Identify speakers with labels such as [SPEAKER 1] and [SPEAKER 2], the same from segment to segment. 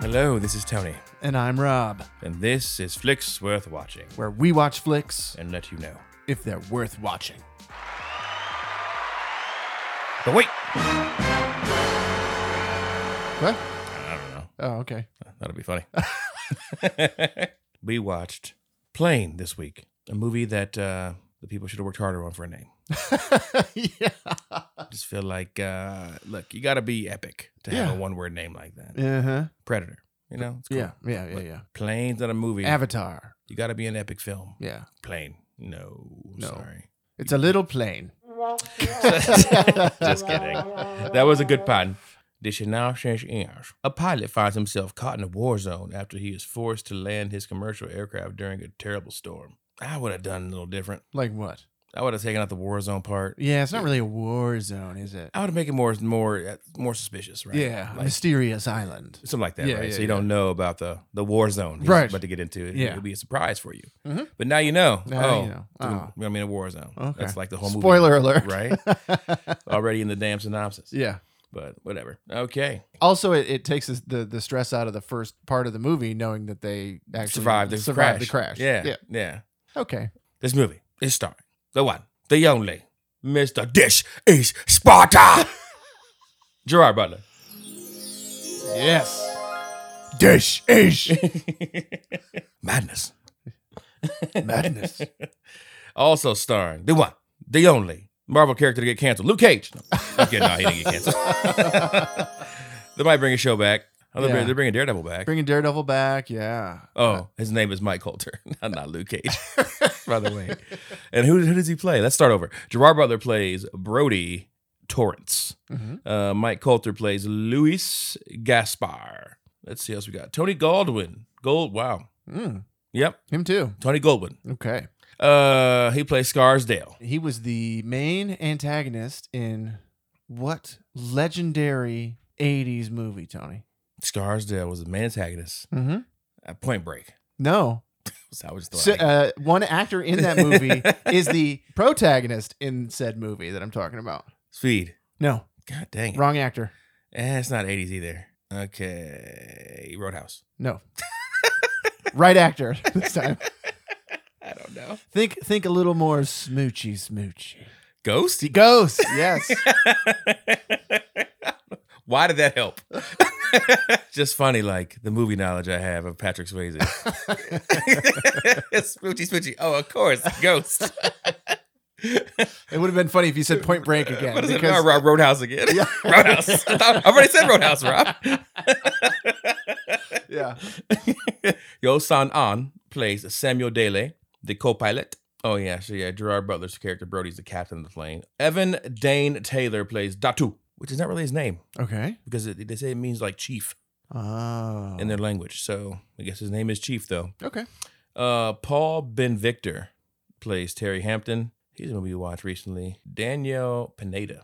[SPEAKER 1] Hello, this is Tony,
[SPEAKER 2] And I'm Rob,
[SPEAKER 1] and this is Flicks Worth Watching,
[SPEAKER 2] where we watch flicks
[SPEAKER 1] and let you know.
[SPEAKER 2] if they're worth watching.
[SPEAKER 1] But wait,
[SPEAKER 2] What?
[SPEAKER 1] I don't know.
[SPEAKER 2] Oh, okay.
[SPEAKER 1] That'll be funny. we watched Plane this week, a movie that uh, the people should have worked harder on for a name.
[SPEAKER 2] yeah.
[SPEAKER 1] I just feel like, uh, look, you got to be epic to have
[SPEAKER 2] Yeah.
[SPEAKER 1] a one-word name like that.
[SPEAKER 2] Uh-huh.
[SPEAKER 1] Predator, you know? It's cool.
[SPEAKER 2] Yeah, yeah, yeah, yeah.
[SPEAKER 1] Plane's not a movie.
[SPEAKER 2] Avatar.
[SPEAKER 1] you got to be an epic film.
[SPEAKER 2] Yeah.
[SPEAKER 1] Plane. No,
[SPEAKER 2] No.
[SPEAKER 1] sorry.
[SPEAKER 2] It's a little plain.
[SPEAKER 1] Just kidding. That was a good pun. They should now change English. A pilot finds himself caught in a war zone after he is forced to land his commercial aircraft during a terrible storm. I would have done a little different.
[SPEAKER 2] Like what?
[SPEAKER 1] I would have taken out the war zone part.
[SPEAKER 2] Yeah, it's not really a war zone, is it?
[SPEAKER 1] I would have made it more more uh, more suspicious, right?
[SPEAKER 2] Yeah.
[SPEAKER 1] like,
[SPEAKER 2] mysterious island.
[SPEAKER 1] something like that,
[SPEAKER 2] Yeah,
[SPEAKER 1] right?
[SPEAKER 2] yeah,
[SPEAKER 1] so you don't know about the the war zone, he's
[SPEAKER 2] Right.
[SPEAKER 1] About to get into it,
[SPEAKER 2] Yeah.
[SPEAKER 1] it'll be a surprise for you.
[SPEAKER 2] Mhm.
[SPEAKER 1] But now you know.
[SPEAKER 2] Now
[SPEAKER 1] oh,
[SPEAKER 2] you know.
[SPEAKER 1] dude,
[SPEAKER 2] Oh.
[SPEAKER 1] we're gonna be in a war zone.
[SPEAKER 2] Okay.
[SPEAKER 1] That's like the whole movie.
[SPEAKER 2] Spoiler alert.
[SPEAKER 1] right? Already in the damn synopsis.
[SPEAKER 2] yeah.
[SPEAKER 1] But whatever. Okay.
[SPEAKER 2] Also, it, it takes us- the, the stress out of the first part of the movie knowing that they actually
[SPEAKER 1] survived the
[SPEAKER 2] survived
[SPEAKER 1] crash.
[SPEAKER 2] the
[SPEAKER 1] Yeah,
[SPEAKER 2] crash. Yeah.
[SPEAKER 1] yeah.
[SPEAKER 2] Okay.
[SPEAKER 1] This movie is starring the one, the only, Mr. Dish is Sparta. Gerard Butler.
[SPEAKER 2] Yes. Dish ish.
[SPEAKER 1] Madness.
[SPEAKER 2] Madness.
[SPEAKER 1] Also starring the one, the only Marvel character to get canceled, Luke Cage. No, I'm kidding. No, he didn't get canceled. they might bring his show back. Oh, they're,
[SPEAKER 2] Yeah.
[SPEAKER 1] they're bringing Daredevil back.
[SPEAKER 2] Bringing Daredevil back. Yeah.
[SPEAKER 1] oh, his name is Mike Coulter, not, not Luke Cage, by the way. And who, who does he play? Let's start over. Gerard Butler plays Brody Torrance.
[SPEAKER 2] Mm-hmm.
[SPEAKER 1] Uh, Mike Coulter plays Luis Gaspar. Let's see what else we got. Tony Goldwyn. Gold. Wow.
[SPEAKER 2] Mm,
[SPEAKER 1] Yep.
[SPEAKER 2] him too.
[SPEAKER 1] Tony Goldwyn.
[SPEAKER 2] Okay.
[SPEAKER 1] Uh, he plays Scarsdale.
[SPEAKER 2] He was the main antagonist in what legendary 80s movie, Tony?
[SPEAKER 1] Scarsdale was the main antagonist
[SPEAKER 2] Mm-hmm.
[SPEAKER 1] at Point Break.
[SPEAKER 2] No.
[SPEAKER 1] So I was just
[SPEAKER 2] So,
[SPEAKER 1] throwing it.
[SPEAKER 2] uh, one actor in that movie is the protagonist in said movie that I'm talking about.
[SPEAKER 1] Speed.
[SPEAKER 2] No,
[SPEAKER 1] God dang it.
[SPEAKER 2] wrong actor.
[SPEAKER 1] Eh, it's not 80s either. Okay. Roadhouse.
[SPEAKER 2] No. right actor this time.
[SPEAKER 1] I don't know.
[SPEAKER 2] Think think a little more smoochy smoochy.
[SPEAKER 1] Ghost?
[SPEAKER 2] Ghost. Yes.
[SPEAKER 1] Why did that help? Just funny, like the movie knowledge I have of Patrick Swayze. spoochie, spoochie. Oh, of course, ghost.
[SPEAKER 2] it would have been funny if you said Point Break again.
[SPEAKER 1] what is it?
[SPEAKER 2] because-
[SPEAKER 1] Oh, Rob Roadhouse again.
[SPEAKER 2] Yeah.
[SPEAKER 1] Roadhouse. I thought, I've already said Roadhouse, Rob.
[SPEAKER 2] yeah.
[SPEAKER 1] Yo San An plays Samuel Dele, the co-pilot. Oh yeah, so yeah, Gerard Butler's character Brody's the captain of the plane. Evan Dane Taylor plays Datu, which is not really his name
[SPEAKER 2] Okay.
[SPEAKER 1] because it, they say it means like chief
[SPEAKER 2] Oh.
[SPEAKER 1] in their language. So I guess his name is Chief though.
[SPEAKER 2] okay.
[SPEAKER 1] Uh, Paul Ben Victor plays Terry Hampton. He's a movie we watched recently. Danielle Pineda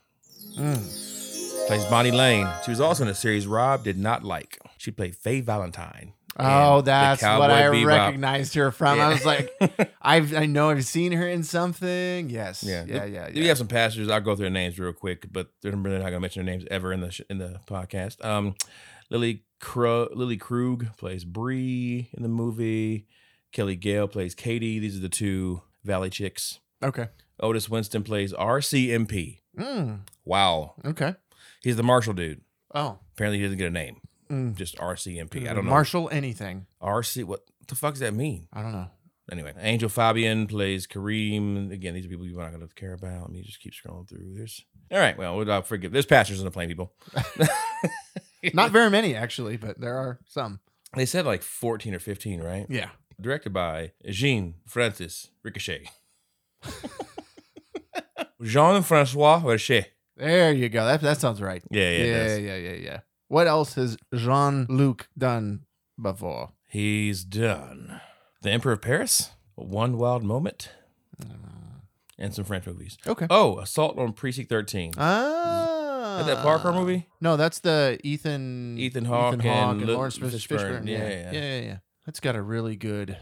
[SPEAKER 1] plays Bonnie Lane. She was also in a series Rob did not like. She played Faye Valentine.
[SPEAKER 2] Oh,
[SPEAKER 1] in The
[SPEAKER 2] that's what
[SPEAKER 1] Cowboy
[SPEAKER 2] I
[SPEAKER 1] Bebop.
[SPEAKER 2] recognized her from.
[SPEAKER 1] Yeah.
[SPEAKER 2] I was like, I've I know I've seen her in something. Yes.
[SPEAKER 1] Yeah.
[SPEAKER 2] Yeah. Yeah. Yeah.
[SPEAKER 1] We have some passengers. I'll go through their names real quick, but they're really not going to mention their names ever in the sh- in the podcast. Um, Lily Krug, Lily Krug plays Bree in the movie. Kelly Gale plays Katie. These are the two Valley chicks.
[SPEAKER 2] Okay.
[SPEAKER 1] Otis Winston plays RCMP.
[SPEAKER 2] Mm,
[SPEAKER 1] Wow,
[SPEAKER 2] okay.
[SPEAKER 1] He's the Marshall dude.
[SPEAKER 2] Oh.
[SPEAKER 1] Apparently, he doesn't get a name.
[SPEAKER 2] Mm.
[SPEAKER 1] Just RCMP. I don't know.
[SPEAKER 2] Marshall anything.
[SPEAKER 1] RC. What the fuck does that mean?
[SPEAKER 2] I don't know.
[SPEAKER 1] Anyway, Angel Fabian plays Kareem. Again, these are people you're not going to care about. Let me just keep scrolling through. There's all right. Well, we'll- I'll forgive. There's pastors in the plane, people.
[SPEAKER 2] Not very many actually, but there are some.
[SPEAKER 1] They said like 14 or 15, right?
[SPEAKER 2] Yeah.
[SPEAKER 1] Directed by Jean Francis Ricochet. Jean Francois Ricochet.
[SPEAKER 2] There you go. That that sounds right.
[SPEAKER 1] Yeah, yeah,
[SPEAKER 2] Yeah.
[SPEAKER 1] it does.
[SPEAKER 2] Yeah. Yeah. Yeah. yeah. What else has Jean Luc done before?
[SPEAKER 1] He's done. The Emperor of Paris. One Wild Moment. And some French movies.
[SPEAKER 2] Okay.
[SPEAKER 1] Oh, Assault on Precinct 13.
[SPEAKER 2] Ah.
[SPEAKER 1] Is that Parker movie?
[SPEAKER 2] No, that's the Ethan
[SPEAKER 1] Ethan Hawke and Lu-
[SPEAKER 2] Lawrence Fish-
[SPEAKER 1] Fishburne.
[SPEAKER 2] Fishburne.
[SPEAKER 1] Yeah,
[SPEAKER 2] Yeah.
[SPEAKER 1] yeah.
[SPEAKER 2] Yeah, yeah, yeah. That's got a really good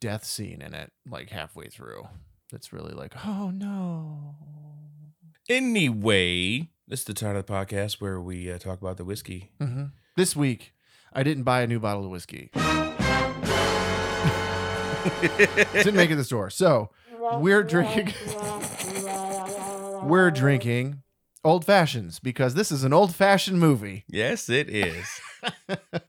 [SPEAKER 2] death scene in it, like halfway through. That's really like, oh no.
[SPEAKER 1] Anyway, this is the time of the podcast where we uh, talk about the whiskey.
[SPEAKER 2] hmm Mm-hmm. This week, I didn't buy a new bottle of whiskey. didn't make it to the store. So we're drinking. we're drinking old fashions because this is an old fashioned movie.
[SPEAKER 1] Yes, it is.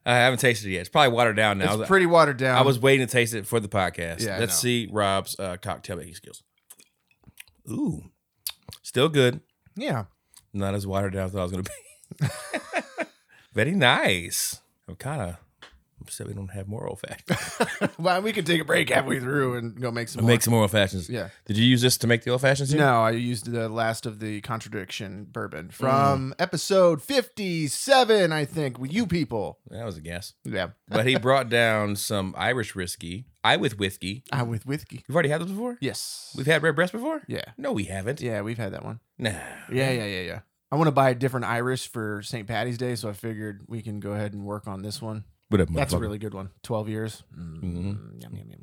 [SPEAKER 1] I haven't tasted it yet. It's probably watered down now. I
[SPEAKER 2] it's
[SPEAKER 1] was,
[SPEAKER 2] pretty watered down.
[SPEAKER 1] I was waiting to taste it for the podcast.
[SPEAKER 2] Yeah, I
[SPEAKER 1] Let's
[SPEAKER 2] know.
[SPEAKER 1] see Rob's uh, cocktail making skills. Ooh, still good.
[SPEAKER 2] yeah.
[SPEAKER 1] Not as watered down as I thought it was going to be. Very nice. I'm kind of upset we don't have more old fashions.
[SPEAKER 2] well, we could take a break halfway through and go make some.
[SPEAKER 1] Make some more old fashions.
[SPEAKER 2] more. Yeah.
[SPEAKER 1] Did you use this to make the old fashions? here?
[SPEAKER 2] No, I used the last of the contradiction bourbon
[SPEAKER 1] Mm.
[SPEAKER 2] from episode 57, I think, with you people.
[SPEAKER 1] That was a guess.
[SPEAKER 2] Yeah.
[SPEAKER 1] But he brought down some Irish whiskey. I with whiskey.
[SPEAKER 2] Ah, with whiskey.
[SPEAKER 1] We've already had this before?
[SPEAKER 2] Yes.
[SPEAKER 1] We've had red breast before?
[SPEAKER 2] yeah.
[SPEAKER 1] No, we haven't.
[SPEAKER 2] Yeah, we've had that one.
[SPEAKER 1] Nah.
[SPEAKER 2] Yeah, yeah, yeah, yeah. I want to buy a different Irish for St. Patty's Day, so I figured we can go ahead and work on this one.
[SPEAKER 1] What up,
[SPEAKER 2] That's a
[SPEAKER 1] motherfucker?
[SPEAKER 2] really good one. 12 years. Mm.
[SPEAKER 1] Mhm.
[SPEAKER 2] Yum, yum, yum,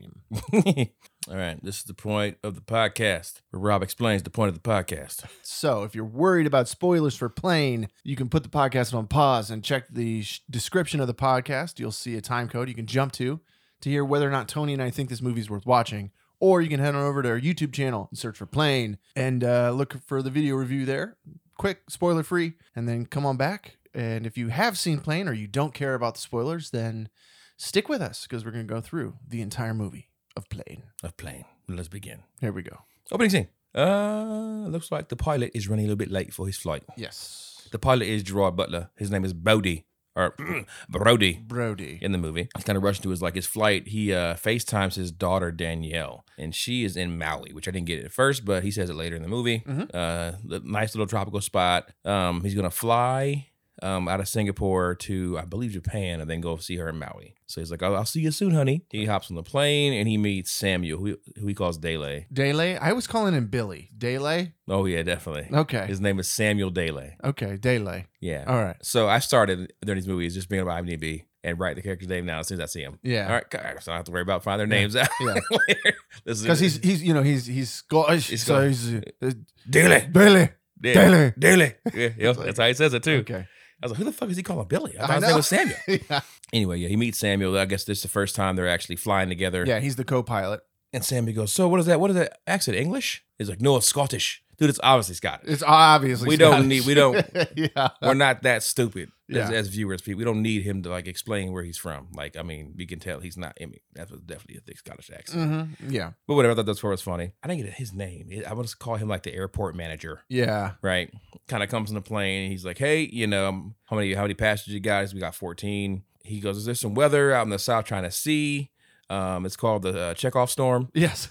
[SPEAKER 2] yum.
[SPEAKER 1] All right, this is the point of the podcast where Rob explains the point of the podcast.
[SPEAKER 2] So, if you're worried about spoilers for Plane, you can put the podcast on pause and check the sh- description of the podcast. You'll see a time code you can jump to to hear whether or not Tony and I think this movie's worth watching. Or you can head on over to our YouTube channel and search for Plane and uh, look for the video review there. Quick, spoiler free, and then come on back. And if you have seen Plane or you don't care about the spoilers, then stick with us because we're going to go through the entire movie of Plane.
[SPEAKER 1] of plane. Let's begin.
[SPEAKER 2] Here we go.
[SPEAKER 1] Opening scene. Uh, looks like the pilot is running a little bit late for his flight.
[SPEAKER 2] Yes.
[SPEAKER 1] The pilot is Gerard Butler. His name is Bodie or Brody
[SPEAKER 2] Brody.
[SPEAKER 1] in the movie. I'm kind of rushed to is like his flight. He uh FaceTimes his daughter Danielle, and she is in Maui, which I didn't get at first, but he says it later in the movie.
[SPEAKER 2] Mhm.
[SPEAKER 1] Uh, the nice little tropical spot. Um, he's gonna fly. Um, out of Singapore to I believe Japan, and then go see her in Maui. So he's like, "I'll, I'll see you soon, honey." He hops on the plane and he meets Samuel, who, who he calls Dele.
[SPEAKER 2] Dele? I was calling him Billy. Dele?
[SPEAKER 1] Oh yeah, definitely.
[SPEAKER 2] Okay.
[SPEAKER 1] His name is Samuel Dele.
[SPEAKER 2] Okay. Dele.
[SPEAKER 1] Yeah.
[SPEAKER 2] All right.
[SPEAKER 1] So I started during these movies just being about IMDb and write the character's name now as soon as I see him.
[SPEAKER 2] Yeah.
[SPEAKER 1] All right, all right, so I don't have to worry about finding their
[SPEAKER 2] Yeah.
[SPEAKER 1] names out.
[SPEAKER 2] Yeah.
[SPEAKER 1] later. This is-
[SPEAKER 2] Because he's he's you know he's he's Scottish.
[SPEAKER 1] He's
[SPEAKER 2] so
[SPEAKER 1] Scottish.
[SPEAKER 2] he's uh,
[SPEAKER 1] Dilly,
[SPEAKER 2] Billy.
[SPEAKER 1] yeah.
[SPEAKER 2] Dilly.
[SPEAKER 1] Dilly. Yeah, yep,
[SPEAKER 2] like-
[SPEAKER 1] that's how he says it too.
[SPEAKER 2] Okay.
[SPEAKER 1] I was like, who the fuck is he calling Billy? I
[SPEAKER 2] I
[SPEAKER 1] thought his name
[SPEAKER 2] know.
[SPEAKER 1] was Samuel.
[SPEAKER 2] yeah.
[SPEAKER 1] Anyway, yeah, he meets Samuel. I guess this is the first time they're actually flying together.
[SPEAKER 2] yeah, he's the co-pilot.
[SPEAKER 1] And Samuel goes, so what is that? What is that accent? English? He's like, no, it's Scottish. Dude, it's obviously Scottish.
[SPEAKER 2] It's obviously
[SPEAKER 1] We don't
[SPEAKER 2] Scottish.
[SPEAKER 1] need- we don't-
[SPEAKER 2] yeah.
[SPEAKER 1] We're not that stupid as,
[SPEAKER 2] Yeah.
[SPEAKER 1] as viewers. People, we don't need him to like explain where he's from. Like, I mean, we can tell he's not. I mean, that's what- definitely a thick Scottish accent.
[SPEAKER 2] hmm Yeah.
[SPEAKER 1] But whatever, I thought that's what was funny. I didn't get his name. I would just call him like the airport manager,
[SPEAKER 2] Yeah.
[SPEAKER 1] right? Kind of comes on the plane. And he's like, "Hey, you know, um, how many how many passengers you guys? We got 14." He goes, "Is there some weather out in the South China Sea? Um, it's called the uh, Chekhov storm,
[SPEAKER 2] Yes.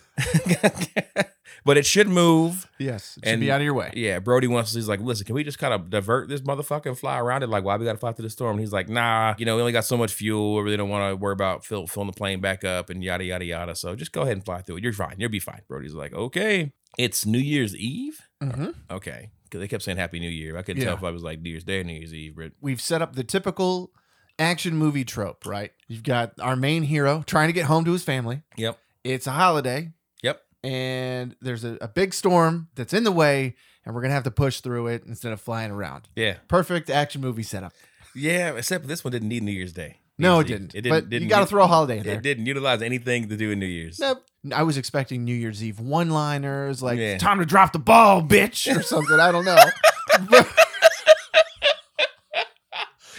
[SPEAKER 1] but it should move."
[SPEAKER 2] Yes. It should
[SPEAKER 1] And-
[SPEAKER 2] be out of your way.
[SPEAKER 1] Yeah, Brody wants. He's like, "Listen, can we just kind of divert this motherfucker and fly around it? Like, why we got to fly through the storm?" And he's like, "Nah, you know, we only got so much fuel. We really don't want to worry about fill, filling the plane back up and yada yada yada. So just go ahead and fly through it. You're fine. You'll be fine." Brody's like, "Okay, it's New Year's Eve.
[SPEAKER 2] hmm
[SPEAKER 1] Okay." Because they kept saying Happy New Year. I couldn't tell
[SPEAKER 2] Yeah.
[SPEAKER 1] if I was like New Year's Day or New Year's Eve, but
[SPEAKER 2] We've set up the typical action movie trope, right? You've got our main hero trying to get home to his family.
[SPEAKER 1] Yep.
[SPEAKER 2] It's a holiday.
[SPEAKER 1] Yep.
[SPEAKER 2] And there's a, a big storm that's in the way, and we're gonna have to push through it instead of flying around.
[SPEAKER 1] yeah,
[SPEAKER 2] Perfect action movie setup.
[SPEAKER 1] yeah. Except this one didn't need New Year's Day.
[SPEAKER 2] No, it
[SPEAKER 1] New Year's Eve.
[SPEAKER 2] didn't. but you got to throw a holiday in there.
[SPEAKER 1] It didn't utilize anything to do in New Year's.
[SPEAKER 2] Nope. I was expecting New Year's Eve one-liners, like
[SPEAKER 1] Yeah.
[SPEAKER 2] "Time to drop the ball, bitch" or something. I don't know. But-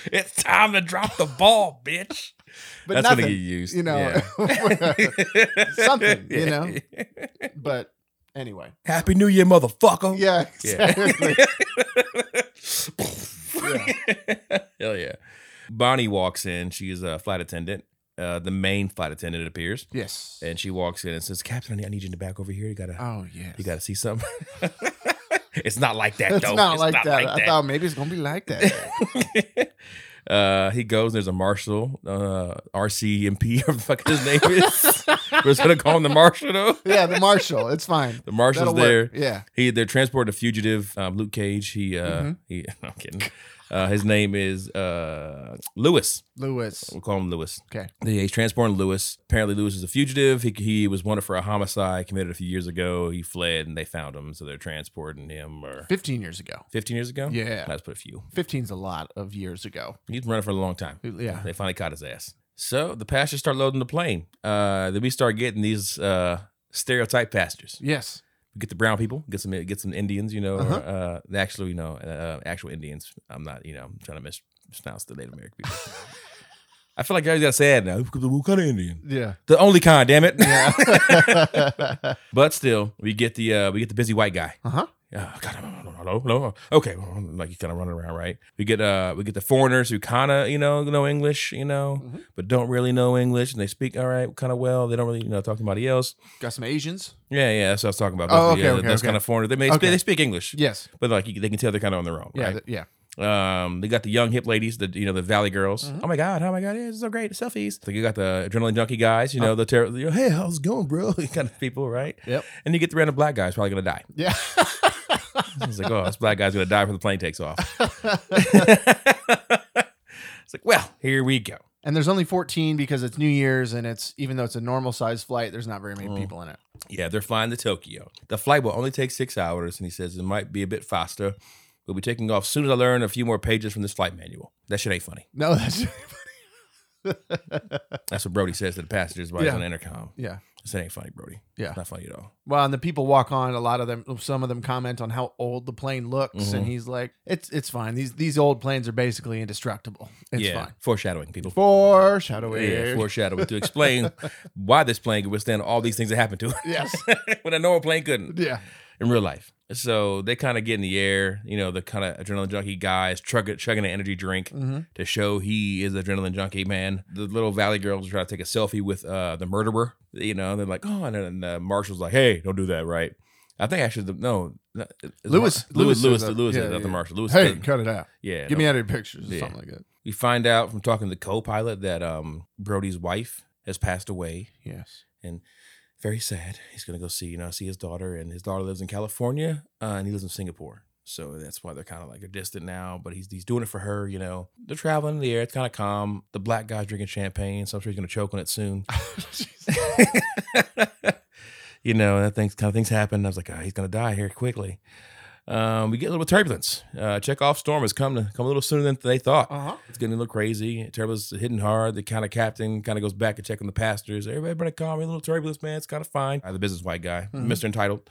[SPEAKER 1] It's time to drop the ball, bitch.
[SPEAKER 2] But
[SPEAKER 1] That's
[SPEAKER 2] nothing,
[SPEAKER 1] what he used.
[SPEAKER 2] you know. Something, you know? but anyway,
[SPEAKER 1] Happy New Year, motherfucker.
[SPEAKER 2] yeah,
[SPEAKER 1] Yeah.
[SPEAKER 2] exactly.
[SPEAKER 1] Hell yeah. Bonnie walks in. She is a flight attendant, uh, the main flight attendant, it appears.
[SPEAKER 2] yes.
[SPEAKER 1] And she walks in and says, Captain, I need- I need you in the back over here. You gotta,
[SPEAKER 2] oh yes.
[SPEAKER 1] you gotta see something. it's not like that,
[SPEAKER 2] That's
[SPEAKER 1] though.
[SPEAKER 2] not,
[SPEAKER 1] It's
[SPEAKER 2] like, that.
[SPEAKER 1] like
[SPEAKER 2] I thought maybe it's gonna be like that.
[SPEAKER 1] uh, he goes. There's a marshal, uh, RCMP, whatever the fuck his name is. We're just gonna call him the marshal though.
[SPEAKER 2] yeah, the marshal. It's fine.
[SPEAKER 1] The marshal's
[SPEAKER 2] That'll
[SPEAKER 1] there.
[SPEAKER 2] work. Yeah.
[SPEAKER 1] He they're transporting a fugitive, um, Luke Cage. He uh,
[SPEAKER 2] Mhm.
[SPEAKER 1] he. No, I'm kidding. Uh, his name is uh, Lewis.
[SPEAKER 2] Lewis.
[SPEAKER 1] We'll call him Lewis.
[SPEAKER 2] Okay.
[SPEAKER 1] Yeah, he's transporting Lewis. Apparently, Lewis is a fugitive. He, he was wanted for a homicide committed a few years ago. He fled and they found him. So they're transporting him or
[SPEAKER 2] 15 years ago.
[SPEAKER 1] 15 years ago?
[SPEAKER 2] Yeah.
[SPEAKER 1] Let's put a few.
[SPEAKER 2] 15's a lot of years ago.
[SPEAKER 1] He's running for a long time.
[SPEAKER 2] Yeah.
[SPEAKER 1] They finally caught his ass. So the passengers start loading the plane. Uh, then we start getting these uh, stereotype passengers.
[SPEAKER 2] Yes.
[SPEAKER 1] We get the brown people, get some get some Indians, you know, or,
[SPEAKER 2] Uh-huh.
[SPEAKER 1] uh, the actual, you know, uh, actual Indians. I'm not, you know, I'm trying to mispronounce the Native American people. I feel like I got sad now. What kind of Indian?
[SPEAKER 2] Yeah.
[SPEAKER 1] The only kind, damn it.
[SPEAKER 2] Yeah.
[SPEAKER 1] but still, we get the uh, we get the busy white guy.
[SPEAKER 2] Uh-huh.
[SPEAKER 1] Uh, God, no, no, no, no, no. Okay, like he's kind of running around, right? We get uh, we get the foreigners who kind of you know know English, you know,
[SPEAKER 2] Mhm.
[SPEAKER 1] but don't really know English, and they speak all right, kind of well. They don't really you know talk to anybody else.
[SPEAKER 2] Got some Asians.
[SPEAKER 1] Yeah, yeah, that's what I was talking about.
[SPEAKER 2] Oh,
[SPEAKER 1] Yeah,
[SPEAKER 2] okay, okay,
[SPEAKER 1] that's
[SPEAKER 2] okay.
[SPEAKER 1] kind of foreigner. They may
[SPEAKER 2] Okay.
[SPEAKER 1] they speak English,
[SPEAKER 2] Yes.
[SPEAKER 1] but like you- they can tell they're kind of on their own,
[SPEAKER 2] Yeah.
[SPEAKER 1] right?
[SPEAKER 2] th- yeah.
[SPEAKER 1] Um, they got the young hip ladies, the you know the valley girls.
[SPEAKER 2] Mhm.
[SPEAKER 1] Oh my god, oh my god, yeah, this is so great selfies. So you got the adrenaline junkie guys, you know the terror. you know, Hey, how's it going, bro? kind of people, right?
[SPEAKER 2] Uh-huh. Yep.
[SPEAKER 1] And you get the random black guys probably gonna die.
[SPEAKER 2] Yeah.
[SPEAKER 1] I was like, oh, this black guy's gonna die before the plane takes off. it's like, well, here we go.
[SPEAKER 2] and there's only 14 because it's New Year's and it's even though it's a normal size flight, there's not very many
[SPEAKER 1] Mm.
[SPEAKER 2] people in it.
[SPEAKER 1] Yeah, they're flying to Tokyo. The flight will only take six hours, and he says it might be a bit faster. We'll be taking off soon as I learn a few more pages from this flight manual. That shit ain't funny.
[SPEAKER 2] No, that's
[SPEAKER 1] That's what Brody says to the passengers while he's
[SPEAKER 2] Yeah.
[SPEAKER 1] on the intercom.
[SPEAKER 2] yeah.
[SPEAKER 1] This ain't funny, Brody.
[SPEAKER 2] Yeah.
[SPEAKER 1] It's not funny at all.
[SPEAKER 2] Well, and the people walk on. A lot of them, some of them comment on how old the plane looks, and
[SPEAKER 1] Mm-hmm.
[SPEAKER 2] he's like, "It's it's fine. These these old planes are basically indestructible. It's
[SPEAKER 1] yeah.
[SPEAKER 2] fine."
[SPEAKER 1] Foreshadowing, people.
[SPEAKER 2] Foreshadowing.
[SPEAKER 1] Yeah, foreshadowing to explain why this plane could withstand all these things that happened to
[SPEAKER 2] yes.
[SPEAKER 1] it when a normal plane couldn't.
[SPEAKER 2] Yeah.
[SPEAKER 1] in real life. So they kind of get in the air, you know, the kind of adrenaline junkie guy is chugging, chugging an energy drink
[SPEAKER 2] Mhm.
[SPEAKER 1] to show he is adrenaline junkie, man. The little valley girls try to take a selfie with uh, the murderer, you know, and they're like, oh, and then uh, Marshall's like, hey, don't do that, right? I think actually, the, no, no, it's
[SPEAKER 2] Lewis-
[SPEAKER 1] Mar- Lewis,
[SPEAKER 2] Lewis
[SPEAKER 1] Lewis,
[SPEAKER 2] says
[SPEAKER 1] Lewis,
[SPEAKER 2] that. Yeah,
[SPEAKER 1] not the
[SPEAKER 2] yeah.
[SPEAKER 1] Marshall. Lewis,
[SPEAKER 2] Hey,
[SPEAKER 1] doesn't-
[SPEAKER 2] cut it out.
[SPEAKER 1] yeah.
[SPEAKER 2] Get
[SPEAKER 1] no.
[SPEAKER 2] me out of your pictures or
[SPEAKER 1] Yeah.
[SPEAKER 2] something like that.
[SPEAKER 1] we find out from talking to the co-pilot that um, Brody's wife has passed away.
[SPEAKER 2] Yes.
[SPEAKER 1] very sad. He's gonna go see you know see his daughter, and his daughter lives in California, uh, and he lives in Singapore. So that's why they're kind of like they're distant now. But he's he's doing it for her, you know. They're traveling in the air. It's kind of calm. The black guy's drinking champagne, so I'm sure he's gonna choke on it soon. you know that things kind of things happen. I was like, oh, he's gonna die here quickly. Um, we get a little turbulence. Uh, Chekhov's storm has come to come a little sooner than they thought.
[SPEAKER 2] Uh huh.
[SPEAKER 1] It's getting a little crazy. Turbulence is hitting hard. The kind of captain kind of goes back and check on the pastors. Everybody, better calm. me. A little turbulence, man. It's kind of fine. Uh, the business white guy,
[SPEAKER 2] Mhm.
[SPEAKER 1] Mr. Entitled,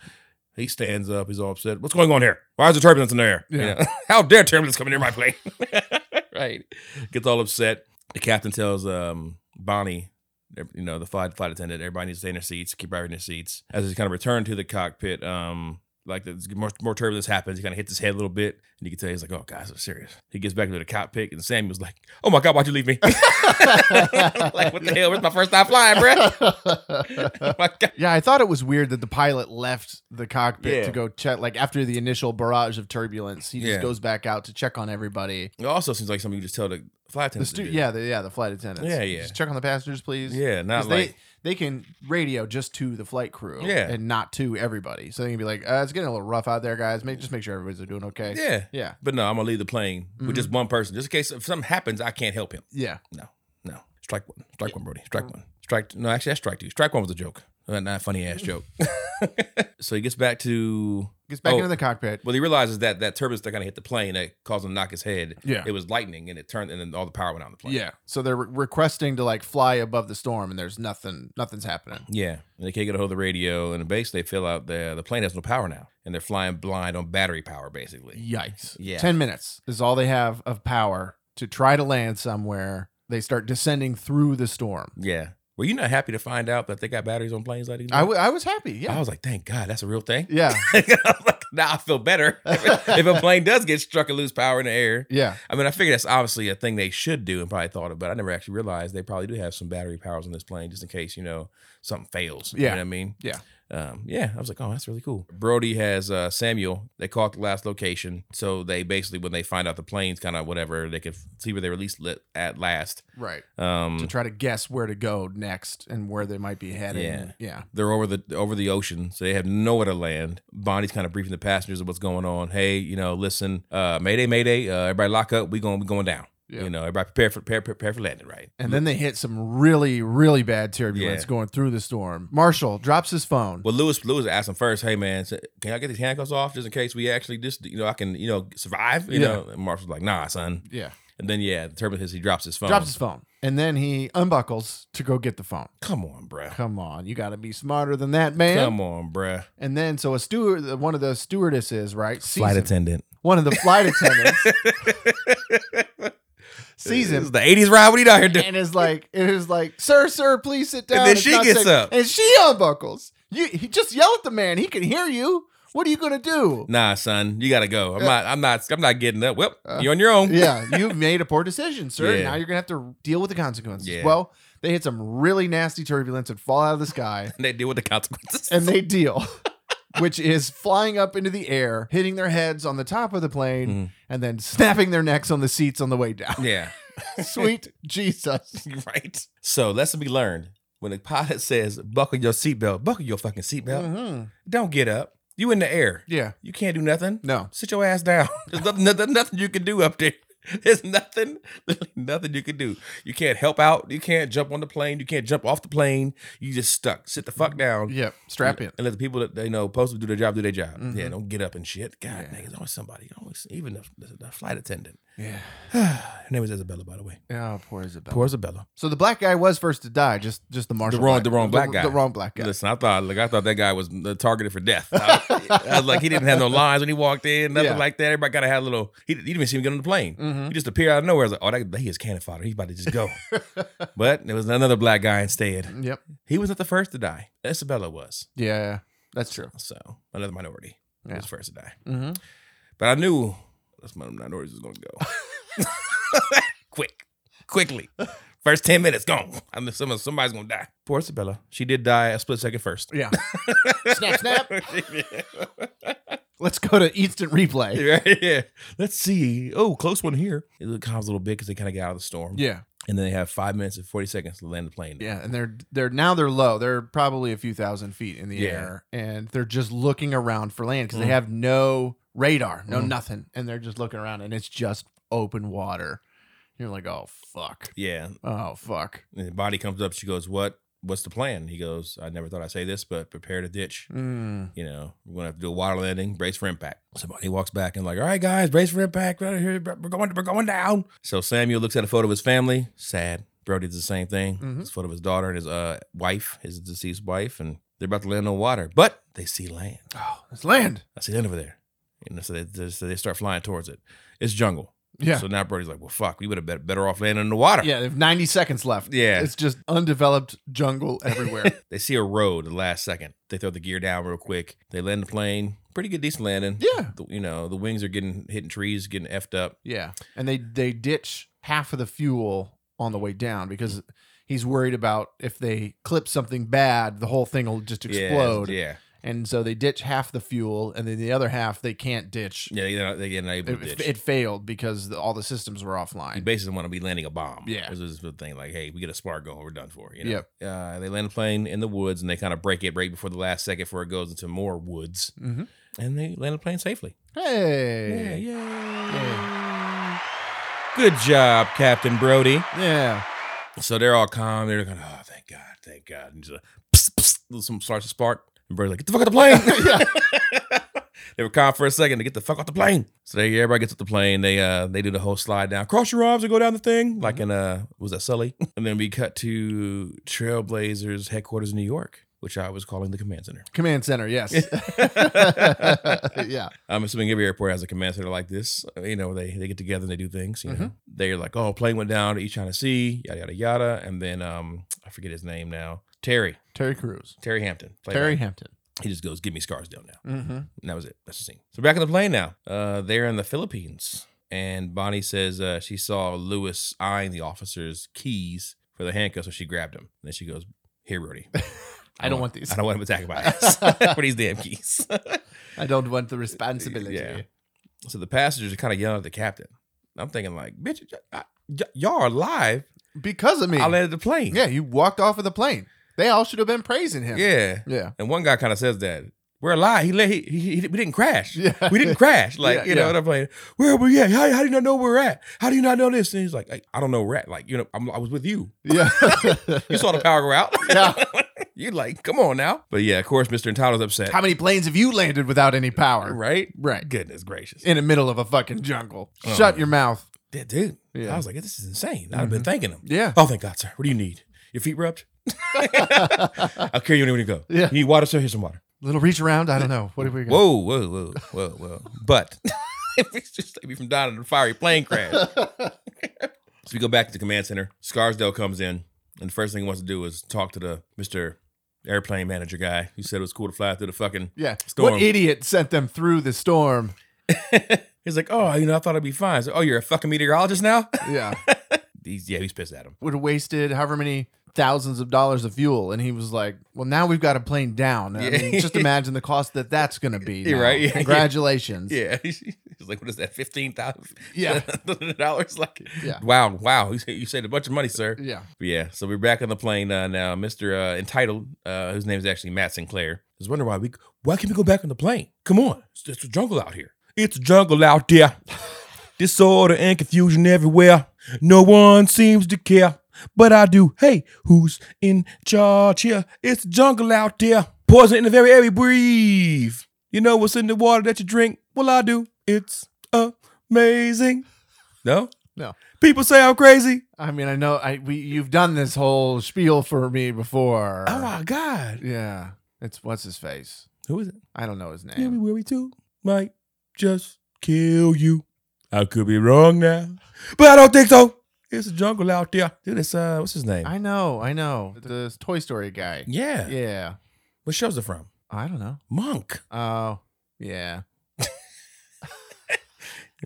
[SPEAKER 1] he stands up. He's all upset. What's going on here? Why is there turbulence in the air? You
[SPEAKER 2] Yeah.
[SPEAKER 1] know, How dare turbulence come near my plane? right. Gets all upset. The captain tells um, Bonnie, you know, the flight, flight attendant, everybody needs to stay in their seats, keep everybody in their seats. As he's kind of returned to the cockpit, um, like the more, more turbulence happens, he kind of hits his head a little bit, and you can tell he's like, "Oh, guys, I'm serious." He gets back into the cockpit, and Samuel's like, "Oh my god, why'd you leave me?" like, what the hell? It's my first time flying, bro. Oh my God.
[SPEAKER 2] Yeah, I thought it was weird that the pilot left the cockpit
[SPEAKER 1] Yeah.
[SPEAKER 2] to go check. Like after the initial barrage of turbulence, he just
[SPEAKER 1] Yeah.
[SPEAKER 2] goes back out to check on everybody.
[SPEAKER 1] It also seems like something you just tell the flight
[SPEAKER 2] The
[SPEAKER 1] attendants.
[SPEAKER 2] stu-
[SPEAKER 1] to do.
[SPEAKER 2] yeah, the yeah, the flight attendants.
[SPEAKER 1] Yeah, yeah.
[SPEAKER 2] Just check on the passengers, please.
[SPEAKER 1] yeah, not
[SPEAKER 2] 'Cause they
[SPEAKER 1] like
[SPEAKER 2] they can radio just to the flight crew.
[SPEAKER 1] Yeah.
[SPEAKER 2] and not to everybody. So they can be like, uh, "It's getting a little rough out there, guys. Make just make sure everybody's doing okay."
[SPEAKER 1] yeah.
[SPEAKER 2] yeah,
[SPEAKER 1] But no, I'm gonna leave the plane
[SPEAKER 2] Mhm.
[SPEAKER 1] with just one person, just in case if something happens, I can't help him.
[SPEAKER 2] yeah.
[SPEAKER 1] No. Strike one. Strike one, Brody.
[SPEAKER 2] Mm.
[SPEAKER 1] Strike one. Strike. No, actually, that's strike two. Strike one was a joke. Not not a funny ass joke. so he gets back to.
[SPEAKER 2] Gets back
[SPEAKER 1] Oh.
[SPEAKER 2] into the cockpit.
[SPEAKER 1] Well, he realizes that that turbulence that kind of hit the plane that caused him to knock his head.
[SPEAKER 2] Yeah.
[SPEAKER 1] It was lightning, and it turned, and then all the power went out on the plane.
[SPEAKER 2] Yeah, so they're re- requesting to like fly above the storm, and there's nothing, nothing's happening.
[SPEAKER 1] Yeah, and they can't get a hold of the radio, and basically they feel out the the plane has no power now, and they're flying blind on battery power, basically.
[SPEAKER 2] Yikes.
[SPEAKER 1] Yeah.
[SPEAKER 2] 10 minutes is all they have of power to try to land somewhere. They start descending through the storm.
[SPEAKER 1] Yeah. Were you not happy to find out that they got batteries on planes like that?
[SPEAKER 2] I, w- I was happy. Yeah.
[SPEAKER 1] I was like, thank God, that's a real thing.
[SPEAKER 2] yeah.
[SPEAKER 1] now I feel better if, if a plane does get struck and lose power in the air.
[SPEAKER 2] Yeah.
[SPEAKER 1] I mean, I figure that's obviously a thing they should do and probably thought of, but I never actually realized they probably do have some battery powers on this plane just in case, you know, something fails. You
[SPEAKER 2] Yeah.
[SPEAKER 1] know what I mean?
[SPEAKER 2] Yeah.
[SPEAKER 1] um, yeah, I was like, oh, that's really cool. Brody has uh, Samuel. They caught the last location, so they basically when they find out the planes, kind of whatever, they could f- see where they released li- at last.
[SPEAKER 2] Right.
[SPEAKER 1] Um,
[SPEAKER 2] To try to guess where to go next and where they might be headed. Yeah. yeah.
[SPEAKER 1] they're over the over the ocean, so they have nowhere to land. Bonnie's kind of briefing the passengers of what's going on. Hey, you know, listen, uh, Mayday, Mayday, uh, everybody lock up. We going we going down.
[SPEAKER 2] Yeah.
[SPEAKER 1] You know, everybody prepare for prepare, prepare for landing, right?
[SPEAKER 2] And then they hit some really, really bad turbulence
[SPEAKER 1] Yeah.
[SPEAKER 2] going through the storm. Marshall drops his phone.
[SPEAKER 1] Well, Lewis Lewis asked him first, "Hey man, so can I get these handcuffs off just in case we actually just you know I can you know survive?" You
[SPEAKER 2] Yeah.
[SPEAKER 1] know, and Marshall's like, "Nah, son."
[SPEAKER 2] Yeah.
[SPEAKER 1] And then yeah, the turbulence hits, he drops his phone.
[SPEAKER 2] Drops his phone. And then he unbuckles to go get the phone.
[SPEAKER 1] Come on, bruh.
[SPEAKER 2] Come on. You got to be smarter than that, man.
[SPEAKER 1] Come on, bruh.
[SPEAKER 2] And then, so a steward, one of the stewardesses, right? Sees
[SPEAKER 1] Flight
[SPEAKER 2] him.
[SPEAKER 1] attendant.
[SPEAKER 2] One of the flight attendants sees
[SPEAKER 1] Season.
[SPEAKER 2] him.
[SPEAKER 1] The eighties ride. What are you out here doing?
[SPEAKER 2] and is like and is like, sir, sir, please sit down.
[SPEAKER 1] then
[SPEAKER 2] It's
[SPEAKER 1] she
[SPEAKER 2] not
[SPEAKER 1] gets
[SPEAKER 2] safe."
[SPEAKER 1] up.
[SPEAKER 2] and she unbuckles. You he just yell at the man. He can hear you. What are you gonna do?
[SPEAKER 1] Nah, son, you gotta go. I'm
[SPEAKER 2] Yeah.
[SPEAKER 1] not. I'm not. I'm not getting up. Well,
[SPEAKER 2] Uh,
[SPEAKER 1] you're on your own.
[SPEAKER 2] yeah, you've made a poor decision, sir.
[SPEAKER 1] Yeah.
[SPEAKER 2] Now you're gonna have to deal with the consequences.
[SPEAKER 1] Yeah.
[SPEAKER 2] Well, they hit some really nasty turbulence and fall out of the sky,
[SPEAKER 1] And they deal with the consequences.
[SPEAKER 2] and they deal. Which is flying up into the air, hitting their heads on the top of the plane,
[SPEAKER 1] Mhm.
[SPEAKER 2] and then snapping their necks on the seats on the way down.
[SPEAKER 1] yeah.
[SPEAKER 2] Sweet Jesus.
[SPEAKER 1] right. So lesson be learned. When the pilot says, "Buckle your seatbelt," buckle your fucking seatbelt.
[SPEAKER 2] Mhm.
[SPEAKER 1] Don't get up. You in the air.
[SPEAKER 2] Yeah.
[SPEAKER 1] You can't do nothing.
[SPEAKER 2] No.
[SPEAKER 1] Sit your ass down. There's nothing, nothing, nothing you can do up there. There's nothing, literally nothing you can do. You can't help out. You can't jump on the plane. You can't jump off the plane. You just stuck. Sit the fuck down.
[SPEAKER 2] Yep. Strap in.
[SPEAKER 1] And let the people that they know supposed to do their job do their job. Yeah, don't get up and shit. God,
[SPEAKER 2] Yeah.
[SPEAKER 1] niggas, always somebody. Always, even the, the, the flight attendant.
[SPEAKER 2] Yeah.
[SPEAKER 1] Her name is Isabella, by the way.
[SPEAKER 2] Oh, poor Isabel.
[SPEAKER 1] Poor Isabella.
[SPEAKER 2] So the black guy was first to die. Just just the marshal.
[SPEAKER 1] wrong- the wrong black guy.
[SPEAKER 2] The wrong black guy.
[SPEAKER 1] Listen, I thought like I thought that guy was uh, targeted for death. I, I was like, he didn't have no lines when he walked in, nothing
[SPEAKER 2] Yeah.
[SPEAKER 1] like that. Everybody gotta have a little. He, he didn't even see him get on the plane.
[SPEAKER 2] Mhm.
[SPEAKER 1] He just appeared out of nowhere. I was like, oh, that, he is cannon fodder. He's about to just go. but there was another black guy instead.
[SPEAKER 2] Yep.
[SPEAKER 1] He was not the first to die. Isabella was.
[SPEAKER 2] Yeah. That's true.
[SPEAKER 1] So another minority
[SPEAKER 2] Yeah.
[SPEAKER 1] was first to die.
[SPEAKER 2] Mm-hmm.
[SPEAKER 1] But I knew that's my minorities was gonna go. Quick, quickly. First ten minutes gone. I knew someone, somebody's gonna die. Poor Isabella. She did die a split second first.
[SPEAKER 2] Yeah. snap, snap. Let's go to instant replay.
[SPEAKER 1] yeah, yeah. Let's see. Oh, close one here. It calms a little bit because they kind of get out of the storm.
[SPEAKER 2] Yeah.
[SPEAKER 1] And then they have five minutes and 40 seconds to land the plane.
[SPEAKER 2] Yeah. And they're they're now they're low. They're probably a few thousand feet in the
[SPEAKER 1] Yeah.
[SPEAKER 2] air, and they're just looking around for land because
[SPEAKER 1] Mhm.
[SPEAKER 2] they have no radar, no
[SPEAKER 1] Mhm.
[SPEAKER 2] nothing, and they're just looking around, and it's just open water. You're like, oh fuck,
[SPEAKER 1] Yeah.
[SPEAKER 2] oh fuck.
[SPEAKER 1] And the body comes up. She goes, What? What's the plan? He goes, I never thought I'd say this, but prepare to ditch.
[SPEAKER 2] Mm.
[SPEAKER 1] You know, we're going to have to do a water landing, brace for impact. Somebody walks back and, like, all right, guys, brace for impact. We're, out of here. we're, going, we're going down. So Samuel looks at a photo of his family, sad. Brody does the same thing.
[SPEAKER 2] Mhm.
[SPEAKER 1] It's a photo of his daughter and his uh, wife, his deceased wife, and they're about to land on water, but they see land.
[SPEAKER 2] Oh, it's land.
[SPEAKER 1] I see land over there. And so they, they- so they start flying towards it. It's jungle.
[SPEAKER 2] Yeah.
[SPEAKER 1] So now Brody's like, well, fuck, we would have been better off landing in the water.
[SPEAKER 2] yeah. They have 90 seconds left.
[SPEAKER 1] Yeah.
[SPEAKER 2] It's just undeveloped jungle everywhere.
[SPEAKER 1] They see a road at the last second. They throw the gear down real quick. They land the plane. Pretty good, decent landing.
[SPEAKER 2] yeah.
[SPEAKER 1] The- you know, the wings are getting hitting trees, getting effed up.
[SPEAKER 2] Yeah. And they they ditch half of the fuel on the way down because he's worried about if they clip something bad, the whole thing will just
[SPEAKER 1] Yeah,
[SPEAKER 2] explode.
[SPEAKER 1] Yeah.
[SPEAKER 2] And so they ditch half the fuel and then the other half they can't ditch.
[SPEAKER 1] Yeah. They're not, they're getting able to
[SPEAKER 2] It,
[SPEAKER 1] ditch.
[SPEAKER 2] it failed because the, all the systems were
[SPEAKER 1] you
[SPEAKER 2] offline.
[SPEAKER 1] basically want to be landing a bomb.
[SPEAKER 2] Yeah.
[SPEAKER 1] This is the thing. Like, hey, we get a spark going, we're done for. You know?
[SPEAKER 2] Yep.
[SPEAKER 1] Uh, they land the plane in the woods and they kind of break it right before the last second before it goes into more woods.
[SPEAKER 2] Mm-hmm.
[SPEAKER 1] And they land the plane safely. Yeah,
[SPEAKER 2] Hey.
[SPEAKER 1] yeah. Good job, Captain Brody.
[SPEAKER 2] Yeah.
[SPEAKER 1] So they're all calm. They're going, oh, thank God, thank God. And just a pss, pss, little some starts to spark. And Brody's like, get the fuck off the plane. they were calm for a second to get the fuck off the plane. So they, everybody gets off the plane. They uh they do the whole slide down, cross your arms and go down the thing, like in uh was that Sully? and then we cut to Trailblazers headquarters in New York, which I was calling the command center.
[SPEAKER 2] Command center. Yes. yeah.
[SPEAKER 1] I'm assuming every airport has a command center like this. Uh, You know, they they get together and they do things. You know, they're like, oh, plane went down to East China Sea, yada yada yada, and then um, I forget his name now. Terry,
[SPEAKER 2] Terry Crews.
[SPEAKER 1] Terry Hampton. Play
[SPEAKER 2] Terry
[SPEAKER 1] by-
[SPEAKER 2] Hampton.
[SPEAKER 1] He just goes, give me Scarsdale now,
[SPEAKER 2] Mm-hmm.
[SPEAKER 1] and that was it. That's the scene. So back on the plane now. Uh, they're in the Philippines, and Bonnie says uh, she saw Lewis eyeing the officer's keys for the handcuffs, so she grabbed him. And then she goes, here, Rudy.
[SPEAKER 2] I don't want these.
[SPEAKER 1] I don't want him attacked by us. but he's damn geese.
[SPEAKER 2] I don't want the responsibility.
[SPEAKER 1] Yeah. so the passengers are kind of yelling at the captain. I'm thinking like, bitch, y- y- y'all are alive.
[SPEAKER 2] Because of me.
[SPEAKER 1] I landed the plane.
[SPEAKER 2] yeah, you walked off of the plane. They all should have been praising him.
[SPEAKER 1] yeah.
[SPEAKER 2] Yeah.
[SPEAKER 1] And one guy kind of says that we're alive. He, let, he, he, he we didn't crash.
[SPEAKER 2] Yeah.
[SPEAKER 1] We didn't crash. Like
[SPEAKER 2] Yeah,
[SPEAKER 1] you know
[SPEAKER 2] yeah.
[SPEAKER 1] what I'm playing. Where are we at? How, how do you not know where we're at? How do you not know this? And he's like, I, I don't know where we're at. Like you know, I'm, I was with you.
[SPEAKER 2] Yeah.
[SPEAKER 1] You saw the power go out.
[SPEAKER 2] Yeah.
[SPEAKER 1] You're like, come on now. But yeah, of course, Mr. Entitled's upset.
[SPEAKER 2] How many planes have you landed without any power?
[SPEAKER 1] Right?
[SPEAKER 2] Right.
[SPEAKER 1] Goodness gracious.
[SPEAKER 2] In the middle of a fucking jungle.
[SPEAKER 1] Oh.
[SPEAKER 2] Shut your mouth.
[SPEAKER 1] Yeah, dude.
[SPEAKER 2] Yeah. Mm-hmm.
[SPEAKER 1] I was like, this is insane. I've been thanking him.
[SPEAKER 2] Yeah.
[SPEAKER 1] Oh, thank God, sir. What do you need? Your feet rubbed? I'll carry you anywhere you go.
[SPEAKER 2] Yeah.
[SPEAKER 1] You need water, sir? Here's some water.
[SPEAKER 2] Little reach around. I don't know. What are we going
[SPEAKER 1] Whoa, whoa, whoa, whoa, whoa. But if it's just like me from down in a fiery plane crash. so we go back to the command center. Scarsdale comes in, and the first thing he wants to do is talk to the Mr. Airplane manager guy who said it was cool to fly through the fucking
[SPEAKER 2] Yeah.
[SPEAKER 1] Storm.
[SPEAKER 2] What idiot sent them through the storm?
[SPEAKER 1] He's like, oh, you know, I thought it'd be fine. So, oh, you're a fucking meteorologist now?
[SPEAKER 2] Yeah.
[SPEAKER 1] he's, yeah, he's pissed at him.
[SPEAKER 2] Would have wasted however many thousands of dollars of fuel. And he was like, well, now we've got a plane down. I
[SPEAKER 1] Yeah.
[SPEAKER 2] mean, just imagine the cost that that's going to be.
[SPEAKER 1] You're
[SPEAKER 2] now.
[SPEAKER 1] right. Yeah.
[SPEAKER 2] Congratulations.
[SPEAKER 1] Yeah, he's like, what is that? Fifteen thousand?
[SPEAKER 2] Yeah.
[SPEAKER 1] dollars. Like,
[SPEAKER 2] Yeah.
[SPEAKER 1] wow, wow. You, sa- you saved a bunch of money, sir.
[SPEAKER 2] Yeah.
[SPEAKER 1] But yeah. So we're back on the plane uh, now. Mister uh, entitled, uh, whose name is actually Matt Sinclair, is wondering why we why can't we go back on the plane? Come on, it's, it's a jungle out here. It's a jungle out there. Disorder and confusion everywhere. No one seems to care, but I do. Hey, who's in charge here? It's a jungle out there. Poison in the very air we breathe. You know what's in the water that you drink? Well, I do. It's amazing. No?
[SPEAKER 2] No.
[SPEAKER 1] People say I'm crazy.
[SPEAKER 2] I mean, I know I we you've done this whole spiel for me before.
[SPEAKER 1] Oh my God.
[SPEAKER 2] Yeah. It's what's his face?
[SPEAKER 1] Who is it?
[SPEAKER 2] I don't know his name.
[SPEAKER 1] Yeah, we worry too. Might just kill you. I could be wrong now, but I don't think so. It's a jungle out there. Dude, it's, uh, what's his name?
[SPEAKER 2] I know, I know. The Toy Story guy.
[SPEAKER 1] yeah.
[SPEAKER 2] Yeah.
[SPEAKER 1] What show's it from?
[SPEAKER 2] I don't know.
[SPEAKER 1] Monk.
[SPEAKER 2] Oh, yeah.
[SPEAKER 1] You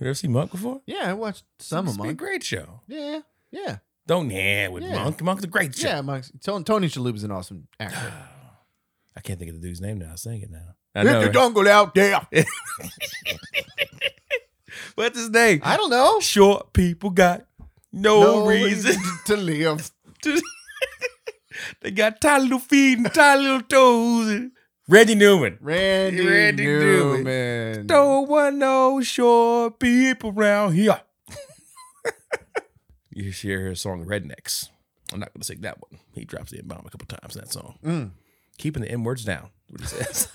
[SPEAKER 1] ever seen Monk before?
[SPEAKER 2] Yeah, I watched some of
[SPEAKER 1] It's been a
[SPEAKER 2] Monk.
[SPEAKER 1] great show.
[SPEAKER 2] Yeah, yeah,
[SPEAKER 1] Don't yeah with
[SPEAKER 2] Yeah.
[SPEAKER 1] Monk. Monk's a great show.
[SPEAKER 2] yeah. Monk's, Tony, Tony Shalhoub is an awesome actor.
[SPEAKER 1] I can't think of the dude's name now. I was thinking now. I
[SPEAKER 2] It's
[SPEAKER 1] know.
[SPEAKER 2] a
[SPEAKER 1] right?
[SPEAKER 2] jungle out there.
[SPEAKER 1] What's his name?
[SPEAKER 2] I don't know.
[SPEAKER 1] Short people got no, reason.
[SPEAKER 2] to live.
[SPEAKER 1] they got tiny little feet and tiny little toes. and- Randy Newman.
[SPEAKER 2] Randy,
[SPEAKER 1] Randy Newman.
[SPEAKER 2] Newman.
[SPEAKER 1] Don't want no short people around here. you should hear his song Rednecks. I'm not going to sing that one. He drops the M-bomb a couple times in that song.
[SPEAKER 2] Mm.
[SPEAKER 1] Keeping the M-words down. What he says.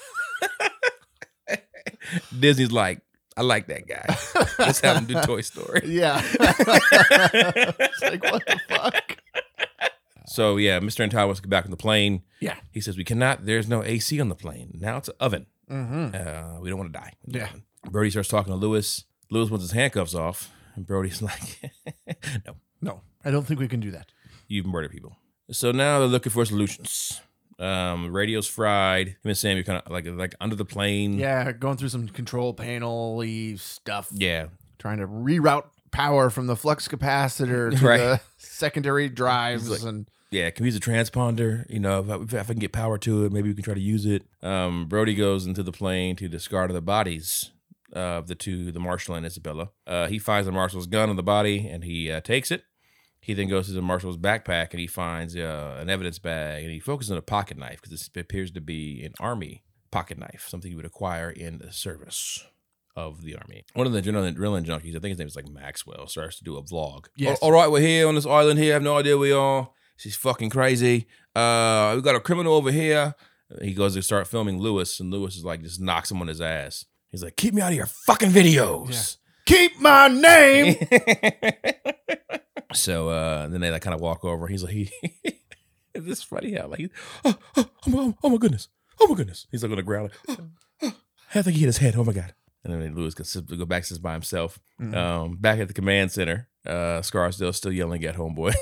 [SPEAKER 1] Disney's like, I like that guy. Let's have him do Toy Story.
[SPEAKER 2] Yeah. it's like what the fuck?
[SPEAKER 1] So yeah, Mr. Entire wants to get back on the plane.
[SPEAKER 2] Yeah.
[SPEAKER 1] He says, we cannot, there's no AC on the plane. Now it's an oven.
[SPEAKER 2] Mm-hmm.
[SPEAKER 1] uh, we don't want to die.
[SPEAKER 2] Yeah.
[SPEAKER 1] Brody starts talking to Lewis. Lewis wants his handcuffs off, and Brody's like, "No,
[SPEAKER 2] No, I don't think we can do that.
[SPEAKER 1] you've murdered people." So now they're looking for solutions. Um, radio's fried. Him and Sam, you're kind of like like under the plane.
[SPEAKER 2] Yeah, going through some control panel stuff.
[SPEAKER 1] yeah.
[SPEAKER 2] trying to reroute power from the flux capacitor to
[SPEAKER 1] Right.
[SPEAKER 2] the secondary drives
[SPEAKER 1] It's like-
[SPEAKER 2] and
[SPEAKER 1] Yeah, can we use a transponder? You know, if I, if I can get power to it, maybe we can try to use it. Um, Brody goes into the plane to discard of the bodies of the two, the marshal and Isabella. Uh, he finds the marshal's gun on the body and he uh, takes it. He then goes to the marshal's backpack and he finds uh, an evidence bag and he focuses on a pocket knife because this appears to be an army pocket knife, something you would acquire in the service of the army. One of the adrenaline, adrenaline junkies, I think his name is like Maxwell, starts to do a vlog.
[SPEAKER 2] Yes.
[SPEAKER 1] all right, we're here on this island here. I have no idea where we are. She's fucking crazy. Uh, we got a criminal over here. He goes to start filming Lewis, and Lewis is like, just knocks him on his ass. He's like, keep me out of your fucking videos.
[SPEAKER 2] keep my name.
[SPEAKER 1] so uh, then they like kind of walk over. He's like, he, this is funny how like, he- oh, oh, oh, my, oh my goodness, oh my goodness. He's like on the ground, like, oh, oh. I think he hit his head. Oh my god. And then Lewis goes go back sits by himself. Um, back at the command center, uh, Scarsdale's still yelling at homeboy.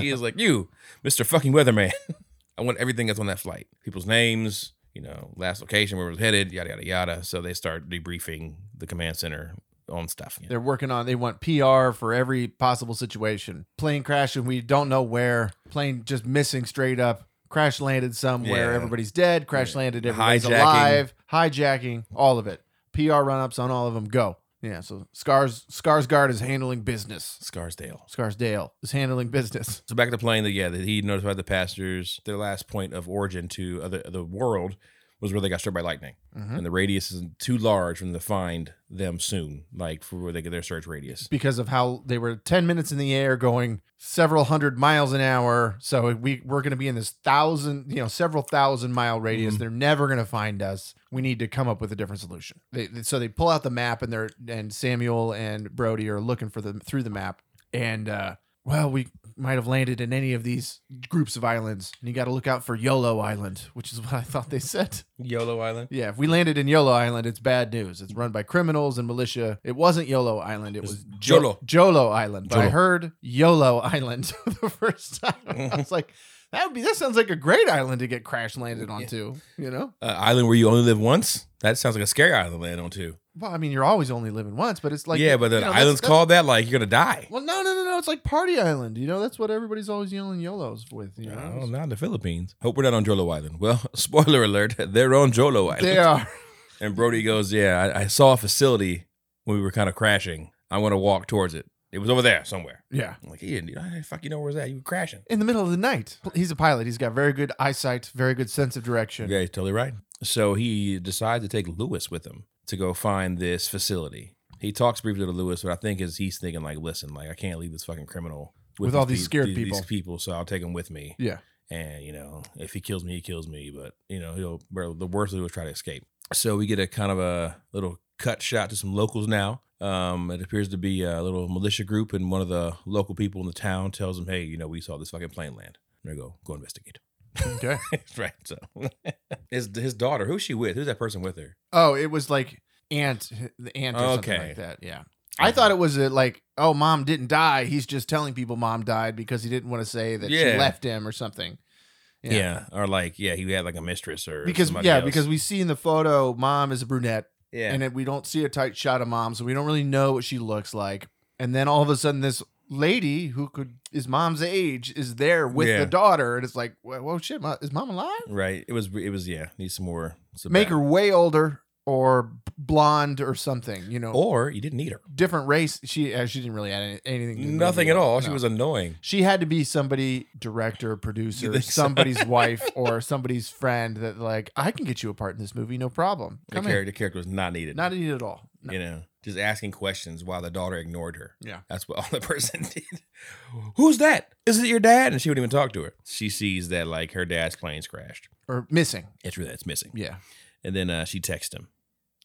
[SPEAKER 1] he is like, you, Mister Fucking Weatherman. I want everything that's on that flight. People's names, you know, last location, where it was headed, yada yada yada. So they start debriefing the command center on stuff. you know.
[SPEAKER 2] They're working on they want PR for every possible situation. Plane crashing, we don't know where. Plane just missing straight up. crash landed somewhere.
[SPEAKER 1] Yeah.
[SPEAKER 2] Everybody's dead. Crash
[SPEAKER 1] Yeah.
[SPEAKER 2] landed. Everybody's
[SPEAKER 1] Hijacking.
[SPEAKER 2] alive. Hijacking. All of it. PR run ups on all of them. Go. Yeah. So Scars Scarsguard is handling business.
[SPEAKER 1] Scarsdale.
[SPEAKER 2] Scarsdale is handling business.
[SPEAKER 1] So back to the plane. That yeah, that he notified the passengers their last point of origin to other the world was where they got struck by lightning,
[SPEAKER 2] Mhm.
[SPEAKER 1] and the radius is too large for them to find them soon, like for where they get their search radius.
[SPEAKER 2] Because of how they were ten minutes in the air, going several hundred miles an hour. So we we're going to be in this thousand, you know, several thousand mile radius.
[SPEAKER 1] Mhm.
[SPEAKER 2] They're never going to find us. We need to come up with a different solution. They, they- so they pull out the map, and they're and Samuel and Brody are looking for them through the map. And uh, well, we might have landed in any of these groups of islands, and you got to look out for Yolo Island, which is what I thought they said.
[SPEAKER 1] Yolo Island.
[SPEAKER 2] Yeah, if we landed in Yolo Island, it's bad news. It's run by criminals and militia. It wasn't Yolo Island. It
[SPEAKER 1] It's
[SPEAKER 2] was
[SPEAKER 1] Jolo.
[SPEAKER 2] Jolo Island. But I
[SPEAKER 1] Jolo.
[SPEAKER 2] heard Yolo Island the first time. I was like, that would be. That sounds like a great island to get crash landed onto. You know.
[SPEAKER 1] Uh, island where you only live once. That sounds like a scary island to land on too.
[SPEAKER 2] Well, I mean, you're always only living once, but it's like
[SPEAKER 1] yeah, but
[SPEAKER 2] you
[SPEAKER 1] the
[SPEAKER 2] know, that's-
[SPEAKER 1] island's
[SPEAKER 2] that's-
[SPEAKER 1] called that. Like you're gonna die.
[SPEAKER 2] Well, no, no, no, no. It's like Party Island. You know, that's what everybody's always yelling Yolos with. You
[SPEAKER 1] No,
[SPEAKER 2] know.
[SPEAKER 1] not in the Philippines. Hope we're not on Jolo Island. Well, spoiler alert, they're on Jolo Island.
[SPEAKER 2] They are.
[SPEAKER 1] And Brody goes, Yeah, I, I saw a facility when we were kind of crashing. I'm going to walk towards it. It was over there somewhere.
[SPEAKER 2] Yeah.
[SPEAKER 1] I'm like, Yeah, dude, how the fuck you know where's that? You were crashing.
[SPEAKER 2] In the middle of the night. He's a pilot. He's got very good eyesight, very good sense of direction.
[SPEAKER 1] Yeah, you're totally right. So he decides to take Lewis with him to go find this facility. He talks briefly to Lewis, but I think is he's thinking like, listen, like I can't leave this fucking criminal
[SPEAKER 2] With all these
[SPEAKER 1] pe-
[SPEAKER 2] scared
[SPEAKER 1] these
[SPEAKER 2] people.
[SPEAKER 1] people, so I'll take him with me.
[SPEAKER 2] Yeah.
[SPEAKER 1] and you know if he kills me he kills me but you know he'll well, the worst he'll try to escape so we get a kind of a little cut shot to some locals now um it appears to be a little militia group and one of the local people in the town tells them hey you know we saw this fucking plane land and they go go investigate
[SPEAKER 2] Okay.
[SPEAKER 1] right so his, his daughter who's she with who's that person with her
[SPEAKER 2] Oh, it was like aunt, the aunt or something
[SPEAKER 1] Okay. Uh-huh.
[SPEAKER 2] like that. Yeah. I thought it was a, like, oh, mom didn't die. He's just telling people mom died because he didn't want to say that she
[SPEAKER 1] Yeah.
[SPEAKER 2] left him or something.
[SPEAKER 1] yeah. or like yeah he had like a mistress or
[SPEAKER 2] Because
[SPEAKER 1] somebody
[SPEAKER 2] yeah,
[SPEAKER 1] else.
[SPEAKER 2] because we see in the photo mom is a brunette
[SPEAKER 1] yeah
[SPEAKER 2] and it, we don't see a tight shot of mom, so we don't really know what she looks like. And then all of a sudden, this lady who could is mom's age is there with
[SPEAKER 1] Yeah.
[SPEAKER 2] the daughter, and it's like, whoa, whoa shit, mo- is mom alive?
[SPEAKER 1] right it was it was yeah need some more some
[SPEAKER 2] Make
[SPEAKER 1] back-
[SPEAKER 2] her way older or blonde or something, you know.
[SPEAKER 1] or you didn't need her
[SPEAKER 2] different race. She uh, she didn't really add any, anything. to the
[SPEAKER 1] nothing at
[SPEAKER 2] movie.
[SPEAKER 1] all she
[SPEAKER 2] No.
[SPEAKER 1] was annoying
[SPEAKER 2] She had to be somebody, director, producer,
[SPEAKER 1] think so?
[SPEAKER 2] somebody's wife, or somebody's friend that like I can get you a part in this movie, no problem.
[SPEAKER 1] the
[SPEAKER 2] Come in,
[SPEAKER 1] character, the character was not needed.
[SPEAKER 2] not needed at all. No.
[SPEAKER 1] you know, just asking questions while the daughter ignored her.
[SPEAKER 2] Yeah.
[SPEAKER 1] that's what all the person did. Who's that? Is it your dad? And she wouldn't even talk to her. She sees that like her dad's plane's crashed.
[SPEAKER 2] Or missing.
[SPEAKER 1] It's really it's missing.
[SPEAKER 2] Yeah,
[SPEAKER 1] And then uh, she texts him,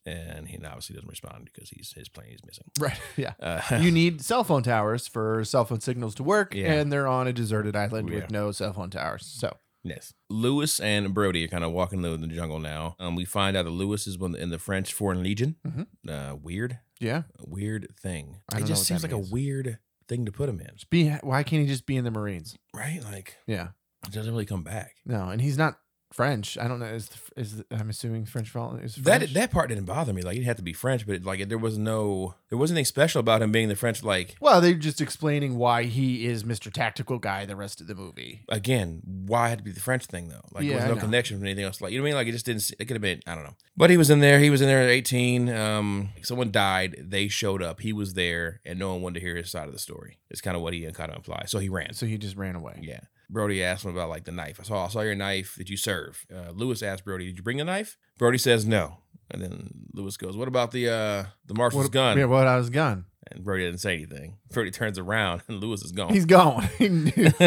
[SPEAKER 1] and he obviously doesn't respond because he's his plane is missing.
[SPEAKER 2] right. Yeah.
[SPEAKER 1] Uh,
[SPEAKER 2] You need cell phone towers for cell phone signals to work,
[SPEAKER 1] Yeah.
[SPEAKER 2] and they're on a deserted island
[SPEAKER 1] Yeah.
[SPEAKER 2] with no cell phone towers. So
[SPEAKER 1] Yes. Lewis and Brody are kind of walking the, the jungle now. Um, we find out that Lewis is one in the French Foreign Legion.
[SPEAKER 2] Mhm.
[SPEAKER 1] Uh, weird,
[SPEAKER 2] yeah,
[SPEAKER 1] weird thing.
[SPEAKER 2] I
[SPEAKER 1] It
[SPEAKER 2] don't know
[SPEAKER 1] just
[SPEAKER 2] what
[SPEAKER 1] seems
[SPEAKER 2] that
[SPEAKER 1] like
[SPEAKER 2] means.
[SPEAKER 1] a weird thing to put him in,
[SPEAKER 2] Just be. Why can't he just be in the Marines?
[SPEAKER 1] right? Like
[SPEAKER 2] Yeah.
[SPEAKER 1] it doesn't really come back.
[SPEAKER 2] No, and he's not French. I don't know. Is is I'm assuming French vol- is
[SPEAKER 1] That
[SPEAKER 2] French?
[SPEAKER 1] that part didn't bother me. Like it had to be French, but like there was no there wasn't anything special about him being the French. Like
[SPEAKER 2] Well, they're just explaining why he is Mr. Tactical Guy the rest of the movie.
[SPEAKER 1] again, why had to be the French thing though? Like
[SPEAKER 2] Yeah,
[SPEAKER 1] there
[SPEAKER 2] I
[SPEAKER 1] was no
[SPEAKER 2] know.
[SPEAKER 1] connection from anything else. Like you know what I mean? Like it just didn't. se- It could have been I don't know. But he was in there. He was in there at eighteen. Um, someone died. They showed up. He was there, and no one wanted to hear his side of the story. It's kind of what he kind of implies. So he ran.
[SPEAKER 2] So he just ran away.
[SPEAKER 1] Yeah. Brody asked him about like the knife. I saw I saw your knife. Did you serve? Uh, Lewis asked Brody, "Did you bring a knife?" Brody says no, and then Lewis goes, "What about the uh the marshal's
[SPEAKER 2] What-
[SPEAKER 1] gun?"
[SPEAKER 2] Yeah, what I was gone.
[SPEAKER 1] And Brody doesn't say anything. Brody turns around and Lewis is gone.
[SPEAKER 2] He's gone. Ninja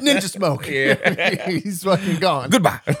[SPEAKER 1] Ninja
[SPEAKER 2] smoke.
[SPEAKER 1] Yeah.
[SPEAKER 2] He's fucking gone.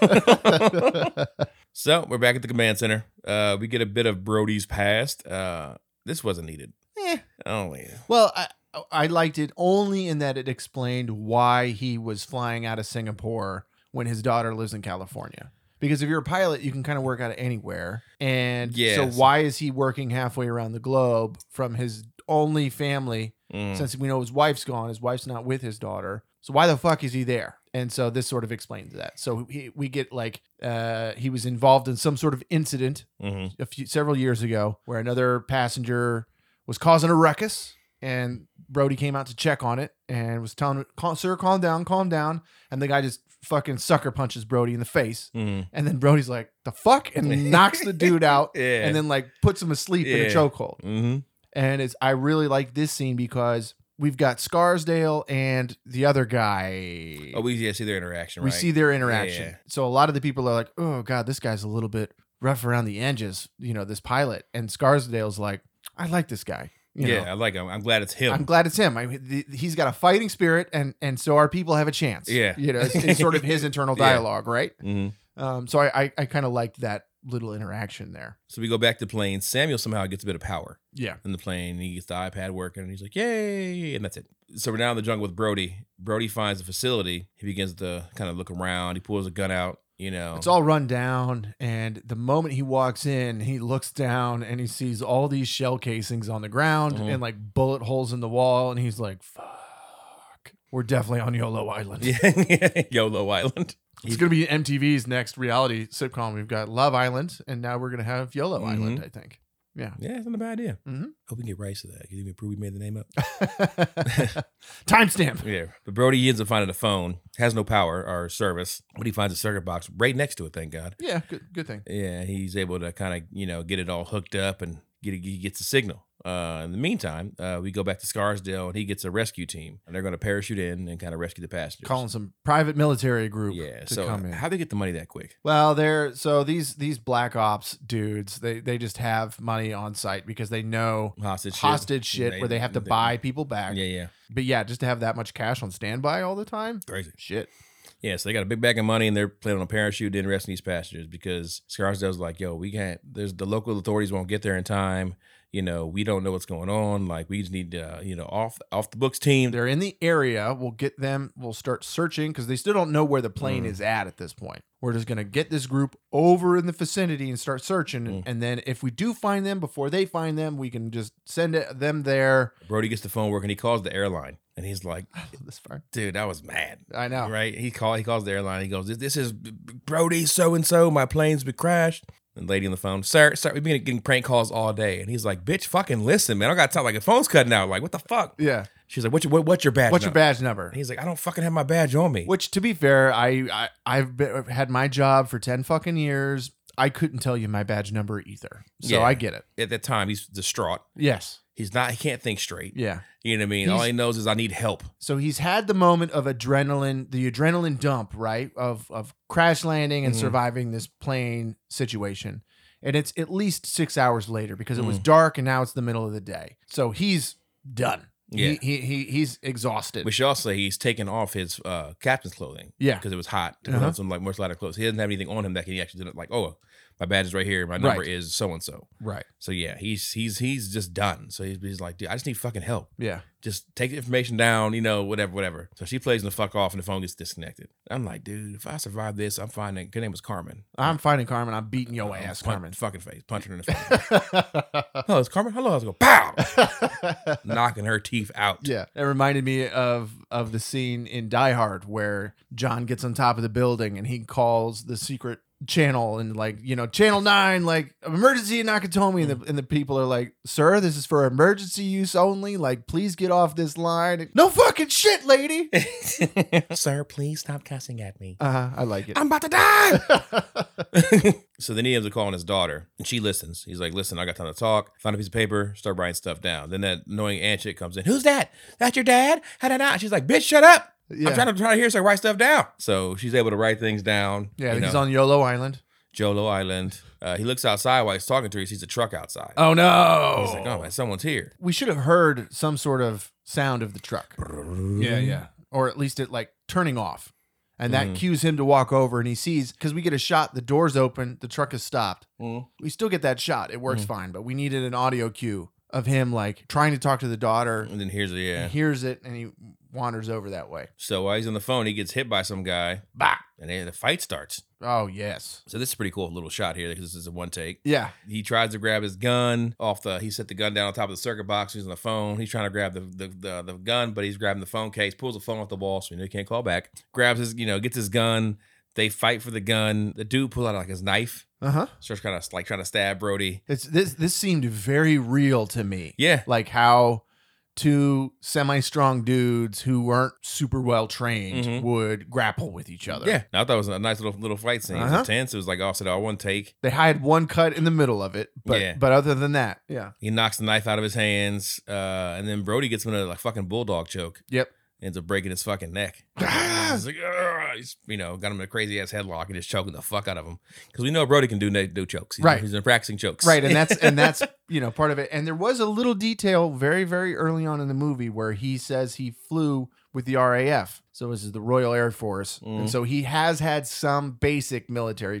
[SPEAKER 1] Goodbye. so we're back at the command center. Uh, we get a bit of Brody's past. Uh, this wasn't needed.
[SPEAKER 2] Eh.
[SPEAKER 1] Oh, yeah.
[SPEAKER 2] Well, I I liked it only in that it explained why he was flying out of Singapore when his daughter lives in California. Because if you're a pilot, you can kind of work out of anywhere. And so
[SPEAKER 1] Yes.
[SPEAKER 2] why is he working halfway around the globe from his only family
[SPEAKER 1] Mm.
[SPEAKER 2] since we know his wife's gone, his wife's not with his daughter. So why the fuck is he there? And so this sort of explains that. So he, we get like uh, he was involved in some sort of incident
[SPEAKER 1] Mhm.
[SPEAKER 2] a few several years ago where another passenger was causing a ruckus and Brody came out to check on it and was telling him, "Cal- "Sir, calm down, calm down." And the guy just fucking sucker punches Brody in the face,
[SPEAKER 1] Mhm.
[SPEAKER 2] and then Brody's like, "The fuck," and knocks the dude out,
[SPEAKER 1] Yeah.
[SPEAKER 2] and then like puts him asleep in a
[SPEAKER 1] Yeah.
[SPEAKER 2] chokehold.
[SPEAKER 1] hmm
[SPEAKER 2] And it's I really like this scene because we've got Scarsdale and the other guy.
[SPEAKER 1] Oh, we yeah, see their interaction.
[SPEAKER 2] we
[SPEAKER 1] right?
[SPEAKER 2] see their interaction.
[SPEAKER 1] yeah.
[SPEAKER 2] So a lot of the people are like, "Oh God, this guy's a little bit rough around the edges," you know, this pilot. And Scarsdale's like, "I like this guy." You
[SPEAKER 1] yeah,
[SPEAKER 2] know?
[SPEAKER 1] I like him. I'm glad it's him.
[SPEAKER 2] I'm glad it's him. I, the, he's got a fighting spirit, and and so our people have a chance.
[SPEAKER 1] Yeah.
[SPEAKER 2] you know, it's, it's sort of his internal
[SPEAKER 1] Yeah.
[SPEAKER 2] dialogue, right?
[SPEAKER 1] hmm
[SPEAKER 2] Um, so I I, I kind of liked that little interaction there.
[SPEAKER 1] So we go back to plane. Samuel somehow gets a bit of power
[SPEAKER 2] Yeah,
[SPEAKER 1] in the plane. He gets the iPad working, and he's like, "Yay!" And that's it. So we're now in the jungle with Brody. Brody finds the facility. He begins to kind of look around. He pulls a gun out. You know,
[SPEAKER 2] it's all run down, and the moment he walks in, he looks down and he sees all these shell casings on the ground
[SPEAKER 1] Mhm.
[SPEAKER 2] and like bullet holes in the wall, and he's like, "Fuck, we're definitely on Yolo Island."
[SPEAKER 1] yeah, YOLO Island.
[SPEAKER 2] It's gonna be MTV's next reality sitcom. We've got Love Island, and now we're gonna have Yolo
[SPEAKER 1] Mhm.
[SPEAKER 2] Island. I think.
[SPEAKER 1] Yeah, it's not a bad idea.
[SPEAKER 2] Mhm.
[SPEAKER 1] Hope we can get rights to that. Can you even prove we made the name up?
[SPEAKER 2] Timestamp.
[SPEAKER 1] yeah. But Brody ends up finding a phone. Has no power or service, but he finds a circuit box right next to it. Thank God.
[SPEAKER 2] Yeah, good good thing.
[SPEAKER 1] Yeah, he's able to kind of you know get it all hooked up and get he gets a signal. Uh, in the meantime, uh, we go back to Scarsdale and he gets a rescue team and they're going to parachute in and kind of rescue the passengers.
[SPEAKER 2] Calling some private military group
[SPEAKER 1] yeah.
[SPEAKER 2] to
[SPEAKER 1] So
[SPEAKER 2] come in.
[SPEAKER 1] how they get the money that quick?
[SPEAKER 2] well, they're so these these black ops dudes, they they just have money on site because they know
[SPEAKER 1] Hostage. shit?
[SPEAKER 2] hostage shit
[SPEAKER 1] They-
[SPEAKER 2] where they have to
[SPEAKER 1] they-
[SPEAKER 2] buy people back.
[SPEAKER 1] Yeah, yeah,
[SPEAKER 2] But yeah, just to have that much cash on standby all the time.
[SPEAKER 1] crazy.
[SPEAKER 2] Shit.
[SPEAKER 1] Yeah, so they got a big bag of money and they're planning on parachute in rescuing these passengers because Scarsdale's like, "Yo, we can't. There's the local authorities won't get there in time. You know, we don't know what's going on. Like, we just need uh, you know off off the books team.
[SPEAKER 2] They're in the area. We'll get them. We'll start searching because they still don't know where the plane
[SPEAKER 1] Mm.
[SPEAKER 2] is at at this point. We're just gonna get this group over in the vicinity and start searching.
[SPEAKER 1] Mm.
[SPEAKER 2] And then if we do find them before they find them, we can just send it, them there.
[SPEAKER 1] Brody gets the phone working. He calls the airline and he's like,
[SPEAKER 2] I love this part.
[SPEAKER 1] "Dude, I was mad.
[SPEAKER 2] I know.
[SPEAKER 1] right? He call he calls the airline. He goes, "This- "This is B- B- Brody, so and so. My plane's been crashed." And lady on the phone, sir, sir, we've been getting prank calls all day, and he's like, "Bitch, fucking listen, man. I got time. Like the phone's cutting out. Like what the fuck?"
[SPEAKER 2] Yeah.
[SPEAKER 1] She's like, "What's your what, what's your badge?
[SPEAKER 2] What's your
[SPEAKER 1] number?"
[SPEAKER 2] badge number?
[SPEAKER 1] And he's like, "I don't fucking have my badge on me."
[SPEAKER 2] Which, to be fair, I, I I've been, had my job for ten fucking years. I couldn't tell you my badge number either, so
[SPEAKER 1] Yeah.
[SPEAKER 2] I get it.
[SPEAKER 1] At that time, he's distraught.
[SPEAKER 2] Yes.
[SPEAKER 1] He's not. He can't think straight.
[SPEAKER 2] Yeah.
[SPEAKER 1] You know what I mean?
[SPEAKER 2] He's-
[SPEAKER 1] all he knows is I need help.
[SPEAKER 2] So he's had the moment of adrenaline, the adrenaline dump, right? Of of crash landing and
[SPEAKER 1] Mhm.
[SPEAKER 2] surviving this plane situation. And it's at least six hours later because it was
[SPEAKER 1] Mm.
[SPEAKER 2] dark and now it's the middle of the day. So he's done.
[SPEAKER 1] Yeah.
[SPEAKER 2] He, he, he he's exhausted.
[SPEAKER 1] We should also say he's taken off his uh, captain's clothing
[SPEAKER 2] yeah.
[SPEAKER 1] because it was hot. To put
[SPEAKER 2] Uh-huh.
[SPEAKER 1] on some like much lighter clothes. He doesn't have anything on him that he actually didn't like. Oh, my badge is right here. My number
[SPEAKER 2] Right.
[SPEAKER 1] is so and so.
[SPEAKER 2] Right.
[SPEAKER 1] So yeah, he's he's he's just done. So he's, he's like, dude, I just need fucking help.
[SPEAKER 2] Yeah.
[SPEAKER 1] Just take the information down, you know, whatever, whatever. So she plays in the fuck off, and the phone gets disconnected. I'm like, dude, if I survive this, I'm fine. Her name was Carmen.
[SPEAKER 2] I'm finding Carmen. I'm beating your ass,
[SPEAKER 1] Punch-
[SPEAKER 2] Carmen.
[SPEAKER 1] fucking face, punching her in the face. Hello, it's Carmen. Hello, I was going pow, knocking her teeth out.
[SPEAKER 2] Yeah, it reminded me of of the scene in Die Hard where John gets on top of the building and he calls the secret channel and like you know channel 9 like emergency in nakatomi and the, and the people are like sir this is for emergency use only like please get off this line no fucking shit lady
[SPEAKER 1] Sir, please stop cussing at me.
[SPEAKER 2] uh i like it
[SPEAKER 1] I'm about to die. so then he ends up calling his daughter, and she listens. He's like, "Listen, I got time to talk. Find a piece of paper, start writing stuff down." Then that annoying aunt shit comes in. Who's that? That's your dad? How did I? She's like, "Bitch, shut up! I'm
[SPEAKER 2] yeah
[SPEAKER 1] trying to try to hear so I write stuff down." So she's able to write things down.
[SPEAKER 2] yeah I
[SPEAKER 1] you
[SPEAKER 2] think he's
[SPEAKER 1] know,
[SPEAKER 2] on yolo island
[SPEAKER 1] Jolo Island. Uh, he looks outside while he's talking to her. He sees a truck outside.
[SPEAKER 2] oh no
[SPEAKER 1] He's like, "Oh man, someone's here."
[SPEAKER 2] we should have heard some sort of sound of the truck Yeah,
[SPEAKER 1] Mm-hmm.
[SPEAKER 2] yeah. Or at least it like turning off. And that
[SPEAKER 1] Mhm.
[SPEAKER 2] cues him to walk over and he sees because we get a shot, the door's open, the truck is stopped.
[SPEAKER 1] Mhm.
[SPEAKER 2] We still get that shot. It works fine, but we needed an audio cue of him like trying to talk to the daughter.
[SPEAKER 1] And then here's the Mm, yeah.
[SPEAKER 2] He hears it and he wanders over that way.
[SPEAKER 1] So while he's on the phone, he gets hit by some guy,
[SPEAKER 2] Bah.
[SPEAKER 1] and then the fight starts.
[SPEAKER 2] Oh yes.
[SPEAKER 1] So this is a pretty cool little shot here because this is a one take.
[SPEAKER 2] Yeah.
[SPEAKER 1] He tries to grab his gun off the. He set the gun down on top of the circuit box. He's on the phone. He's trying to grab the the, the, the gun, but he's grabbing the phone case. Pulls the phone off the wall, so you know he can't call back. Grabs his, you know, gets his gun. They fight for the gun. The dude pulls out like his knife.
[SPEAKER 2] Uh-huh.
[SPEAKER 1] Starts kind of like trying to stab Brody.
[SPEAKER 2] It's this this seemed very real to me.
[SPEAKER 1] Yeah,
[SPEAKER 2] Like how two semi-strong dudes who weren't super well trained
[SPEAKER 1] Mhm.
[SPEAKER 2] would grapple with each other.
[SPEAKER 1] Yeah, I thought it was a nice little little fight scene. It
[SPEAKER 2] Uh-huh.
[SPEAKER 1] was intense. It was like all said all one take.
[SPEAKER 2] They had one cut in the middle of it, but
[SPEAKER 1] Yeah.
[SPEAKER 2] but other than that, yeah.
[SPEAKER 1] He knocks the knife out of his hands, uh, and then Brody gets him in a like fucking bulldog choke.
[SPEAKER 2] Yep.
[SPEAKER 1] Ends up breaking his fucking neck. he's like, "Ugh," he's, you know, got him in a crazy ass headlock and just choking the fuck out of him. Because we know Brody can do na- do chokes. He's-
[SPEAKER 2] Right.
[SPEAKER 1] He's been practicing chokes.
[SPEAKER 2] Right, and that's and that's you know part of it. And there was a little detail very very early on in the movie where he says he flew with the RAF, so this is the Royal Air Force,
[SPEAKER 1] Mm.
[SPEAKER 2] and so he has had some basic military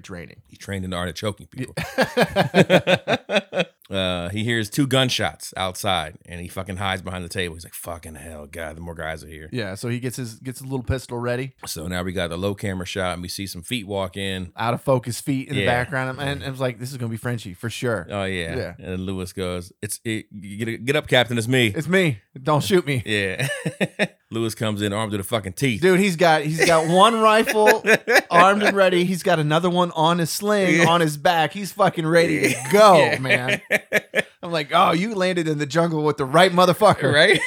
[SPEAKER 2] training.
[SPEAKER 1] He trained in the art of choking people. uh, he hears two gunshots outside, and he fucking hides behind the table. He's like, "Fucking hell, God! The more guys are here."
[SPEAKER 2] yeah, so he gets his gets a little pistol ready,
[SPEAKER 1] So now we got the low camera shot, and we see some feet walk in.
[SPEAKER 2] out of focus, feet in the
[SPEAKER 1] Yeah.
[SPEAKER 2] background, and, and I was like, this is gonna be Frenchie for sure.
[SPEAKER 1] Oh yeah.
[SPEAKER 2] Yeah.
[SPEAKER 1] And Lewis goes, "It's it, get get up, Captain. It's me."
[SPEAKER 2] It's me. Don't shoot me.
[SPEAKER 1] yeah. Lewis comes in armed to the fucking teeth.
[SPEAKER 2] Dude, he's got he's got one rifle armed and ready. He's got another one on his sling,
[SPEAKER 1] Yeah.
[SPEAKER 2] on his back. He's fucking ready to go,
[SPEAKER 1] Yeah.
[SPEAKER 2] man. I'm like, oh, you landed in the jungle with the right motherfucker.
[SPEAKER 1] right?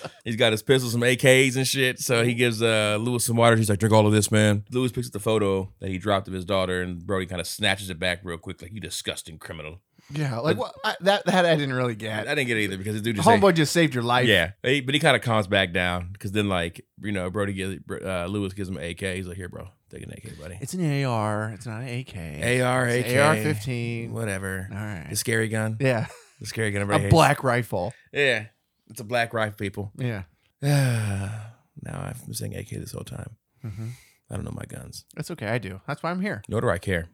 [SPEAKER 1] He's got his pistols, some AKs and shit. So he gives uh, Lewis some water. He's like, drink all of this, man. Lewis picks up the photo that he dropped of his daughter, and Brody kind of snatches it back real quick, like, you disgusting criminal.
[SPEAKER 2] Yeah, like well, I, that that I didn't really
[SPEAKER 1] I
[SPEAKER 2] get.
[SPEAKER 1] didn't get it either because the dude just.
[SPEAKER 2] Homeboy just saved your life.
[SPEAKER 1] yeah, He- but he kind of calms back down because then, like you know, Brody gives uh, Lewis gives him an AK. He's like, "Here, bro, take an AK, buddy."
[SPEAKER 2] It's an AR. It's not an AK.
[SPEAKER 1] AR,
[SPEAKER 2] It's
[SPEAKER 1] AK,
[SPEAKER 2] an AR-15.
[SPEAKER 1] whatever.
[SPEAKER 2] All right.
[SPEAKER 1] The scary gun,
[SPEAKER 2] Yeah,
[SPEAKER 1] the scary gun.
[SPEAKER 2] a
[SPEAKER 1] everybody hates.
[SPEAKER 2] black rifle.
[SPEAKER 1] Yeah, it's a black rifle, people.
[SPEAKER 2] Yeah,
[SPEAKER 1] now I've been saying AK this whole time.
[SPEAKER 2] Mhm.
[SPEAKER 1] I don't know my guns,
[SPEAKER 2] that's okay. I do. That's why I'm here.
[SPEAKER 1] nor do I care.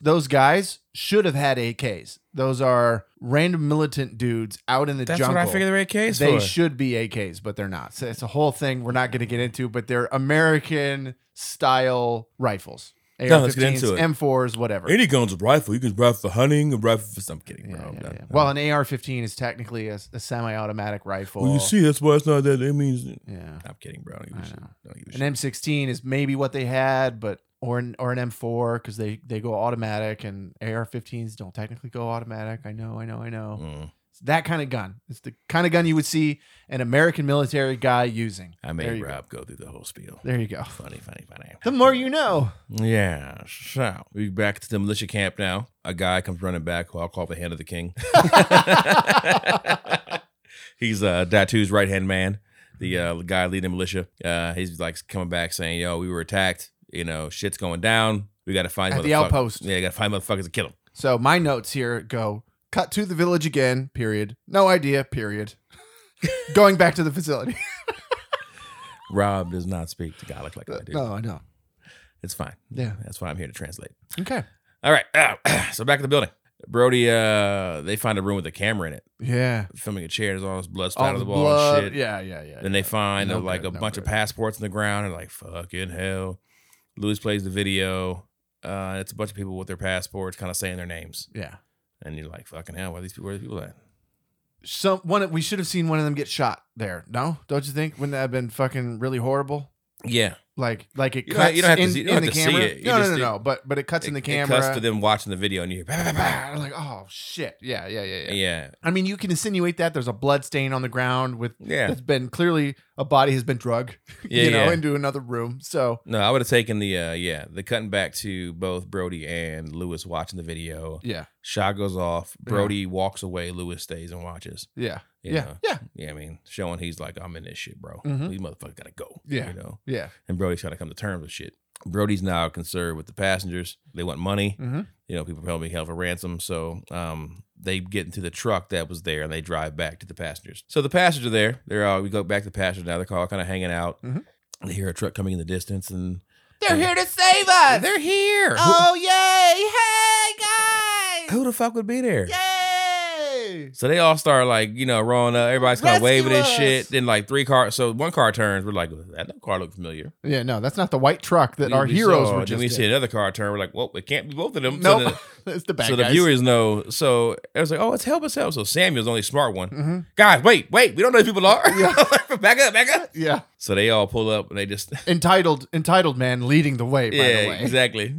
[SPEAKER 2] Those guys should have had AKs. Those are random militant dudes out in the
[SPEAKER 1] That's
[SPEAKER 2] jungle.
[SPEAKER 1] what I figured the AK is
[SPEAKER 2] they
[SPEAKER 1] for.
[SPEAKER 2] should be AKs, but they're not. So it's a whole thing we're not going to get into, but they're American style rifles. AR-15s,
[SPEAKER 1] No, let's get into it.
[SPEAKER 2] M4s, whatever.
[SPEAKER 1] Any guns with rifle, you can rifle for hunting, a rifle for some kidding,
[SPEAKER 2] Yeah,
[SPEAKER 1] bro.
[SPEAKER 2] yeah,
[SPEAKER 1] No,
[SPEAKER 2] yeah.
[SPEAKER 1] no.
[SPEAKER 2] Well, an AR-15 is technically a, a semi-automatic rifle.
[SPEAKER 1] Well, you see, that's why it's not that. It means
[SPEAKER 2] yeah.
[SPEAKER 1] I'm kidding, bro. I don't give
[SPEAKER 2] I
[SPEAKER 1] a shit.
[SPEAKER 2] know.
[SPEAKER 1] Don't give a
[SPEAKER 2] An
[SPEAKER 1] shit.
[SPEAKER 2] M16 is maybe what they had, but or an or an M4 because they they go automatic, and AR-15s don't technically go automatic. I know, I know, I know.
[SPEAKER 1] Mm.
[SPEAKER 2] It's that kind of gun. It's the kind of gun you would see an American military guy using.
[SPEAKER 1] I
[SPEAKER 2] There
[SPEAKER 1] made
[SPEAKER 2] you go.
[SPEAKER 1] Rob go. through the whole spiel.
[SPEAKER 2] There you go.
[SPEAKER 1] Funny, funny, funny.
[SPEAKER 2] The more you know.
[SPEAKER 1] Yeah. So we back to the militia camp now. A guy comes running back who I'll call the hand of the king. he's uh Datu's right hand man, the
[SPEAKER 2] Mm-hmm.
[SPEAKER 1] uh, guy leading the militia. Uh he's like coming back saying, Yo, we were attacked, you know, shit's going down. We gotta find
[SPEAKER 2] At the
[SPEAKER 1] motherfuck-
[SPEAKER 2] outpost.
[SPEAKER 1] Yeah, you gotta find motherfuckers and kill them.
[SPEAKER 2] So my notes here go cut to the village again, period. No idea, period. Going back to the facility.
[SPEAKER 1] Rob does not speak to Gaelic like I do.
[SPEAKER 2] Uh, no, I know.
[SPEAKER 1] It's fine.
[SPEAKER 2] Yeah.
[SPEAKER 1] That's why I'm here to translate.
[SPEAKER 2] Okay.
[SPEAKER 1] All right. Uh, so back at the building. Brody, uh, they find a room with a camera in it,
[SPEAKER 2] Yeah.
[SPEAKER 1] filming a chair. There's all this blood splattered on the
[SPEAKER 2] the
[SPEAKER 1] wall
[SPEAKER 2] blood.
[SPEAKER 1] and shit.
[SPEAKER 2] Yeah, yeah, yeah.
[SPEAKER 1] Then they find
[SPEAKER 2] No
[SPEAKER 1] uh, like
[SPEAKER 2] good,
[SPEAKER 1] a
[SPEAKER 2] no
[SPEAKER 1] bunch of
[SPEAKER 2] good.
[SPEAKER 1] passports in the ground. and like, fucking hell. Lewis plays the video. Uh, it's a bunch of people with their passports, kind of saying their names,
[SPEAKER 2] yeah.
[SPEAKER 1] and you're like, fucking hell, where are these people? Where are these people at?
[SPEAKER 2] Some one of- we should have seen one of them get shot there. No? Don't you think? Wouldn't that have been fucking really horrible?
[SPEAKER 1] Yeah,
[SPEAKER 2] Like like it
[SPEAKER 1] You
[SPEAKER 2] cuts
[SPEAKER 1] don't- you don't have to
[SPEAKER 2] in,
[SPEAKER 1] see- you
[SPEAKER 2] in
[SPEAKER 1] don't
[SPEAKER 2] the
[SPEAKER 1] have to see
[SPEAKER 2] camera.
[SPEAKER 1] it. You
[SPEAKER 2] No, no,
[SPEAKER 1] just-
[SPEAKER 2] no, no. But but it cuts in the
[SPEAKER 1] It- It cuts
[SPEAKER 2] camera.
[SPEAKER 1] to them watching the video, and you hear, bah, bah, bah.
[SPEAKER 2] I'm like, oh shit. Yeah, yeah, yeah, yeah.
[SPEAKER 1] yeah,
[SPEAKER 2] I mean, you can insinuate that there's a blood stain on the ground with
[SPEAKER 1] yeah.
[SPEAKER 2] that's been clearly a body has been drugged,
[SPEAKER 1] Yeah,
[SPEAKER 2] you know,
[SPEAKER 1] yeah.
[SPEAKER 2] into another room. So
[SPEAKER 1] No, I would have taken the uh, yeah, the cutting back to both Brody and Lewis watching the video.
[SPEAKER 2] yeah,
[SPEAKER 1] Shot goes off.
[SPEAKER 2] Yeah.
[SPEAKER 1] Brody walks away. Lewis stays and watches.
[SPEAKER 2] yeah,
[SPEAKER 1] you
[SPEAKER 2] yeah,
[SPEAKER 1] know?
[SPEAKER 2] yeah,
[SPEAKER 1] yeah. Mm-hmm. I mean, showing he's like, I'm in this shit, bro.
[SPEAKER 2] Mhm.
[SPEAKER 1] These motherfuckers gotta go.
[SPEAKER 2] Yeah.
[SPEAKER 1] you know.
[SPEAKER 2] yeah.
[SPEAKER 1] and Brody's trying to come to terms with shit. Brody's now concerned with the passengers. They want money.
[SPEAKER 2] Mm-hmm.
[SPEAKER 1] You know, people probably held for ransom. So um, they get into the truck that was there and they drive back to the passengers. So the passengers are there. They're all, we go back to the passengers now. They're all kind of hanging out.
[SPEAKER 2] Mhm.
[SPEAKER 1] They hear a truck coming in the distance and
[SPEAKER 2] They're here to save us.
[SPEAKER 1] they're here.
[SPEAKER 2] Oh yay! Hey
[SPEAKER 1] Who, who the fuck would be there?
[SPEAKER 2] guys! Yay!
[SPEAKER 1] So they all start like, you know, rolling up. Everybody's kind of
[SPEAKER 2] Rescue
[SPEAKER 1] waving and
[SPEAKER 2] us.
[SPEAKER 1] shit. Then like three cars. So one car turns. We're like, that car looked familiar.
[SPEAKER 2] Yeah, no, that's not the white truck that
[SPEAKER 1] We-
[SPEAKER 2] our
[SPEAKER 1] we
[SPEAKER 2] heroes
[SPEAKER 1] saw it.
[SPEAKER 2] were
[SPEAKER 1] Then
[SPEAKER 2] just.
[SPEAKER 1] we see
[SPEAKER 2] in.
[SPEAKER 1] another car turn. We're like, well, it can't be both of them. So
[SPEAKER 2] Nope,
[SPEAKER 1] the-
[SPEAKER 2] it's the bad
[SPEAKER 1] so
[SPEAKER 2] guys.
[SPEAKER 1] the viewers know. So it was like, oh, it's help us help. So Samuel's the only smart one.
[SPEAKER 2] hmm
[SPEAKER 1] Guys, wait, wait, we don't know who these people are. back up, back up.
[SPEAKER 2] Yeah,
[SPEAKER 1] So they all pull up and they just
[SPEAKER 2] entitled entitled man leading the way. By
[SPEAKER 1] yeah,
[SPEAKER 2] the way,
[SPEAKER 1] exactly.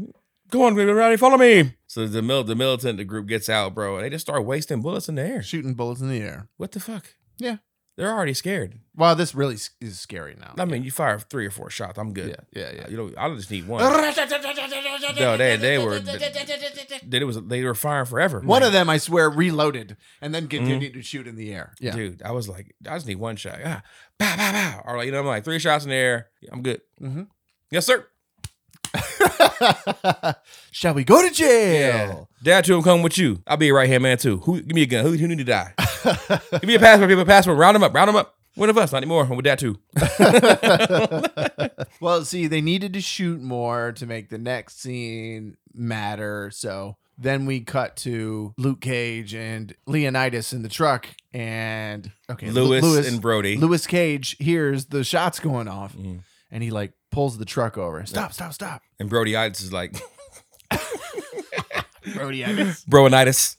[SPEAKER 1] Come on, everybody, follow me. So the mil- the militant the group gets out, bro, and they just start wasting bullets in the air.
[SPEAKER 2] Shooting bullets in the air.
[SPEAKER 1] What the fuck?
[SPEAKER 2] Yeah.
[SPEAKER 1] They're already scared.
[SPEAKER 2] Wow, this really s- is scary now.
[SPEAKER 1] I mean, you fire three or four shots. I'm good.
[SPEAKER 2] yeah, yeah,
[SPEAKER 1] You know, I just need one.
[SPEAKER 2] yeah.
[SPEAKER 1] No, they- they were- Then it was they were firing forever.
[SPEAKER 2] One of them, I swear, reloaded and then
[SPEAKER 1] Mhm.
[SPEAKER 2] continued to shoot in the air. Yeah.
[SPEAKER 1] Dude, I was like, I just need one shot. Ah, pow, pow, pow. Or like, you know, I'm like three shots in the air. I'm good.
[SPEAKER 2] Mhm.
[SPEAKER 1] Yes, sir.
[SPEAKER 2] Shall we go to jail?
[SPEAKER 1] Dad, too, I'm coming with you. I'll be right here, man, too. Who? Give me a gun. Who, who need to die? give me a password. Give me a password. Round them up. Round them up. One of us, not anymore. I'm with Dad, too.
[SPEAKER 2] well, see, they needed to shoot more to make the next scene matter. So then we cut to Luke Cage and Leonidas in the truck, and okay, Lu-
[SPEAKER 1] Lewis,
[SPEAKER 2] Lewis
[SPEAKER 1] and Brody.
[SPEAKER 2] Lewis Cage hears the shots going off,
[SPEAKER 1] Mhm.
[SPEAKER 2] and he like pulls the truck over. Stop! Stop! Stop!
[SPEAKER 1] And Brody Itis is like,
[SPEAKER 2] Brody Evans.
[SPEAKER 1] Broanitis.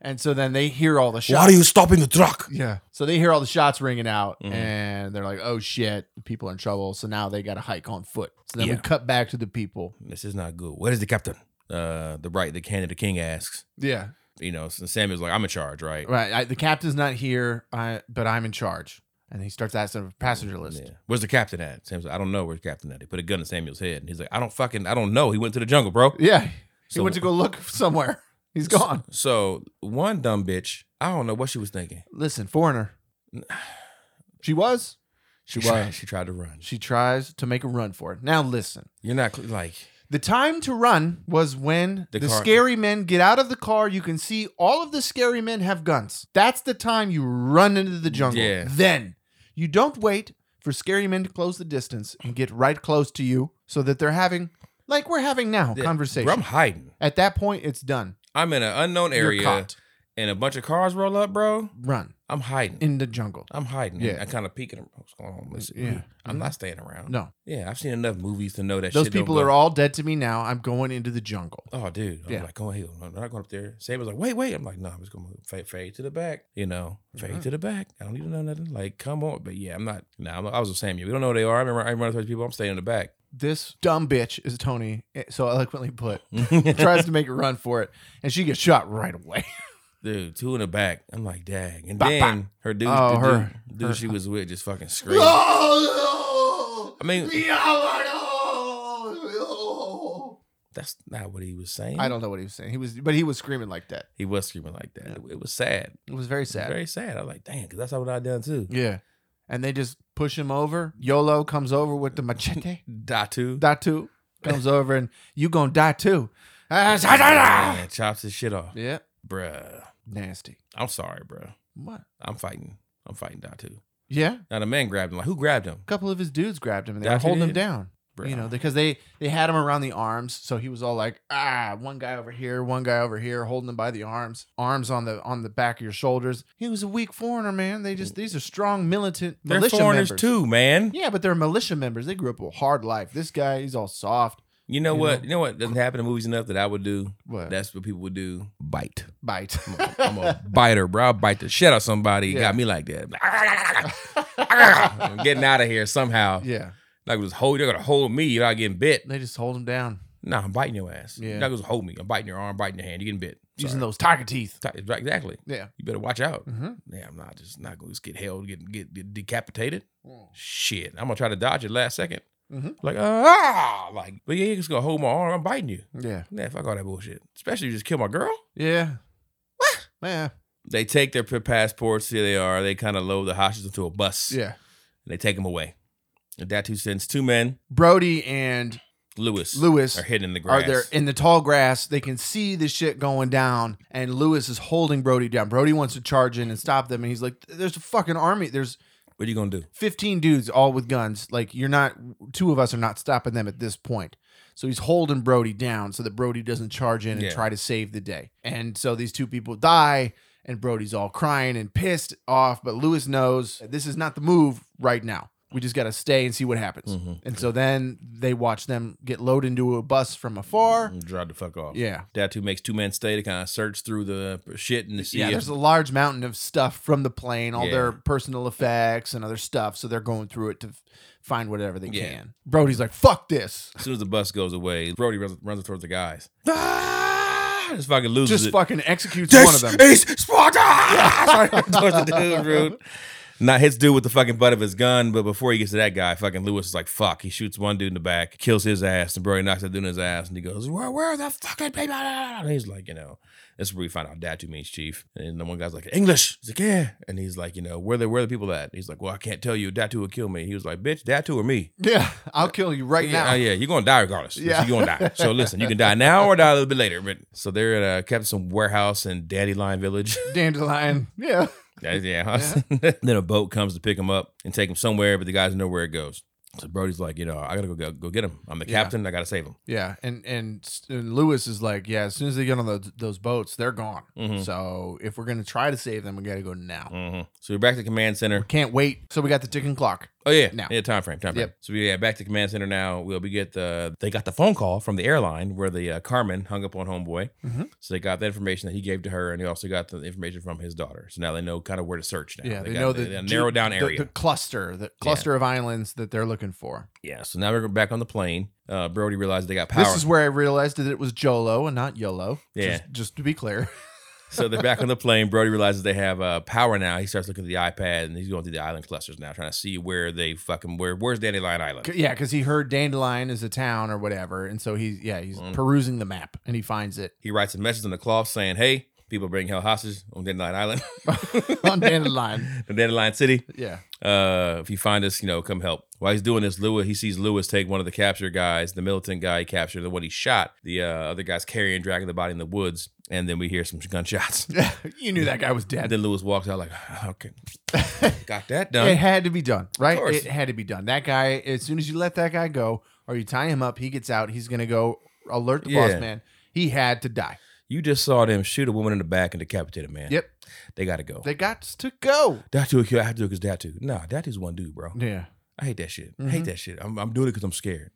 [SPEAKER 2] and so then they hear all the shots.
[SPEAKER 1] stopping the truck?
[SPEAKER 2] Yeah. So they hear all the shots ringing out
[SPEAKER 1] Mhm.
[SPEAKER 2] and they're like, oh shit, people are in trouble. So now they got to hike on foot. So then we
[SPEAKER 1] Yeah.
[SPEAKER 2] cut back to the people.
[SPEAKER 1] This is not good. Where is the captain? Uh, the right, the candidate king asks.
[SPEAKER 2] Yeah.
[SPEAKER 1] You know, so Samuel's like, I'm in charge, right?
[SPEAKER 2] Right. I, the captain's not here, I, but I'm in charge. And he starts asking for passenger list.
[SPEAKER 1] Yeah. Where's the captain at? Sam's like, I don't know where's the captain at. He put a gun in Samuel's head. And he's like, I don't fucking, I don't know. He went to the jungle, bro.
[SPEAKER 2] Yeah. He
[SPEAKER 1] So-
[SPEAKER 2] went to go look somewhere. He's gone.
[SPEAKER 1] So one dumb bitch, I don't know what she was thinking.
[SPEAKER 2] Listen, foreigner. She was. She
[SPEAKER 1] tried,
[SPEAKER 2] was.
[SPEAKER 1] she tried to run.
[SPEAKER 2] She tries to make a run for it. Now listen.
[SPEAKER 1] You're not cl- like,
[SPEAKER 2] The time to run was when the,
[SPEAKER 1] The car-
[SPEAKER 2] scary men get out of the car. You can see all of the scary men have guns. That's the time you run into the jungle.
[SPEAKER 1] Yeah.
[SPEAKER 2] Then you don't wait for scary men to close the distance and get right close to you so that they're having, like we're having now,
[SPEAKER 1] Yeah,
[SPEAKER 2] conversation.
[SPEAKER 1] bro, I'm hiding.
[SPEAKER 2] At that point, it's done.
[SPEAKER 1] I'm in an unknown
[SPEAKER 2] You're
[SPEAKER 1] area
[SPEAKER 2] caught.
[SPEAKER 1] and a bunch of cars roll up, bro.
[SPEAKER 2] Run
[SPEAKER 1] I'm hiding.
[SPEAKER 2] in the jungle.
[SPEAKER 1] I'm hiding.
[SPEAKER 2] Yeah.
[SPEAKER 1] Yeah. I kind of peeking. around. What's going on? Listen,
[SPEAKER 2] Yeah. Mm-hmm.
[SPEAKER 1] I'm not staying around.
[SPEAKER 2] No,
[SPEAKER 1] Yeah, I've seen enough movies to know that
[SPEAKER 2] those
[SPEAKER 1] shit don't
[SPEAKER 2] people
[SPEAKER 1] go-
[SPEAKER 2] are all dead to me now. I'm going into the jungle.
[SPEAKER 1] Oh, dude. I'm
[SPEAKER 2] Yeah.
[SPEAKER 1] like, go ahead. I'm not going up there. Sam was like, wait, wait. I'm like, no, I'm just going to fade, fade to the back. You know, fade
[SPEAKER 2] Alright.
[SPEAKER 1] to the back. I don't need to know nothing. Like, come on. But yeah, I'm not. No, I'm, I was with Samuel. We don't know who they are. I remember I remember those people. I'm staying in the back.
[SPEAKER 2] This dumb bitch, as Tony eh, so eloquently put, tries to make a run for it, and she gets shot right away.
[SPEAKER 1] dude, two in the back. I'm like, dang. And
[SPEAKER 2] Bop, bop.
[SPEAKER 1] then her dude,
[SPEAKER 2] Oh,
[SPEAKER 1] the
[SPEAKER 2] her-
[SPEAKER 1] dude, dude
[SPEAKER 2] her-
[SPEAKER 1] she was with just fucking screaming.
[SPEAKER 2] No!
[SPEAKER 1] I mean-
[SPEAKER 2] no!
[SPEAKER 1] That's not what he was saying.
[SPEAKER 2] I don't know what he was saying. He was, but he was screaming like that.
[SPEAKER 1] He was screaming like that. It, it was sad.
[SPEAKER 2] It was very
[SPEAKER 1] It was
[SPEAKER 2] sad.
[SPEAKER 1] very sad. I was like, damn, because that's what I done too.
[SPEAKER 2] yeah, and they just push him over. Yolo comes over with the machete.
[SPEAKER 1] Datu.
[SPEAKER 2] Datu comes over, and you gonna die too.
[SPEAKER 1] Man, chops his shit off.
[SPEAKER 2] yeah,
[SPEAKER 1] Bruh.
[SPEAKER 2] nasty.
[SPEAKER 1] I'm sorry, bruh.
[SPEAKER 2] What?
[SPEAKER 1] I'm fighting. I'm fighting Datu.
[SPEAKER 2] Yeah,
[SPEAKER 1] Now the man grabbed him. Like, who grabbed him?
[SPEAKER 2] a couple of his dudes grabbed him and they were
[SPEAKER 1] Datu
[SPEAKER 2] holding him
[SPEAKER 1] did?
[SPEAKER 2] down.
[SPEAKER 1] Bruh.
[SPEAKER 2] You know, because they they had him around the arms, so he was all like, ah, one guy over here, one guy over here, holding him by the arms, arms on the on the back of your shoulders. He was a weak foreigner, man. They just these are strong militant
[SPEAKER 1] they're
[SPEAKER 2] militia
[SPEAKER 1] foreigners
[SPEAKER 2] members.
[SPEAKER 1] too, man.
[SPEAKER 2] Yeah, but they're militia members. They grew up a hard life. This guy, he's all soft.
[SPEAKER 1] You know
[SPEAKER 2] You
[SPEAKER 1] what?
[SPEAKER 2] know?
[SPEAKER 1] You know what doesn't happen in movies enough that I would do.
[SPEAKER 2] What
[SPEAKER 1] That's what people would do. Bite.
[SPEAKER 2] bite?
[SPEAKER 1] I'm a biter, bro. I'll bite the shit out of somebody.
[SPEAKER 2] Yeah.
[SPEAKER 1] Got me like that. I'm getting out of here somehow.
[SPEAKER 2] yeah,
[SPEAKER 1] Like just hold. You're gonna hold me. You're not getting bit.
[SPEAKER 2] they just hold him down
[SPEAKER 1] Nah, I'm biting your ass.
[SPEAKER 2] Yeah.
[SPEAKER 1] You're not gonna hold me. I'm biting your arm, biting your hand. You're getting bit.
[SPEAKER 2] using
[SPEAKER 1] Sorry.
[SPEAKER 2] those tiger teeth.
[SPEAKER 1] Ti- exactly.
[SPEAKER 2] Yeah.
[SPEAKER 1] You better watch out.
[SPEAKER 2] Mm-hmm.
[SPEAKER 1] Yeah, I'm not just not gonna just get held, get get, get decapitated. Shit, I'm gonna try to dodge it last 2nd
[SPEAKER 2] Mhm.
[SPEAKER 1] Like ah, like but yeah, you just gonna hold my arm. I'm biting you.
[SPEAKER 2] Yeah,
[SPEAKER 1] Nah, fuck all that bullshit. Especially if you just kill my girl.
[SPEAKER 2] yeah, yeah,
[SPEAKER 1] They take their p- passports. Here they are. They kind of load the hostages into a bus.
[SPEAKER 2] yeah.
[SPEAKER 1] and they take them away. And Datu sends two men.
[SPEAKER 2] Brody and
[SPEAKER 1] Lewis,
[SPEAKER 2] Lewis
[SPEAKER 1] are hidden in the
[SPEAKER 2] are
[SPEAKER 1] grass.
[SPEAKER 2] there in the tall grass. They can see this shit going down, and Lewis is holding Brody down. Brody wants to charge in and stop them, and he's like, "There's a fucking army. There's
[SPEAKER 1] what are you gonna do?
[SPEAKER 2] 15 dudes all with guns. Like you're not. Two of us are not stopping them at this point." So he's holding Brody down so that Brody doesn't charge in and
[SPEAKER 1] Yeah.
[SPEAKER 2] try to save the day. And so these two people die, and Brody's all crying and pissed off. But Lewis knows this is not the move right now. We just got to stay and see what happens.
[SPEAKER 1] Mhm.
[SPEAKER 2] And so then they watch them get loaded into a bus from afar.
[SPEAKER 1] And Drive the fuck off.
[SPEAKER 2] Yeah.
[SPEAKER 1] That too makes two men stay to kind of search through the shit and to see
[SPEAKER 2] yeah,
[SPEAKER 1] if
[SPEAKER 2] there's a large mountain of stuff from the plane, all
[SPEAKER 1] Yeah.
[SPEAKER 2] their personal effects and other stuff. So they're going through it to f- find whatever they
[SPEAKER 1] Yeah.
[SPEAKER 2] can. Brody's like, fuck this.
[SPEAKER 1] As soon as the bus goes away, Brody runs, runs towards the guys. Ah! Just fucking loses
[SPEAKER 2] Just
[SPEAKER 1] it.
[SPEAKER 2] fucking executes
[SPEAKER 1] This
[SPEAKER 2] one of them.
[SPEAKER 1] is Sparta! towards the dude, rude. Now hits dude with the fucking butt of his gun, but before he gets to that guy, fucking Lewis is like, fuck. He shoots one dude in the back, kills his ass, and Brody knocks that dude in his ass, and he goes, where, where are the fucking people? And he's like, you know, this is where we find out Datu means chief. And the one guy's like, English. He's like, yeah. And he's like, you know, where the where the people at? He's like, well, I can't tell you. Datu will kill me. He was like, bitch, Datu or me?
[SPEAKER 2] Yeah, I'll kill you right
[SPEAKER 1] yeah,
[SPEAKER 2] now.
[SPEAKER 1] uh, yeah, you're gonna die regardless.
[SPEAKER 2] Yeah.
[SPEAKER 1] You're gonna die. So listen, you can die now or die a little bit later. But so they're at uh, kept some warehouse in Dandelion Village.
[SPEAKER 2] Dandelion. Yeah.
[SPEAKER 1] That- yeah. then a boat comes to pick him up and take him somewhere, but the guys know where it goes. So Brody's like, you know, I gotta go go, go get him. I'm the
[SPEAKER 2] Yeah.
[SPEAKER 1] captain. I gotta save him.
[SPEAKER 2] Yeah. And, and and Lewis is like, yeah, as soon as they get on those those boats, they're gone.
[SPEAKER 1] Mhm.
[SPEAKER 2] So if we're gonna try to save them, we gotta go now.
[SPEAKER 1] Mhm. So we're back to command center.
[SPEAKER 2] Can't wait. So we got the ticking clock.
[SPEAKER 1] Oh yeah,
[SPEAKER 2] Now.
[SPEAKER 1] yeah. Time frame, time frame.
[SPEAKER 2] Yep.
[SPEAKER 1] So we yeah, back to command center now. We'll we get the they got the phone call from the airline where the uh, Carmen hung up on homeboy.
[SPEAKER 2] Mhm.
[SPEAKER 1] So they got the information that he gave to her, and they also got the information from his daughter. So now they know kind of where to search. Now
[SPEAKER 2] Yeah, they,
[SPEAKER 1] got
[SPEAKER 2] know
[SPEAKER 1] the,
[SPEAKER 2] the,
[SPEAKER 1] the
[SPEAKER 2] ju-
[SPEAKER 1] narrow down
[SPEAKER 2] the-
[SPEAKER 1] area.
[SPEAKER 2] the, cluster, the cluster of islands that they're looking for.
[SPEAKER 1] yeah. So now we're back on the plane. Uh, Brody realized they got power.
[SPEAKER 2] This is where I realized that it was Jolo and not Yolo.
[SPEAKER 1] Yeah.
[SPEAKER 2] Just, just to be clear.
[SPEAKER 1] So they're back on the plane. Brody realizes they have uh, power now. He starts looking at the iPad and he's going through the island clusters now, trying to see where they fucking where where's Dandelion Island.
[SPEAKER 2] C- yeah, because he heard Dandelion is a town or whatever, and so he's yeah he's
[SPEAKER 1] Mm.
[SPEAKER 2] perusing the map and he finds it
[SPEAKER 1] He writes a message on the cloth saying, "Hey, people bring hell hostage on Dandelion Island,
[SPEAKER 2] on Dandelion.
[SPEAKER 1] in Dandelion City.
[SPEAKER 2] Yeah,
[SPEAKER 1] Uh, if you find us, you know, come help." While he's doing this, Lewis he sees Lewis take one of the captured guys, the militant guy he captured, the one he shot. The uh, other guy's carrying, dragging the body in the woods, and then we hear some gunshots.
[SPEAKER 2] you knew that guy was
[SPEAKER 1] And
[SPEAKER 2] dead.
[SPEAKER 1] then Lewis walks out like, "Okay, got that done."
[SPEAKER 2] It had to be done, right?
[SPEAKER 1] course.
[SPEAKER 2] It had to be done. That guy, as soon as you let that guy go, or you tie him up, he gets out. He's gonna go alert the
[SPEAKER 1] Yeah.
[SPEAKER 2] boss man. He had to die.
[SPEAKER 1] You just saw them shoot a woman in the back and decapitate a man.
[SPEAKER 2] Yep,
[SPEAKER 1] They gotta go.
[SPEAKER 2] they got to go.
[SPEAKER 1] Datu will kill Abdul because Datu. Nah, Datu's one dude, bro.
[SPEAKER 2] Yeah,
[SPEAKER 1] I hate that shit.
[SPEAKER 2] Mm-hmm.
[SPEAKER 1] I hate that shit. I'm, I'm doing it because I'm scared.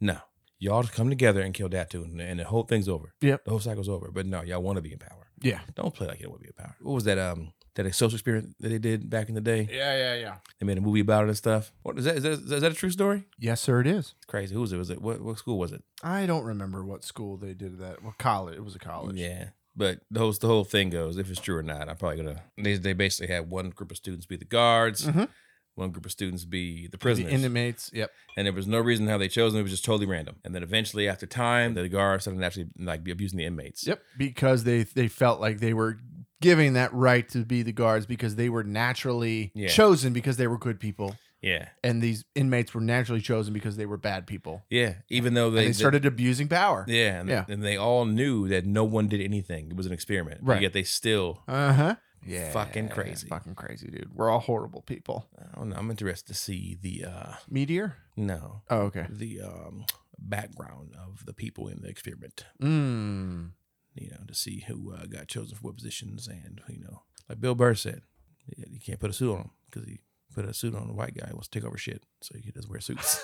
[SPEAKER 1] No. Y'all just come together and kill Datu and, and the whole thing's over.
[SPEAKER 2] Yep.
[SPEAKER 1] The whole cycle's over. But no, y'all want to be in power.
[SPEAKER 2] yeah,
[SPEAKER 1] Don't play like you don't want to be in power. What was that um that social experiment that they did back in the day?
[SPEAKER 2] yeah, yeah, yeah.
[SPEAKER 1] They made a movie about it and stuff. What is that? Is that, is that a true story?
[SPEAKER 2] Yes, sir. It is.
[SPEAKER 1] It's crazy. Who was it? Was it what, what school was it?
[SPEAKER 2] I don't remember what school they did that. Well, college. It was a college.
[SPEAKER 1] Yeah. But the whole, the whole thing goes, if it's true or not, I'm probably gonna they, they basically had one group of students be the guards,
[SPEAKER 2] Mhm.
[SPEAKER 1] one group of students be the
[SPEAKER 2] The
[SPEAKER 1] prisoners.
[SPEAKER 2] inmates. Yep.
[SPEAKER 1] and there was no reason how they chose them. It was just totally random. And then eventually, after time, the guards started actually like be abusing the inmates.
[SPEAKER 2] Yep. Because they they felt like they were giving that right to be the guards because they were naturally
[SPEAKER 1] Yeah.
[SPEAKER 2] chosen because they were good people,
[SPEAKER 1] Yeah,
[SPEAKER 2] and these inmates were naturally chosen because they were bad people.
[SPEAKER 1] yeah. Even though they,
[SPEAKER 2] and they started abusing power.
[SPEAKER 1] yeah, and,
[SPEAKER 2] Yeah.
[SPEAKER 1] and they all knew that no one did anything. It was an experiment. Right.
[SPEAKER 2] Right.
[SPEAKER 1] Yet they still.
[SPEAKER 2] Uh huh. Yeah.
[SPEAKER 1] Fucking crazy.
[SPEAKER 2] Fucking crazy, dude. We're all horrible people.
[SPEAKER 1] I don't know. I'm interested to see the uh
[SPEAKER 2] Meteor.
[SPEAKER 1] no
[SPEAKER 2] Oh, okay.
[SPEAKER 1] the um background of the people in the experiment.
[SPEAKER 2] Mm.
[SPEAKER 1] You know, to see who uh, got chosen for what positions and you know, like Bill Burr said, you you can't put a suit on him because he put a suit on a white guy who wants to take over shit, so he doesn't wear suits.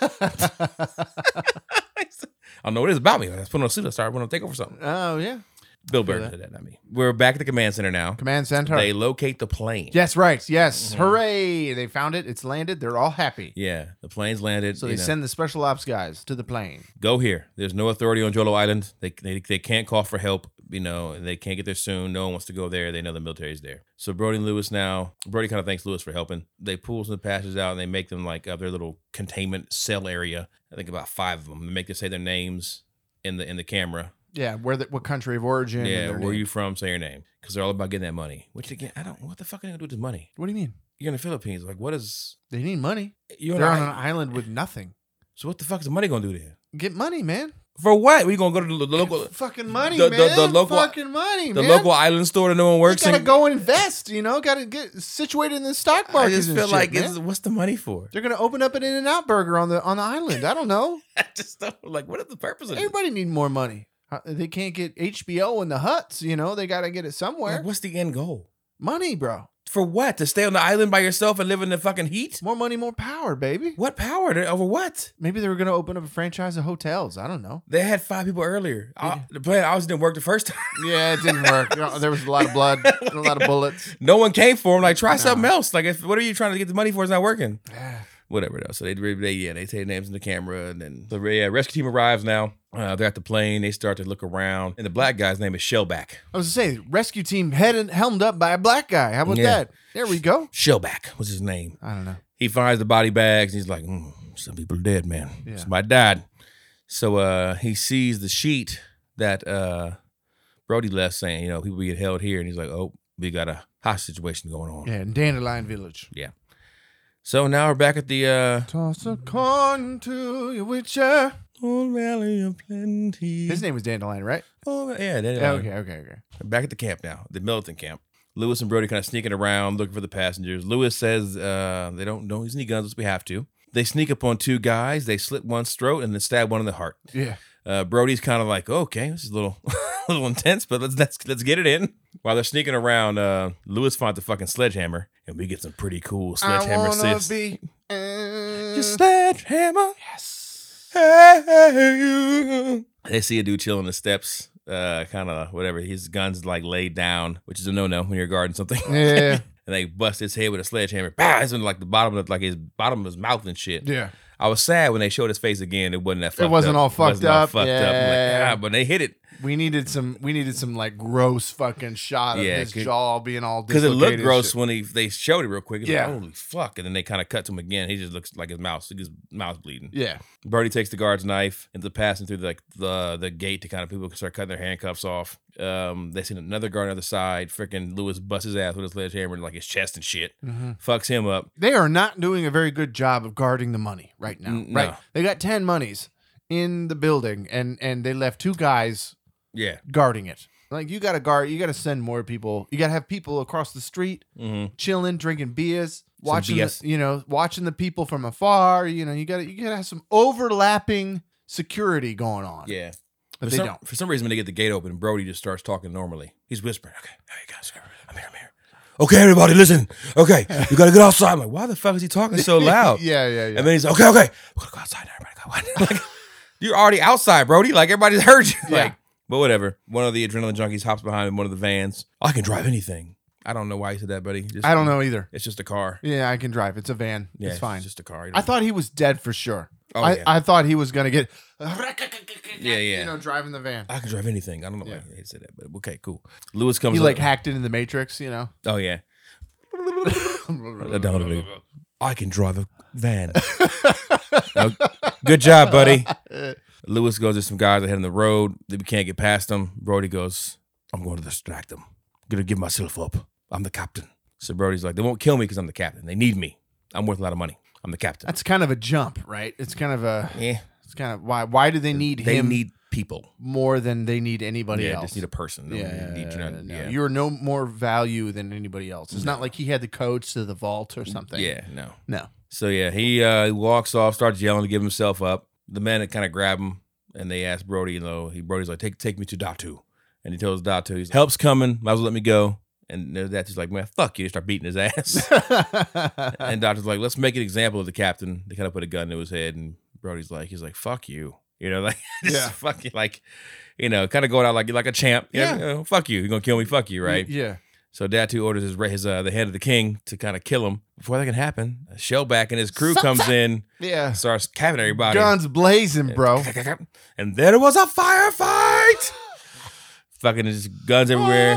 [SPEAKER 1] I don't know what it is about me. I just put on a suit. I started wanting to take over something.
[SPEAKER 2] oh yeah.
[SPEAKER 1] Bill
[SPEAKER 2] Feel
[SPEAKER 1] Burton
[SPEAKER 2] that.
[SPEAKER 1] did that, not me. We're back at the command center now.
[SPEAKER 2] Command center.
[SPEAKER 1] They locate the plane.
[SPEAKER 2] yes, right. Yes.
[SPEAKER 1] Mhm.
[SPEAKER 2] Hooray! They found it. It's landed. They're all happy.
[SPEAKER 1] Yeah, the plane's landed.
[SPEAKER 2] So they
[SPEAKER 1] you know,
[SPEAKER 2] send the special ops guys to the plane.
[SPEAKER 1] go here. There's no authority on Jolo Island. They, they they can't call for help. You know, and they can't get there soon. No one wants to go there. They know the military's there. So Brody and Lewis now. Brody kind of thanks Lewis for helping. They pull some passengers out and they make them like uh, their little containment cell area. I think about five of them. They make them say their names in the in the camera.
[SPEAKER 2] Yeah, where the, what country of origin? and
[SPEAKER 1] Yeah,
[SPEAKER 2] their
[SPEAKER 1] where
[SPEAKER 2] name.
[SPEAKER 1] you from? Say your name, because they're all about getting that money. Which again, I don't. What the fuck are they gonna do with this money?
[SPEAKER 2] What do you mean?
[SPEAKER 1] You're in the Philippines. Like, what is?
[SPEAKER 2] They need money.
[SPEAKER 1] You're
[SPEAKER 2] They're
[SPEAKER 1] on an
[SPEAKER 2] on an
[SPEAKER 1] island.
[SPEAKER 2] island with nothing.
[SPEAKER 1] So what the fuck is the money gonna do there?
[SPEAKER 2] Get money, man.
[SPEAKER 1] For what? We gonna go to the, the
[SPEAKER 2] Get
[SPEAKER 1] local,
[SPEAKER 2] fucking money,
[SPEAKER 1] the- the-
[SPEAKER 2] man.
[SPEAKER 1] the local-
[SPEAKER 2] fucking money,
[SPEAKER 1] the
[SPEAKER 2] man.
[SPEAKER 1] local island store that no one
[SPEAKER 2] You
[SPEAKER 1] works
[SPEAKER 2] gotta
[SPEAKER 1] in?
[SPEAKER 2] go invest. You know, gotta get situated in the stock
[SPEAKER 1] I
[SPEAKER 2] market.
[SPEAKER 1] just
[SPEAKER 2] and
[SPEAKER 1] feel
[SPEAKER 2] shit,
[SPEAKER 1] like
[SPEAKER 2] man.
[SPEAKER 1] it's, what's the money for?
[SPEAKER 2] they're gonna open up an In and Out Burger on the on the island. I don't know.
[SPEAKER 1] I just don't like. What is the purpose of it?
[SPEAKER 2] Everybody need more money. Uh, They can't get HBO in the huts. You know, they gotta get it somewhere.
[SPEAKER 1] Like, what's the end goal?
[SPEAKER 2] Money, bro.
[SPEAKER 1] For what? To stay on the island by yourself and live in the fucking heat?
[SPEAKER 2] More money, more power, baby.
[SPEAKER 1] What power? They're- Over what?
[SPEAKER 2] Maybe they were going to open up a franchise of hotels. I don't know.
[SPEAKER 1] They had five people earlier. I, the plan obviously didn't work the first time.
[SPEAKER 2] Yeah, it didn't work. You know, there was a lot of blood, a lot of bullets.
[SPEAKER 1] No one came for him. Like, try something else. Like, if, what are you trying to get the money for? It's not working. Whatever though. So they, they yeah, they say names in the camera, and then so yeah, rescue team arrives now. Uh, they're at the plane. They start to look around, and the black guy's name is Shellback.
[SPEAKER 2] I was going to say, rescue team headed, helmed up by a black guy. How about
[SPEAKER 1] Yeah.
[SPEAKER 2] that? There we go.
[SPEAKER 1] Shellback was his name.
[SPEAKER 2] I don't know.
[SPEAKER 1] He finds the body bags, and he's like, mm, "Some people are dead, man.
[SPEAKER 2] Yeah.
[SPEAKER 1] Somebody died." So uh, he sees the sheet that uh, Brody left, saying, "You know, people get held here," and he's like, "Oh, we got a hostage situation going on."
[SPEAKER 2] Yeah, in Dandelion Village.
[SPEAKER 1] So now we're back at the uh,
[SPEAKER 2] Toss a coin to your witcher.
[SPEAKER 1] Old Valley of Plenty.
[SPEAKER 2] His name was Dandelion, right?
[SPEAKER 1] Oh, yeah, that,
[SPEAKER 2] Yeah,
[SPEAKER 1] uh,
[SPEAKER 2] okay, okay, okay.
[SPEAKER 1] Back at the camp now, the militant camp. Lewis and Brody kind of sneaking around looking for the passengers. Lewis says uh, they don't don't use any guns unless we have to. They sneak up on two guys. They slit one's throat and then stab one in the heart.
[SPEAKER 2] Yeah.
[SPEAKER 1] Uh, Brody's kind of like, okay, this is a little, a little intense, but let's let's let's get it in. While they're sneaking around, uh, Lewis finds the fucking sledgehammer, and we get some pretty cool sledgehammer sis.
[SPEAKER 2] be.
[SPEAKER 1] Just sledgehammer.
[SPEAKER 2] yes.
[SPEAKER 1] They see a dude chilling on the steps, uh, kind of whatever. His gun's like laid down, which is a no no when you're guarding something.
[SPEAKER 2] Yeah.
[SPEAKER 1] and they bust his head with a sledgehammer. Bah! It's in like the bottom of like his bottom of his mouth and shit.
[SPEAKER 2] Yeah.
[SPEAKER 1] I was sad when they showed his face again. It wasn't that. Fucked
[SPEAKER 2] wasn't
[SPEAKER 1] up.
[SPEAKER 2] all
[SPEAKER 1] It wasn't
[SPEAKER 2] fucked
[SPEAKER 1] all
[SPEAKER 2] up.
[SPEAKER 1] fucked up. I'm like,
[SPEAKER 2] Yeah.
[SPEAKER 1] "Ah," but they hit it
[SPEAKER 2] We needed some. We needed some like gross fucking shot of
[SPEAKER 1] Yeah,
[SPEAKER 2] his
[SPEAKER 1] could-
[SPEAKER 2] jaw being all
[SPEAKER 1] because it looked
[SPEAKER 2] dislocated
[SPEAKER 1] gross
[SPEAKER 2] and
[SPEAKER 1] when he they showed it real quick. It's like,
[SPEAKER 2] Yeah.
[SPEAKER 1] holy fuck! And then they kind of cut to him again. He just looks like his mouth. His mouth's bleeding.
[SPEAKER 2] shit. Yeah.
[SPEAKER 1] Brody takes the guard's knife and they're passing through like the the gate to kind of people start cutting their handcuffs off. Um, they see another guard on the other side. Freaking Lewis busts his ass with a sledgehammer and like his chest and shit. Fucks him up.
[SPEAKER 2] They are not doing a very good job of guarding the money right now.
[SPEAKER 1] N-
[SPEAKER 2] Right.
[SPEAKER 1] no.
[SPEAKER 2] They got ten monies in the building, and and they left two guys
[SPEAKER 1] Yeah.
[SPEAKER 2] guarding it. Like you got to guard. You got to send more people. You got to have people across the street
[SPEAKER 1] Mm-hmm.
[SPEAKER 2] chilling, drinking beers, watching the,
[SPEAKER 1] BS.
[SPEAKER 2] you know, watching the people from afar. You know, you gotta you gotta have some overlapping security going on.
[SPEAKER 1] Yeah.
[SPEAKER 2] but
[SPEAKER 1] for
[SPEAKER 2] they
[SPEAKER 1] some,
[SPEAKER 2] don't.
[SPEAKER 1] For some reason, when they get the gate open, Brody just starts talking normally. He's whispering, "Okay, hey guys, I'm here, I'm here." Okay, everybody, listen. Okay, you gotta get outside. I'm like, why the fuck is he talking so loud?
[SPEAKER 2] yeah, yeah, yeah.
[SPEAKER 1] And then he's like, okay, okay, we're gonna go outside. now, Everybody go. like, you're already outside, Brody. Like everybody's heard you.
[SPEAKER 2] Yeah.
[SPEAKER 1] Like, but whatever. One of the adrenaline junkies hops behind one of the vans. I can drive anything. I don't know why he said that, buddy. Just,
[SPEAKER 2] I don't know either.
[SPEAKER 1] It's just a car.
[SPEAKER 2] Yeah, I can drive. It's a van.
[SPEAKER 1] Yeah,
[SPEAKER 2] it's fine.
[SPEAKER 1] just a car. You
[SPEAKER 2] I
[SPEAKER 1] don't-
[SPEAKER 2] thought he was dead for sure.
[SPEAKER 1] Oh,
[SPEAKER 2] I,
[SPEAKER 1] yeah.
[SPEAKER 2] I thought he was gonna get
[SPEAKER 1] Yeah, yeah.
[SPEAKER 2] you know driving the van.
[SPEAKER 1] I can drive anything. I don't know why
[SPEAKER 2] Yeah.
[SPEAKER 1] he said that, but okay, cool. Lewis comes.
[SPEAKER 2] He like
[SPEAKER 1] up-
[SPEAKER 2] hacked it in the Matrix, you know.
[SPEAKER 1] oh yeah. I can drive a van. Oh, good job, buddy. Lewis goes, There's some guys ahead on the road that we can't get past them. Brody goes, I'm going to distract them. I'm going to give myself up. I'm the captain. So Brody's like, They won't kill me because I'm the captain. They need me. I'm worth a lot of money. I'm the captain.
[SPEAKER 2] That's kind of a jump, right? It's kind of a.
[SPEAKER 1] yeah.
[SPEAKER 2] It's kind of why. Why do they need
[SPEAKER 1] They
[SPEAKER 2] him
[SPEAKER 1] need people.
[SPEAKER 2] more than they need anybody
[SPEAKER 1] yeah,
[SPEAKER 2] else?
[SPEAKER 1] just need a person. They
[SPEAKER 2] yeah,
[SPEAKER 1] need-
[SPEAKER 2] yeah,
[SPEAKER 1] you know,
[SPEAKER 2] no,
[SPEAKER 1] yeah.
[SPEAKER 2] you're no more value than anybody else. It's not like he had the codes to the vault or something.
[SPEAKER 1] Yeah, no.
[SPEAKER 2] no.
[SPEAKER 1] So yeah, he uh, walks off, starts yelling to give himself up. The men kind of grab him, and they ask Brody. You know, he Brody's like, "Take take me to Datu," and he tells Datu, "He's help's coming. Might as well let me go." And that's just like, "Man, fuck you!" They start beating his ass. and Doctor's like, "Let's make an example of the captain." They kind of put a gun to his head, and Brody's like, "He's like, fuck you." You know, like just
[SPEAKER 2] Yeah.
[SPEAKER 1] fucking like, you know, kind of going out like like a champ. You know,
[SPEAKER 2] Yeah.
[SPEAKER 1] you know, fuck you. You're gonna kill me. Fuck you, right?
[SPEAKER 2] Yeah.
[SPEAKER 1] So Datu orders his, his uh, the head of the king to kind of kill him. Before that can happen, Shellback and his crew
[SPEAKER 2] Sup,
[SPEAKER 1] comes
[SPEAKER 2] sup?
[SPEAKER 1] in,
[SPEAKER 2] Yeah.
[SPEAKER 1] starts capping everybody.
[SPEAKER 2] Guns blazing, bro.
[SPEAKER 1] And there was a firefight. Fucking just guns everywhere.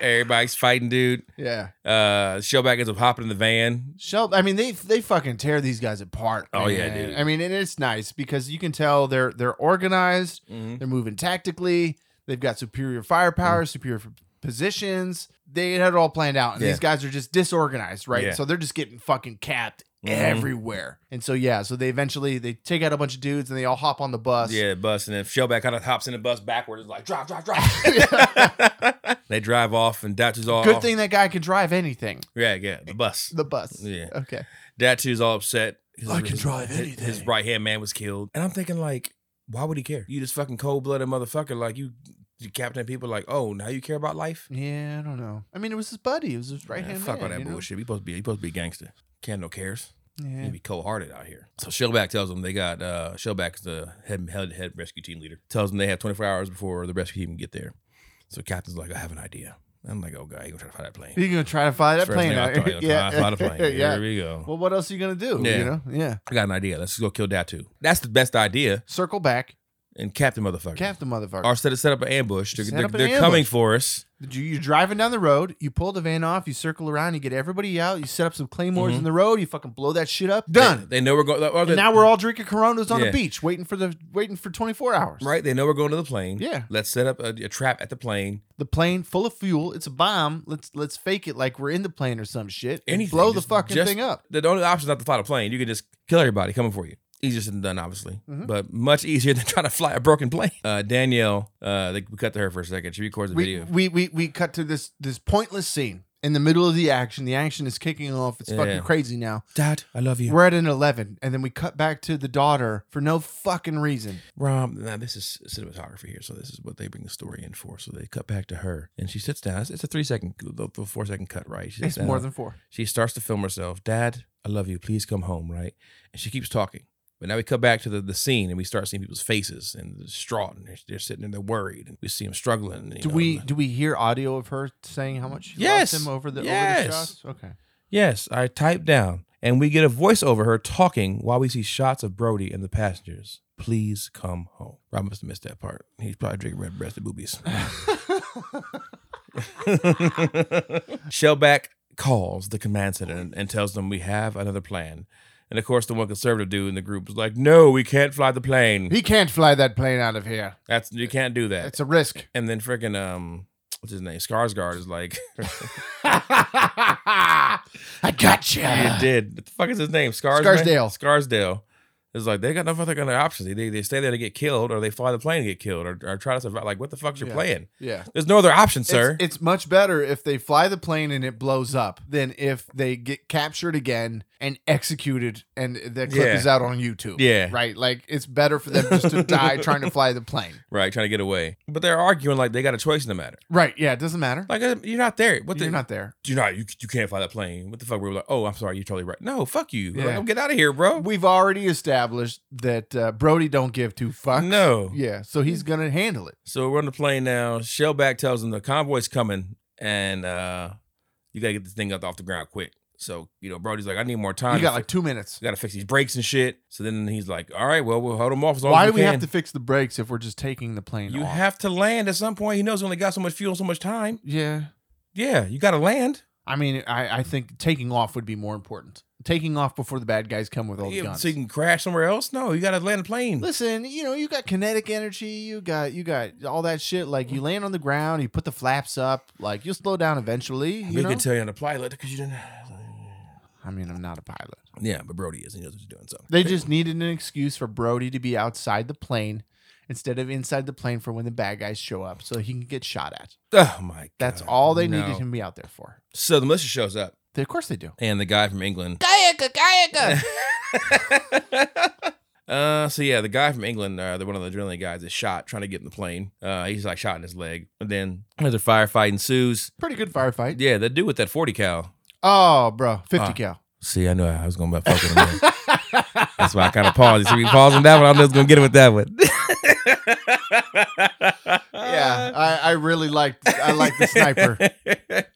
[SPEAKER 1] Everybody's fighting, dude.
[SPEAKER 2] yeah.
[SPEAKER 1] Uh, Shellback ends up hopping in the van.
[SPEAKER 2] Shel I mean, they they fucking tear these guys apart.
[SPEAKER 1] Oh, yeah,
[SPEAKER 2] man.
[SPEAKER 1] dude.
[SPEAKER 2] I mean, and it's nice because you can tell they're they're organized.
[SPEAKER 1] Mhm.
[SPEAKER 2] They're moving tactically. They've got superior firepower,
[SPEAKER 1] Mm.
[SPEAKER 2] superior f- positions. They had it all planned out, and
[SPEAKER 1] Yeah.
[SPEAKER 2] these guys are just disorganized, right?
[SPEAKER 1] Yeah.
[SPEAKER 2] So they're just getting fucking capped
[SPEAKER 1] Mhm.
[SPEAKER 2] everywhere. And so yeah, so they eventually they take out a bunch of dudes, and they all hop on the bus.
[SPEAKER 1] Yeah, bus, and then Shellback kind of hops in the bus backwards, like drop, drop, drop. they drive off, and Datu's all
[SPEAKER 2] Good thing that guy can drive anything.
[SPEAKER 1] Yeah, yeah, the bus.
[SPEAKER 2] The bus.
[SPEAKER 1] Yeah.
[SPEAKER 2] Okay.
[SPEAKER 1] Datu's all upset. His-
[SPEAKER 2] I can
[SPEAKER 1] his-
[SPEAKER 2] drive
[SPEAKER 1] his-
[SPEAKER 2] anything.
[SPEAKER 1] His right hand man was killed, and I'm thinking like, why would he care? You just fucking cold blooded motherfucker. Like you you captain people like, oh, now you care about life?
[SPEAKER 2] Yeah, I don't know. I mean, it was his buddy. It was his right hand.
[SPEAKER 1] Man, fuck all that bullshit. He supposed to be he supposed to be a gangster. Cam no cares. He be cold hearted out here. So Shellback tells them they got uh Shellback is the head, head head rescue team leader. Tells them they have 24 hours before the rescue team can get there. So Captain's like, I have an idea. I'm like, oh god, he gonna try to fight that plane.
[SPEAKER 2] You're gonna try to fly that
[SPEAKER 1] First
[SPEAKER 2] plane uh,
[SPEAKER 1] thing I
[SPEAKER 2] out.
[SPEAKER 1] thought, he gonna try to fight a plane. Here we go.
[SPEAKER 2] Well, what else are you gonna do?
[SPEAKER 1] Yeah.
[SPEAKER 2] You know. Yeah.
[SPEAKER 1] I got an idea. Let's go kill Datu. That's the best idea.
[SPEAKER 2] Circle back.
[SPEAKER 1] And Captain motherfucker.
[SPEAKER 2] Cap the motherfucker.
[SPEAKER 1] Or set, set up an ambush. They're,
[SPEAKER 2] Set
[SPEAKER 1] they're,
[SPEAKER 2] up an
[SPEAKER 1] they're coming
[SPEAKER 2] ambush.
[SPEAKER 1] for us.
[SPEAKER 2] You- You're driving down the road. You pull the van off. You circle around. You get everybody out. You set up some claymores
[SPEAKER 1] Mhm.
[SPEAKER 2] in the road. You fucking blow that shit up. Done.
[SPEAKER 1] They, they know we're going. or
[SPEAKER 2] And
[SPEAKER 1] they-
[SPEAKER 2] now we're all drinking Coronas on
[SPEAKER 1] Yeah.
[SPEAKER 2] the beach, waiting for the waiting for 24 hours.
[SPEAKER 1] right. They know we're going to the plane.
[SPEAKER 2] Yeah.
[SPEAKER 1] Let's set up a, a trap at the plane.
[SPEAKER 2] The plane full of fuel. It's a bomb. Let's let's fake it like we're in the plane or some shit. And
[SPEAKER 1] Anything.
[SPEAKER 2] blow the
[SPEAKER 1] Just-
[SPEAKER 2] fucking
[SPEAKER 1] just-
[SPEAKER 2] thing up.
[SPEAKER 1] The only option is not to fly the plane. You can just kill everybody coming for you. Easier said than done, obviously,
[SPEAKER 2] Mhm.
[SPEAKER 1] but much easier than trying to fly a broken plane. Uh, Danielle, uh, they we cut to her for a second. She records a
[SPEAKER 2] We,
[SPEAKER 1] video.
[SPEAKER 2] we we we cut to this this pointless scene in the middle of the action. The action is kicking off. It's
[SPEAKER 1] Yeah.
[SPEAKER 2] fucking crazy now.
[SPEAKER 1] Dad, I love you.
[SPEAKER 2] We're at an 11, and then we cut back to the daughter for no fucking reason.
[SPEAKER 1] Rom, now this is cinematography here, so this is what they bring the story in for. So they cut back to her, and she sits down. It's, it's a three second, the the four second cut, right? She sits
[SPEAKER 2] It's more
[SPEAKER 1] down.
[SPEAKER 2] than four.
[SPEAKER 1] She starts to film herself. Dad, I love you. Please come home, right? And she keeps talking. But now we come back to the, the scene, and we start seeing people's faces and distraught, and they're, they're sitting there, they're worried, and we see them struggling. and, you
[SPEAKER 2] Do
[SPEAKER 1] know,
[SPEAKER 2] we
[SPEAKER 1] the-
[SPEAKER 2] do we hear audio of her saying how much she
[SPEAKER 1] Yes.
[SPEAKER 2] loves him over the
[SPEAKER 1] Yes.
[SPEAKER 2] over the shots? Okay.
[SPEAKER 1] Yes, I type down, and we get a voice over her talking while we see shots of Brody and the passengers. Please come home. Rob must have missed that part. He's probably drinking red breasted boobies. Shellback calls the command center and, and tells them we have another plan. And of course, the one conservative dude in the group is like, "No, we can't fly the plane.
[SPEAKER 2] He can't fly that plane out of here.
[SPEAKER 1] That's you can't do that."
[SPEAKER 2] It's a risk.
[SPEAKER 1] and then freaking um, what's his name? Skarsgård is like,
[SPEAKER 2] I
[SPEAKER 1] "You
[SPEAKER 2] gotcha.
[SPEAKER 1] did. What the fuck is his name? Skarsgård.
[SPEAKER 2] Scarsdale.
[SPEAKER 1] Scarsdale." It's like they got no fucking other options. They, they, they stay there to get killed, or they fly the plane to get killed, or, or try to survive. Like, what the fuck's your
[SPEAKER 2] Yeah.
[SPEAKER 1] plan?
[SPEAKER 2] Yeah.
[SPEAKER 1] There's no other option, sir.
[SPEAKER 2] It's, it's much better if they fly the plane and it blows up than if they get captured again and executed and the clip
[SPEAKER 1] Yeah.
[SPEAKER 2] is out on YouTube.
[SPEAKER 1] Yeah.
[SPEAKER 2] Right? Like it's better for them just to die trying to fly the plane.
[SPEAKER 1] right, trying to get away. But they're arguing like they got a choice in the matter.
[SPEAKER 2] Right. Yeah. It doesn't matter.
[SPEAKER 1] Like, uh, you're not there. What the,
[SPEAKER 2] You're not there.
[SPEAKER 1] you know, you, you can't fly that plane. What the fuck? We were like, oh, I'm sorry, you're totally right. No, fuck you.
[SPEAKER 2] Yeah.
[SPEAKER 1] Like, "Oh, get out of here, bro.
[SPEAKER 2] We've already established that uh, Brody don't give two fucks.
[SPEAKER 1] No.
[SPEAKER 2] Yeah. So he's going to handle it.
[SPEAKER 1] So we're on the plane now. Shellback tells them the convoy's coming and uh, you got to get this thing up off the ground quick. So, you know, Brody's like, I need more time.
[SPEAKER 2] You got like two minutes.
[SPEAKER 1] got to fix these brakes and shit. So then he's like, all right, well, we'll hold them off as long
[SPEAKER 2] Why
[SPEAKER 1] as
[SPEAKER 2] do
[SPEAKER 1] we
[SPEAKER 2] we
[SPEAKER 1] can.
[SPEAKER 2] have to fix the brakes if we're just taking the plane
[SPEAKER 1] you
[SPEAKER 2] off?
[SPEAKER 1] have to land at some point. He knows he only got so much fuel and so much time.
[SPEAKER 2] yeah.
[SPEAKER 1] Yeah, you got to land.
[SPEAKER 2] I mean, I, I think taking off would be more important. Taking off before the bad guys come with all the
[SPEAKER 1] Yeah,
[SPEAKER 2] guns.
[SPEAKER 1] so you can crash somewhere else? No, you got to land the plane.
[SPEAKER 2] Listen, you know, you got kinetic energy, you got you got all that shit. Like you land on the ground, you put the flaps up, like you'll slow down eventually.
[SPEAKER 1] we
[SPEAKER 2] You know?
[SPEAKER 1] could tell you on the pilot because you didn't.
[SPEAKER 2] I mean, I'm not a pilot.
[SPEAKER 1] Yeah, but Brody is. He knows what he's doing. So
[SPEAKER 2] They just needed an excuse for Brody to be outside the plane instead of inside the plane for when the bad guys show up, so he can get shot at.
[SPEAKER 1] Oh my god.
[SPEAKER 2] That's all they
[SPEAKER 1] no.
[SPEAKER 2] needed him to be out there for.
[SPEAKER 1] So the militia shows up
[SPEAKER 2] They- of course they do.
[SPEAKER 1] and the guy from England.
[SPEAKER 2] Gayaka, Gayaka.
[SPEAKER 1] uh so yeah, the guy from England, uh, the one of the drilling guys is shot trying to get in the plane. Uh he's like shot in his leg. And then another firefight ensues.
[SPEAKER 2] Pretty good firefight.
[SPEAKER 1] Yeah, the dude with that 40 cal.
[SPEAKER 2] Oh, bro, fifty
[SPEAKER 1] Ah.
[SPEAKER 2] cal.
[SPEAKER 1] See, I knew I was gonna be fucking him. That's why I kind of paused. You see me pausing that one. I was gonna get him with that one. Uh,
[SPEAKER 2] Yeah, I, I really liked I liked the sniper.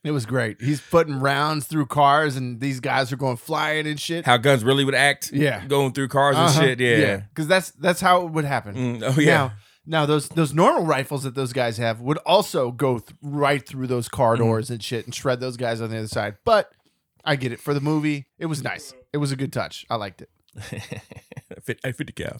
[SPEAKER 2] It was great. He's putting rounds through cars, and these guys are going flying and shit.
[SPEAKER 1] How guns really would act.
[SPEAKER 2] Yeah.
[SPEAKER 1] Going through cars
[SPEAKER 2] Uh-huh.
[SPEAKER 1] and shit. Yeah.
[SPEAKER 2] because that's that's how it would happen.
[SPEAKER 1] Mm, oh yeah.
[SPEAKER 2] Now, now those those normal rifles that those guys have would also go th- right through those car
[SPEAKER 1] Mm-hmm.
[SPEAKER 2] doors and shit and shred those guys on the other side. But I get it for the movie. It was nice. It was a good touch. I liked it.
[SPEAKER 1] Fit- I fit the cow.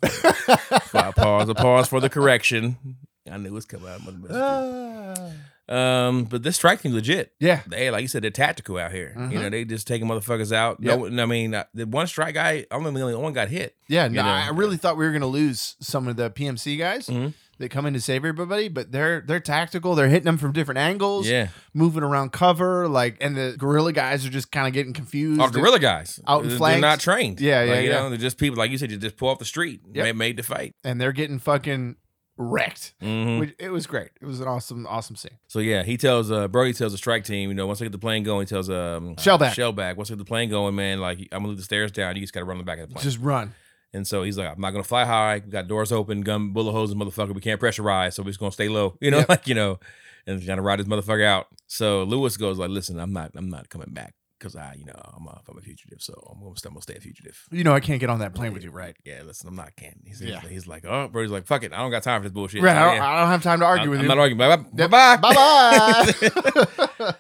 [SPEAKER 1] Five pause. A pause for the correction. I knew it was coming out. of my mouth. Um, but this strike team legit.
[SPEAKER 2] yeah,
[SPEAKER 1] They like you said, they're tactical out here. You know, they just taking motherfuckers out.
[SPEAKER 2] Mm-hmm. Yep.
[SPEAKER 1] No, I mean, uh, the one strike guy, I only only one got hit.
[SPEAKER 2] yeah. No,
[SPEAKER 1] know.
[SPEAKER 2] I really thought we were gonna lose some of the PMC guys
[SPEAKER 1] Mhm.
[SPEAKER 2] that come in to save everybody, but they're they're tactical. They're hitting them from different angles.
[SPEAKER 1] Yeah,
[SPEAKER 2] moving around cover, like, and the gorilla guys are just kind of getting confused.
[SPEAKER 1] oh, gorilla guys
[SPEAKER 2] Out in
[SPEAKER 1] They're- They're
[SPEAKER 2] flanks.
[SPEAKER 1] not trained.
[SPEAKER 2] Yeah,
[SPEAKER 1] Like,
[SPEAKER 2] yeah,
[SPEAKER 1] You
[SPEAKER 2] yeah.
[SPEAKER 1] know, they're just people like you said. You just pull off the street.
[SPEAKER 2] Yep.
[SPEAKER 1] They made the fight.
[SPEAKER 2] and they're getting fucking wrecked.
[SPEAKER 1] Mhm.
[SPEAKER 2] Which, it was great. It was an awesome, awesome scene.
[SPEAKER 1] So yeah, he tells uh Brody tells the strike team, you know, once I get the plane going, he tells um
[SPEAKER 2] Shellback.
[SPEAKER 1] Shellback, once I get the plane going, man, like I'm gonna leave the stairs down. You just gotta run the back of the plane.
[SPEAKER 2] Just run.
[SPEAKER 1] and so he's like, I'm not gonna fly high. We got doors open, gun bullet holes, motherfucker. We can't pressurize, so we're just gonna stay low. You know,
[SPEAKER 2] Yep.
[SPEAKER 1] like you know, and trying to ride this motherfucker out. So Lewis goes like, listen, I'm not, I'm not coming back because I, you know, I'm a, I'm a fugitive, so I'm gonna, I'm gonna stay a fugitive.
[SPEAKER 2] You know, I can't get on that plane with you, right?
[SPEAKER 1] Yeah, listen, I'm not can. He's,
[SPEAKER 2] Yeah.
[SPEAKER 1] he's like, oh, Brody's like, fuck it, I don't got time for this bullshit.
[SPEAKER 2] right. I don't,
[SPEAKER 1] Yeah.
[SPEAKER 2] I don't have time to argue
[SPEAKER 1] I'm-
[SPEAKER 2] with
[SPEAKER 1] I'm
[SPEAKER 2] you.
[SPEAKER 1] not arguing. Bye bye.
[SPEAKER 2] Yep.
[SPEAKER 1] Bye bye.
[SPEAKER 2] Bye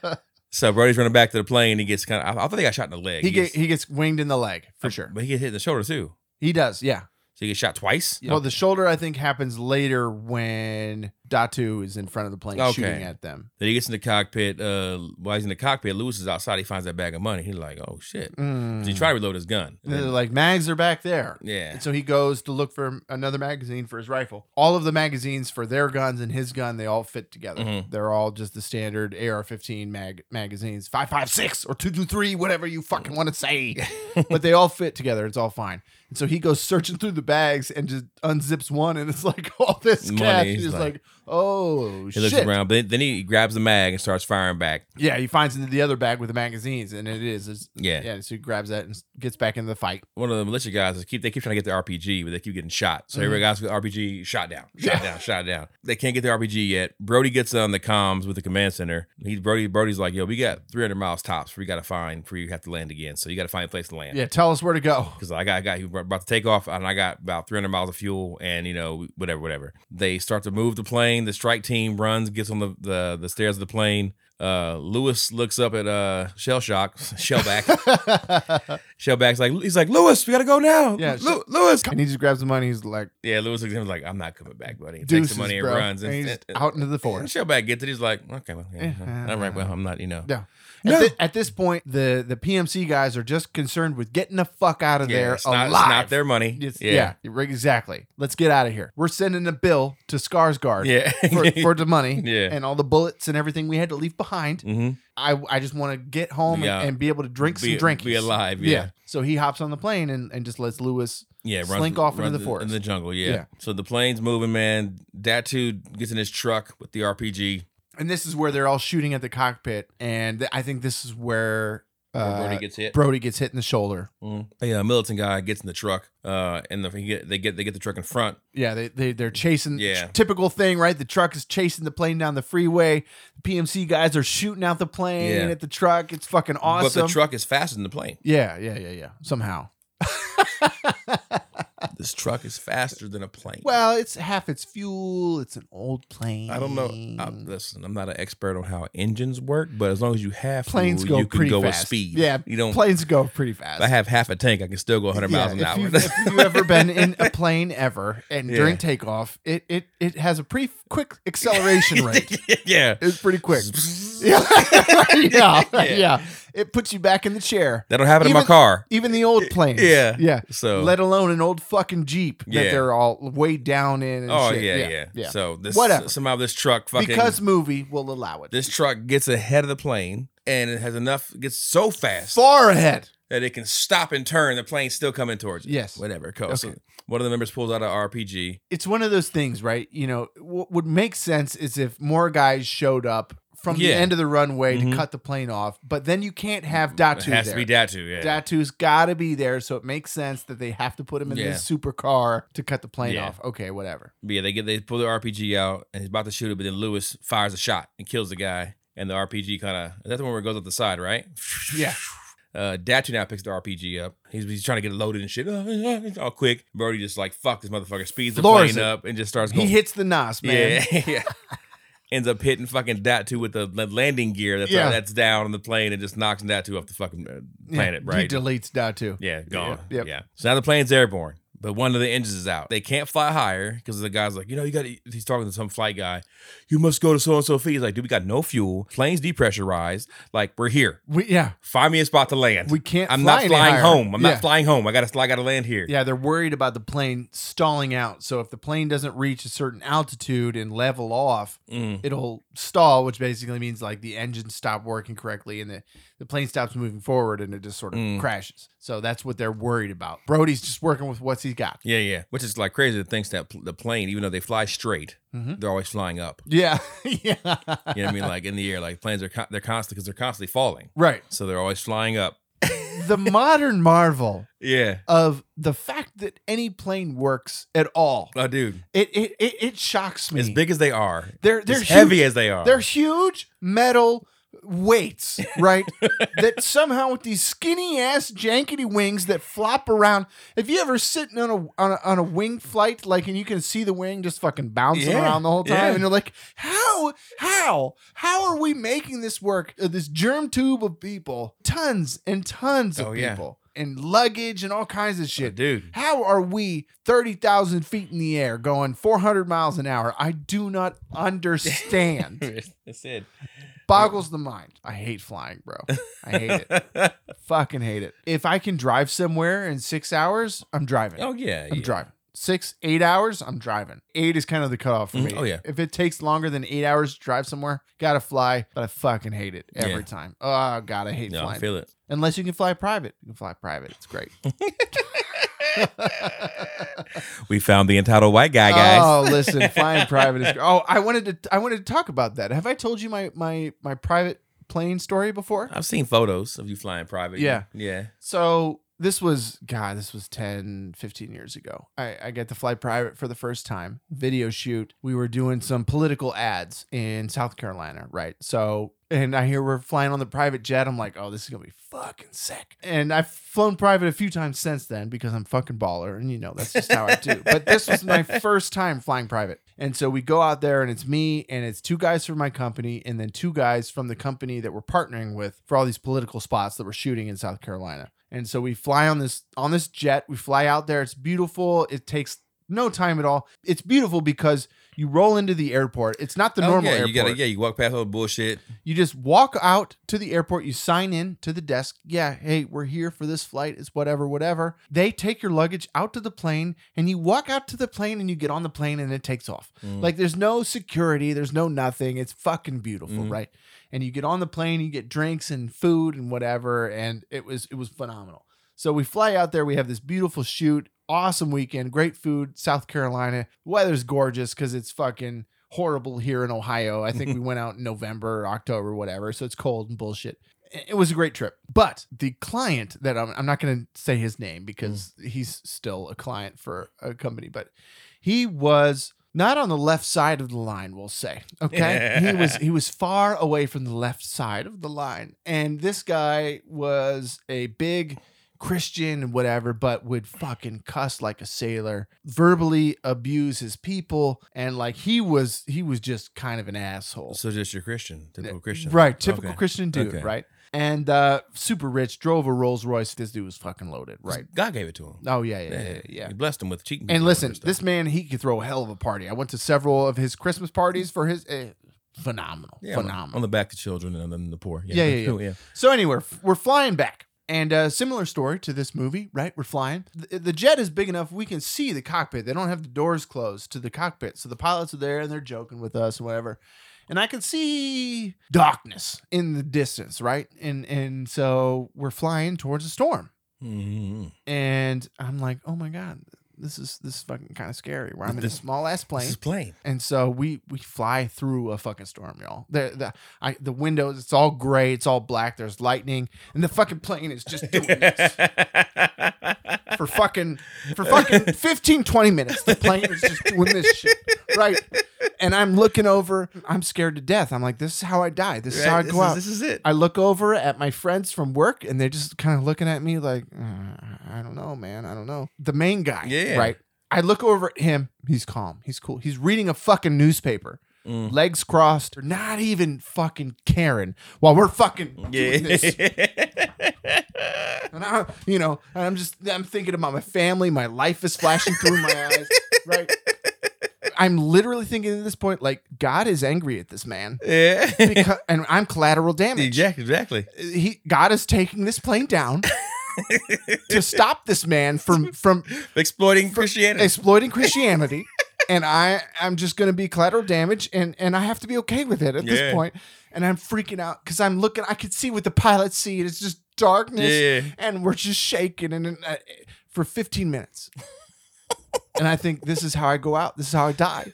[SPEAKER 2] bye.
[SPEAKER 1] So Brody's running back to the plane. He gets kind of. I, I think I shot in the leg.
[SPEAKER 2] he get, he gets winged in the leg for sure.
[SPEAKER 1] but he gets hit in the shoulder too.
[SPEAKER 2] He does, yeah.
[SPEAKER 1] So he gets shot twice.
[SPEAKER 2] Well, the shoulder I think happens later when Datu is in front of the plane
[SPEAKER 1] Okay.
[SPEAKER 2] shooting at them.
[SPEAKER 1] Then he gets in the cockpit. Uh, while he's in the cockpit, Lewis is outside. He finds that bag of money. He's like, "Oh shit!"
[SPEAKER 2] Mm.
[SPEAKER 1] So he tried to reload his gun. And
[SPEAKER 2] They're
[SPEAKER 1] then-
[SPEAKER 2] like mags are back there.
[SPEAKER 1] yeah,
[SPEAKER 2] And so he goes to look for another magazine for his rifle. All of the magazines for their guns and his gun, they all fit together.
[SPEAKER 1] Mhm.
[SPEAKER 2] They're all just the standard AR-15 mag magazines, 556 or 223, whatever you fucking want to say. but they all fit together. It's all fine. And so he goes searching through the bags and just unzips one and it's like all this
[SPEAKER 1] Money.
[SPEAKER 2] cash.
[SPEAKER 1] He's
[SPEAKER 2] He's,
[SPEAKER 1] like-
[SPEAKER 2] like, "Oh
[SPEAKER 1] he
[SPEAKER 2] shit."
[SPEAKER 1] looks around. But then he grabs the mag and starts firing back.
[SPEAKER 2] Yeah, he finds the other bag with the magazines and it is it's,
[SPEAKER 1] Yeah.
[SPEAKER 2] yeah, so he grabs that and s- gets back into the fight.
[SPEAKER 1] one of the militia guys is keep they keep trying to get the RPG, but they keep getting shot. So
[SPEAKER 2] Mhm.
[SPEAKER 1] every guy's with RPG shot down, shot
[SPEAKER 2] Yeah.
[SPEAKER 1] down, shot down. They can't get the RPG yet. Brody gets on the comms with the command center. He's Brody. Brody's like, "Yo, we got 300 miles tops. We got to find for you have to land again. So you got to find a place to land."
[SPEAKER 2] Yeah, tell us where to go.
[SPEAKER 1] Because I got, I got you about to take off, and I got about 300 miles of fuel, and you know, whatever, whatever. They start to move the plane. The strike team runs, gets on the the, the stairs of the plane. Uh, Lewis looks up at uh shell shock, shellback. Shellback's like, he's like, Lewis, we gotta go now.
[SPEAKER 2] Yeah,
[SPEAKER 1] Lew- Lewis.
[SPEAKER 2] and he just grabs the money. He's like,
[SPEAKER 1] Yeah, Lewis looks at him like, I'm not coming back, buddy. He
[SPEAKER 2] deuces,
[SPEAKER 1] takes the money and
[SPEAKER 2] bro.
[SPEAKER 1] runs.
[SPEAKER 2] And
[SPEAKER 1] And,
[SPEAKER 2] he's
[SPEAKER 1] and-
[SPEAKER 2] out into the
[SPEAKER 1] and
[SPEAKER 2] forest.
[SPEAKER 1] Shellback gets it. He's like, okay, well, yeah,
[SPEAKER 2] Eh,
[SPEAKER 1] all right, well, I'm not, you know.
[SPEAKER 2] Yeah.
[SPEAKER 1] No.
[SPEAKER 2] At, thi- at this point, the the PMC guys are just concerned with getting the fuck out of
[SPEAKER 1] Yeah,
[SPEAKER 2] there
[SPEAKER 1] it's, not, it's
[SPEAKER 2] alive.
[SPEAKER 1] not their money.
[SPEAKER 2] It's-
[SPEAKER 1] yeah.
[SPEAKER 2] yeah. right, exactly. Let's get out of here. We're sending a bill to Skarsgård
[SPEAKER 1] Yeah.
[SPEAKER 2] for, for the money
[SPEAKER 1] Yeah.
[SPEAKER 2] and all the bullets and everything we had to leave behind.
[SPEAKER 1] hmm
[SPEAKER 2] I I just want to get home and-
[SPEAKER 1] Yeah.
[SPEAKER 2] and, be able to drink
[SPEAKER 1] be,
[SPEAKER 2] some drinkies.
[SPEAKER 1] Be alive. Yeah. Yeah.
[SPEAKER 2] So he hops on the plane and, and just lets Lewis.
[SPEAKER 1] runs-
[SPEAKER 2] Slink off into
[SPEAKER 1] runs
[SPEAKER 2] the
[SPEAKER 1] in-
[SPEAKER 2] forest.
[SPEAKER 1] In the jungle. Yeah.
[SPEAKER 2] Yeah.
[SPEAKER 1] So the plane's moving, man. Datu gets in his truck with the RPG.
[SPEAKER 2] And this is where they're all shooting at the cockpit. And th- I think this is where
[SPEAKER 1] where
[SPEAKER 2] uh,
[SPEAKER 1] Brody gets hit.
[SPEAKER 2] Brody gets hit in the shoulder.
[SPEAKER 1] Mhm. Yeah. A militant guy gets in the truck. Uh, and the, he get, they get they get the truck in front.
[SPEAKER 2] Yeah, they, they they're chasing.
[SPEAKER 1] Yeah.
[SPEAKER 2] typical thing, right? The truck is chasing the plane down the freeway. The PMC guys are shooting out the plane
[SPEAKER 1] Yeah.
[SPEAKER 2] at the truck. It's fucking awesome.
[SPEAKER 1] But the truck is faster than the plane.
[SPEAKER 2] yeah, yeah, yeah, yeah. Somehow.
[SPEAKER 1] This truck is faster than a plane.
[SPEAKER 2] well, it's half its fuel. It's an old plane.
[SPEAKER 1] I don't know. I, listen, I'm not an expert on how engines work, but as long as you have
[SPEAKER 2] Planes
[SPEAKER 1] fuel,
[SPEAKER 2] go
[SPEAKER 1] you can
[SPEAKER 2] pretty
[SPEAKER 1] go with
[SPEAKER 2] fast.
[SPEAKER 1] speed.
[SPEAKER 2] Yeah,
[SPEAKER 1] you don't.
[SPEAKER 2] Planes go pretty fast.
[SPEAKER 1] if I have half a tank. I can still go 100 miles
[SPEAKER 2] Yeah,
[SPEAKER 1] an
[SPEAKER 2] if
[SPEAKER 1] hour.
[SPEAKER 2] You've, if you've ever been in a plane ever and
[SPEAKER 1] Yeah.
[SPEAKER 2] during takeoff, it it it has a pretty quick acceleration rate.
[SPEAKER 1] yeah.
[SPEAKER 2] It's pretty quick. yeah, yeah,
[SPEAKER 1] Yeah.
[SPEAKER 2] yeah. It puts you back in the chair.
[SPEAKER 1] That'll happen in my
[SPEAKER 2] Even-
[SPEAKER 1] car.
[SPEAKER 2] Even the old planes.
[SPEAKER 1] Yeah.
[SPEAKER 2] Yeah.
[SPEAKER 1] So.
[SPEAKER 2] Let alone an old fucking Jeep
[SPEAKER 1] Yeah.
[SPEAKER 2] that they're all way down in. And
[SPEAKER 1] oh
[SPEAKER 2] shit.
[SPEAKER 1] yeah, yeah, So this
[SPEAKER 2] Whatever.
[SPEAKER 1] somehow this truck fucking
[SPEAKER 2] because movie will allow it.
[SPEAKER 1] this truck gets ahead of the plane and it has enough gets so fast
[SPEAKER 2] Far ahead.
[SPEAKER 1] that it can stop and turn. The plane's still coming towards you.
[SPEAKER 2] Yes.
[SPEAKER 1] Whatever. Cool. So
[SPEAKER 2] Okay.
[SPEAKER 1] one of the members pulls out an RPG.
[SPEAKER 2] It's one of those things, right? You know, what would make sense is if more guys showed up from
[SPEAKER 1] Yeah.
[SPEAKER 2] the end of the runway
[SPEAKER 1] Mhm.
[SPEAKER 2] to cut the plane off, but then you can't have Datu
[SPEAKER 1] it has
[SPEAKER 2] there.
[SPEAKER 1] to be Datu. Yeah.
[SPEAKER 2] Datu's got to be there, so it makes sense that they have to put him in
[SPEAKER 1] Yeah.
[SPEAKER 2] this super car to cut the plane
[SPEAKER 1] Yeah.
[SPEAKER 2] off. Okay, whatever.
[SPEAKER 1] But yeah, they get they pull the RPG out and he's about to shoot it, but then Lewis fires a shot and kills the guy, and the RPG kind of that's the one where it goes up the side, right?
[SPEAKER 2] Yeah.
[SPEAKER 1] Uh, Datu now picks the RPG up. He's, he's trying to get it loaded and shit. all quick. Brody just like fuck this motherfucker. Speeds the
[SPEAKER 2] Floors
[SPEAKER 1] plane
[SPEAKER 2] it.
[SPEAKER 1] up and just starts
[SPEAKER 2] He
[SPEAKER 1] going.
[SPEAKER 2] hits the nos, man.
[SPEAKER 1] Yeah, yeah. Ends up hitting fucking Datu with the the landing gear that's
[SPEAKER 2] Yeah.
[SPEAKER 1] that's down on the plane and just knocks Datu off the fucking uh,
[SPEAKER 2] Yeah,
[SPEAKER 1] planet,
[SPEAKER 2] He
[SPEAKER 1] right?
[SPEAKER 2] deletes Datu.
[SPEAKER 1] Yeah, gone.
[SPEAKER 2] yep.
[SPEAKER 1] Yeah. So now the plane's airborne, but one of the engines is out. They can't fly higher because the guy's like, you know, you got. to He's talking to some flight guy. You must go to so and so feet. He's like, dude, we got no fuel. Plane's depressurized. Like we're here.
[SPEAKER 2] We, yeah,
[SPEAKER 1] Find me a spot to land.
[SPEAKER 2] we can't.
[SPEAKER 1] I'm
[SPEAKER 2] fly
[SPEAKER 1] not
[SPEAKER 2] any
[SPEAKER 1] flying
[SPEAKER 2] higher.
[SPEAKER 1] home. I'm
[SPEAKER 2] yeah.
[SPEAKER 1] not flying home. I gotta. I gotta land here.
[SPEAKER 2] Yeah, they're worried about the plane stalling out. So if the plane doesn't reach a certain altitude and level off,
[SPEAKER 1] Mm.
[SPEAKER 2] it'll stall, which basically means like the engine stopped working correctly and the, the plane stops moving forward and it just sort of
[SPEAKER 1] Mm.
[SPEAKER 2] crashes. So that's what they're worried about. Brody's just working with what he he's got.
[SPEAKER 1] Yeah, yeah. Which is like crazy to think that pl- the plane, even though they fly straight,
[SPEAKER 2] Mhm.
[SPEAKER 1] they're always flying up.
[SPEAKER 2] Yeah, yeah.
[SPEAKER 1] You know what I mean? Like in the air, like planes are con- they're constantly because they're constantly falling,
[SPEAKER 2] Right.
[SPEAKER 1] so they're always flying up.
[SPEAKER 2] The modern marvel
[SPEAKER 1] Yeah.
[SPEAKER 2] of the fact that any plane works at all.
[SPEAKER 1] Oh, dude.
[SPEAKER 2] It it it, it shocks me.
[SPEAKER 1] As big as they are,
[SPEAKER 2] They're they're
[SPEAKER 1] as
[SPEAKER 2] huge-
[SPEAKER 1] heavy as they are,
[SPEAKER 2] They're huge metal weights, right? that somehow with these skinny ass jankety wings that flop around. If you ever sitting on a on a, on a wing flight, like and you can see the wing just fucking bouncing
[SPEAKER 1] Yeah,
[SPEAKER 2] around the whole time,
[SPEAKER 1] yeah.
[SPEAKER 2] and you're like, how how how are we making this work? Uh, this germ tube of people, tons and tons of
[SPEAKER 1] Oh, yeah.
[SPEAKER 2] people, and luggage and all kinds of
[SPEAKER 1] Oh,
[SPEAKER 2] shit.
[SPEAKER 1] dude.
[SPEAKER 2] How are we 30,000 feet in the air going 400 miles an hour? I do not understand.
[SPEAKER 1] That's it.
[SPEAKER 2] Boggles the mind. I hate flying, bro. I hate it. Fucking hate it. If I can drive somewhere in six hours, I'm driving.
[SPEAKER 1] oh yeah.
[SPEAKER 2] I'm
[SPEAKER 1] yeah.
[SPEAKER 2] driving. Six, eight hours, I'm driving. Eight is kind of the cutoff for
[SPEAKER 1] Mhm.
[SPEAKER 2] me.
[SPEAKER 1] Oh, yeah.
[SPEAKER 2] If it takes longer than eight hours to drive somewhere, gotta fly, but I fucking hate it every
[SPEAKER 1] Yeah.
[SPEAKER 2] time. Oh, God, I hate
[SPEAKER 1] No, I
[SPEAKER 2] flying.
[SPEAKER 1] feel it.
[SPEAKER 2] Unless you can fly private. You can fly private. It's great.
[SPEAKER 1] We found the entitled white guy,
[SPEAKER 2] Oh, listen, flying private is. Oh, I wanted to. I wanted to talk about that. Have I told you my my my private plane story before?
[SPEAKER 1] I've seen photos of you flying private.
[SPEAKER 2] Yeah.
[SPEAKER 1] Yeah.
[SPEAKER 2] So this was God. This was 10, 15 years ago. I I got to fly private for the first time. Video shoot. We were doing some political ads in South Carolina, right? So. And I hear we're flying on the private jet. I'm like, oh, this is gonna be fucking sick. And I've flown private a few times since then because I'm fucking baller, and you know that's just how I do. But this was my first time flying private. And so we go out there and it's me and it's two guys from my company and then two guys from the company that we're partnering with for all these political spots that we're shooting in South Carolina. And so we fly on this on this jet, we fly out there, it's beautiful. It takes no time at all. It's beautiful because you roll into the airport. It's not the
[SPEAKER 1] Oh,
[SPEAKER 2] normal
[SPEAKER 1] yeah,
[SPEAKER 2] airport.
[SPEAKER 1] You gotta, yeah, you walk past all the bullshit.
[SPEAKER 2] You just walk out to the airport, you sign in to the desk. Yeah, hey, we're here for this flight. It's whatever, whatever. They take your luggage out to the plane, and you walk out to the plane and you get on the plane and it takes off.
[SPEAKER 1] Mm.
[SPEAKER 2] Like there's no security, there's no nothing. It's fucking beautiful,
[SPEAKER 1] Mhm.
[SPEAKER 2] right? And you get on the plane, you get drinks and food and whatever, and it was it was phenomenal. So we fly out there, we have this beautiful shoot, awesome weekend, great food, South Carolina. Weather's gorgeous cuz it's fucking horrible here in Ohio. I think we went out in November, October, whatever, so it's cold and bullshit. I- It was a great trip. But the client that I'm, I'm not going to say his name because he's still a client for a company, but he was not on the left side of the line we'll say okay he was he was far away from the left side of the line and this guy was a big christian and whatever but would fucking cuss like a sailor verbally abuse his people and like he was he was just kind of an asshole
[SPEAKER 1] So just your Christian, typical Christian.
[SPEAKER 2] Right, typical
[SPEAKER 1] Okay.
[SPEAKER 2] Christian dude,
[SPEAKER 1] Okay.
[SPEAKER 2] right? And uh super rich, drove a Rolls Royce. This dude was fucking loaded, right?
[SPEAKER 1] God gave it to him.
[SPEAKER 2] Oh yeah, yeah, yeah, yeah.
[SPEAKER 1] He blessed him with cheating.
[SPEAKER 2] And listen, this man, he could throw a hell of a party. I went to several of his Christmas parties for his eh, phenomenal,
[SPEAKER 1] yeah, on-
[SPEAKER 2] phenomenal.
[SPEAKER 1] on the back of children and then the poor.
[SPEAKER 2] Yeah, yeah, yeah. So anyway, f- we're flying back. And uh, similar story to this movie, right? We're flying. The, the jet is big enough we can see the cockpit. They don't have the doors closed to the cockpit, so the pilots are there and they're joking with us and whatever. And I can see darkness in the distance, right? And and so we're flying towards a storm
[SPEAKER 1] Mhm.
[SPEAKER 2] and I'm like, oh my god, this is this is fucking kind of scary. Where I'm in a
[SPEAKER 1] This-
[SPEAKER 2] small ass
[SPEAKER 1] This
[SPEAKER 2] plane,
[SPEAKER 1] is plain.
[SPEAKER 2] and so we we fly through a fucking storm, y'all. The the I, the windows, it's all gray, it's all black. There's lightning, and the fucking plane is just doing this for fucking for fucking 15 20 minutes the plane is just doing this shit right and i'm looking over i'm scared to death i'm like this is how i die this is how i
[SPEAKER 1] Right?
[SPEAKER 2] go
[SPEAKER 1] This
[SPEAKER 2] out
[SPEAKER 1] is, this is it.
[SPEAKER 2] I look over at my friends from work and they're just kind of looking at me like, "Uh, I don't know, man. I don't know. The main guy.
[SPEAKER 1] Yeah.
[SPEAKER 2] Right. I look over at him. He's calm. He's cool. He's reading a fucking newspaper.
[SPEAKER 1] Mm.
[SPEAKER 2] Legs crossed. Not even fucking caring while we're fucking
[SPEAKER 1] Yeah.
[SPEAKER 2] doing this. And I, you know, and I'm just, I'm thinking about my family. My life is flashing through my eyes. Right. I'm literally thinking at this point, like, God is angry at this man.
[SPEAKER 1] yeah.
[SPEAKER 2] Because, and I'm collateral damage
[SPEAKER 1] exactly. Exactly.
[SPEAKER 2] he God is taking this plane down to stop this man from from
[SPEAKER 1] Exploiting Christianity.
[SPEAKER 2] exploiting Christianity. And I I'm just gonna be collateral damage and and I have to be okay with it at this
[SPEAKER 1] Yeah.
[SPEAKER 2] point. And I'm freaking out because I'm looking, I could see what the pilots see, and it's just darkness
[SPEAKER 1] yeah.
[SPEAKER 2] and we're just shaking and, and uh, for 15 minutes and I think this is how I go out. This is how I die.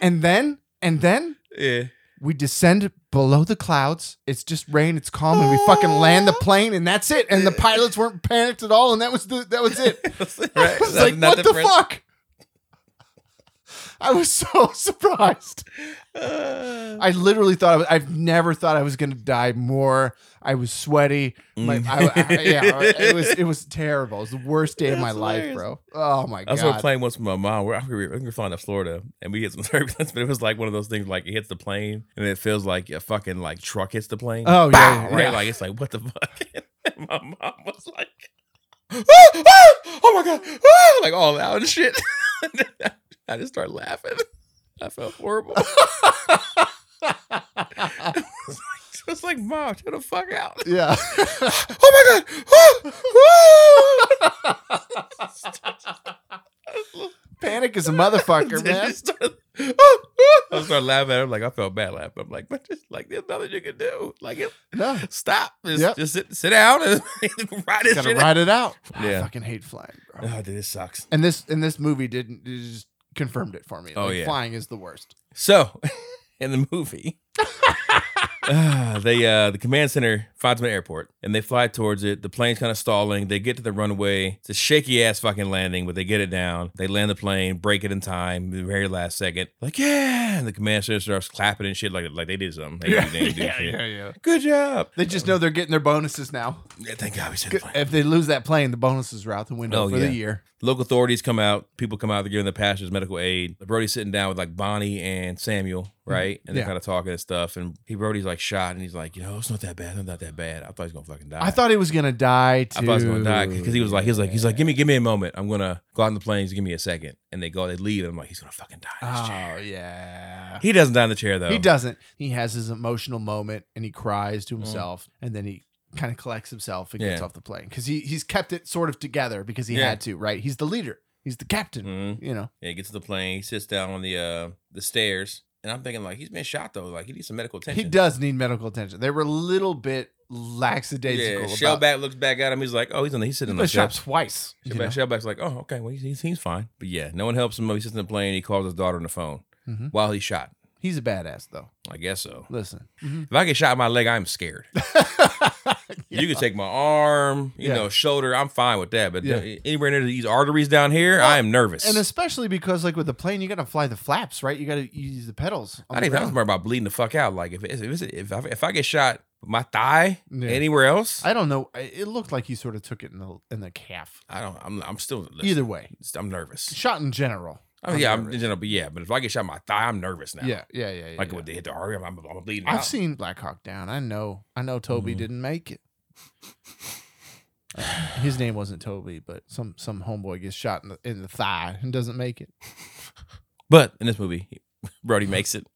[SPEAKER 2] And then, and then
[SPEAKER 1] yeah.
[SPEAKER 2] we descend below the clouds. It's just rain. It's calm, and we fucking land the plane, and that's it. And the pilots weren't panicked at all, and that was the that was it. I was like, what the fuck? I was so surprised.
[SPEAKER 1] fuck?
[SPEAKER 2] I literally thought I was, I've never thought I was going to die more. I was sweaty. My, I, I-
[SPEAKER 1] Mm.
[SPEAKER 2] yeah, it was it was terrible. It was the worst day of my
[SPEAKER 1] That's
[SPEAKER 2] life, bro. Oh my
[SPEAKER 1] I was on a
[SPEAKER 2] god.
[SPEAKER 1] plane once with my mom. We're, I think we were- I think we were flying to Florida, and we hit some turbulence, but it was like one of those things. Like it hits the plane, and it feels like a fucking like truck hits the plane.
[SPEAKER 2] Oh
[SPEAKER 1] Pow!
[SPEAKER 2] yeah, yeah,
[SPEAKER 1] right.
[SPEAKER 2] yeah.
[SPEAKER 1] Like it's like what the fuck. And my mom was like, "Ah! Ah! "Oh my god!" Ah!" Like all out and shit. I just started laughing. I felt horrible. It's was like, "Mom, shut the fuck out!"
[SPEAKER 2] yeah.
[SPEAKER 1] oh my god!
[SPEAKER 2] Oh,
[SPEAKER 1] Ah! Ah!
[SPEAKER 2] Panic is a motherfucker,
[SPEAKER 1] They
[SPEAKER 2] man.
[SPEAKER 1] just started- I started laughing at him. Like I felt bad laughing. I'm like, but just like there's nothing you can do. Like it,
[SPEAKER 2] No.
[SPEAKER 1] stop. Just,
[SPEAKER 2] Yep.
[SPEAKER 1] just sit, sit down and ride this
[SPEAKER 2] Gotta
[SPEAKER 1] shit.
[SPEAKER 2] ride it out. I
[SPEAKER 1] Yeah.
[SPEAKER 2] fucking hate flying, bro.
[SPEAKER 1] out. Oh, dude, this sucks.
[SPEAKER 2] And this and this movie didn't it just confirmed it for me.
[SPEAKER 1] Oh, yeah.
[SPEAKER 2] flying is the worst.
[SPEAKER 1] So, in the movie, uh, they uh, the command center finds them at airport, and they fly towards it. The plane's kind of stalling. They get to the runway. It's a shaky ass fucking landing, but they get it down. They land the plane, break it in time, the very last second. Like yeah, and the command center starts clapping and shit, like like they did something. They did- they did shit.
[SPEAKER 2] yeah.
[SPEAKER 1] Good job.
[SPEAKER 2] They just know they're getting their bonuses now.
[SPEAKER 1] Yeah, thank God we said the plane.
[SPEAKER 2] If they lose that plane, the bonuses are out the window
[SPEAKER 1] Oh,
[SPEAKER 2] for
[SPEAKER 1] yeah.
[SPEAKER 2] the year.
[SPEAKER 1] Local authorities come out. People come out. They're giving the passengers medical aid. Brody's sitting down with like Bonnie and Samuel, right? And they're
[SPEAKER 2] Mm-hmm. Yeah.
[SPEAKER 1] kind of talking and stuff. And he Brody's like shot, and he's like, you know, it's not that bad. It's not that bad. I thought he was gonna fucking die.
[SPEAKER 2] I thought he was gonna die too.
[SPEAKER 1] I thought he was gonna die because he was like, he was like, he's like, give me, give me a moment. I'm gonna go out in the planes. Give me a second. And they go, they leave. And I'm like, he's gonna fucking die. In this
[SPEAKER 2] Oh
[SPEAKER 1] chair.
[SPEAKER 2] yeah.
[SPEAKER 1] He doesn't die in the chair though.
[SPEAKER 2] He doesn't. He has his emotional moment and he cries to himself and then he kind of collects himself and gets
[SPEAKER 1] Yeah.
[SPEAKER 2] off the plane because he, he's kept it sort of together because he
[SPEAKER 1] Yeah.
[SPEAKER 2] had to, right? He's the leader, he's the captain,
[SPEAKER 1] Mhm.
[SPEAKER 2] you know.
[SPEAKER 1] Yeah, he gets to the plane. He sits down on the uh the stairs. And I'm thinking like, he's been shot though. Like he needs some medical attention.
[SPEAKER 2] He does need medical attention. They were a little bit lackadaisical.
[SPEAKER 1] Yeah,
[SPEAKER 2] about,
[SPEAKER 1] Shellback looks back at him. He's like, oh, he's in. The, he's
[SPEAKER 2] He's
[SPEAKER 1] sitting on
[SPEAKER 2] been
[SPEAKER 1] the
[SPEAKER 2] shot
[SPEAKER 1] shop.
[SPEAKER 2] twice. you
[SPEAKER 1] Shellback, Shellback's like, oh, okay, well, he's, he's, he's fine. But yeah, no one helps him. He sits in the plane. He calls his daughter on the phone
[SPEAKER 2] know? Mhm.
[SPEAKER 1] while he's shot.
[SPEAKER 2] He's a badass, though.
[SPEAKER 1] I guess so.
[SPEAKER 2] Listen.
[SPEAKER 1] If I get shot in my leg, I'm scared. You can take my arm, you
[SPEAKER 2] Yeah.
[SPEAKER 1] know, shoulder. I'm fine with that. But
[SPEAKER 2] Yeah.
[SPEAKER 1] th- anywhere near these arteries down here, I am nervous.
[SPEAKER 2] and especially because, like, with the plane, you got to fly the flaps, right? You got to use the pedals. on
[SPEAKER 1] I
[SPEAKER 2] the
[SPEAKER 1] didn't. I was
[SPEAKER 2] ground.
[SPEAKER 1] worried about bleeding the fuck out. Like if it's, if, it's, if, I, if I get shot with my thigh
[SPEAKER 2] Yeah.
[SPEAKER 1] anywhere else, I,
[SPEAKER 2] I don't know. I- It looked like he sort of took it in the in the calf.
[SPEAKER 1] don't. I'm, I'm still
[SPEAKER 2] Either way,
[SPEAKER 1] I'm nervous.
[SPEAKER 2] shot in general.
[SPEAKER 1] I
[SPEAKER 2] I'm
[SPEAKER 1] mean, yeah, I'm
[SPEAKER 2] nervous.
[SPEAKER 1] you know, but yeah, but if I get shot in my thigh, I'm nervous now.
[SPEAKER 2] Yeah, yeah, yeah. yeah,
[SPEAKER 1] like
[SPEAKER 2] yeah.
[SPEAKER 1] when they hit the artery, I'm, I'm, I'm bleeding.
[SPEAKER 2] I've
[SPEAKER 1] out.
[SPEAKER 2] seen Black Hawk Down. I know. I know Toby
[SPEAKER 1] Mhm.
[SPEAKER 2] didn't make it. Uh, his name wasn't Toby, but some some homeboy gets shot in the, in the thigh and doesn't make it.
[SPEAKER 1] But in this movie, Brody makes it,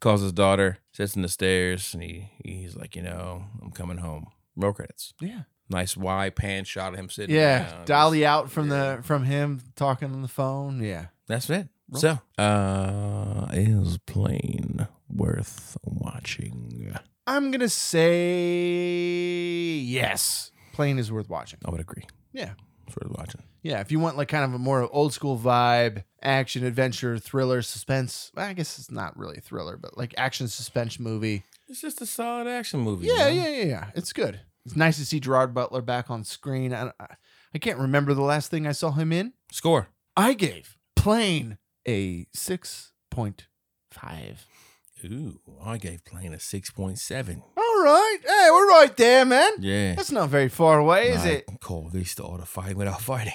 [SPEAKER 1] calls his daughter, sits in the stairs, and he he's like, you know, I'm coming home. Roll credits.
[SPEAKER 2] Yeah.
[SPEAKER 1] Nice wide pan shot of him sitting.
[SPEAKER 2] Yeah,
[SPEAKER 1] down.
[SPEAKER 2] dolly out from
[SPEAKER 1] yeah.
[SPEAKER 2] the from him talking on the phone. Yeah.
[SPEAKER 1] That's it.
[SPEAKER 2] Roll.
[SPEAKER 1] So, uh, is plane worth watching?
[SPEAKER 2] I'm going to say yes. Plane is worth watching.
[SPEAKER 1] I would agree.
[SPEAKER 2] Yeah.
[SPEAKER 1] It's worth watching.
[SPEAKER 2] Yeah, if you want like kind of a more old school vibe, action, adventure, thriller, suspense. well, I guess it's not really a thriller, but like action suspense movie.
[SPEAKER 1] It's just a solid action movie.
[SPEAKER 2] Yeah, yeah, yeah, yeah. It's good. It's nice to see Gerard Butler back on screen. I, I, I can't remember the last thing I saw him in.
[SPEAKER 1] Score.
[SPEAKER 2] I gave Plane a 6.5.
[SPEAKER 1] Ooh, I gave plane a six point seven.
[SPEAKER 2] All right. Hey, we're right there, man.
[SPEAKER 1] Yeah.
[SPEAKER 2] That's not very far away, is
[SPEAKER 1] Nah,
[SPEAKER 2] it?
[SPEAKER 1] Call this the art of fighting without fighting.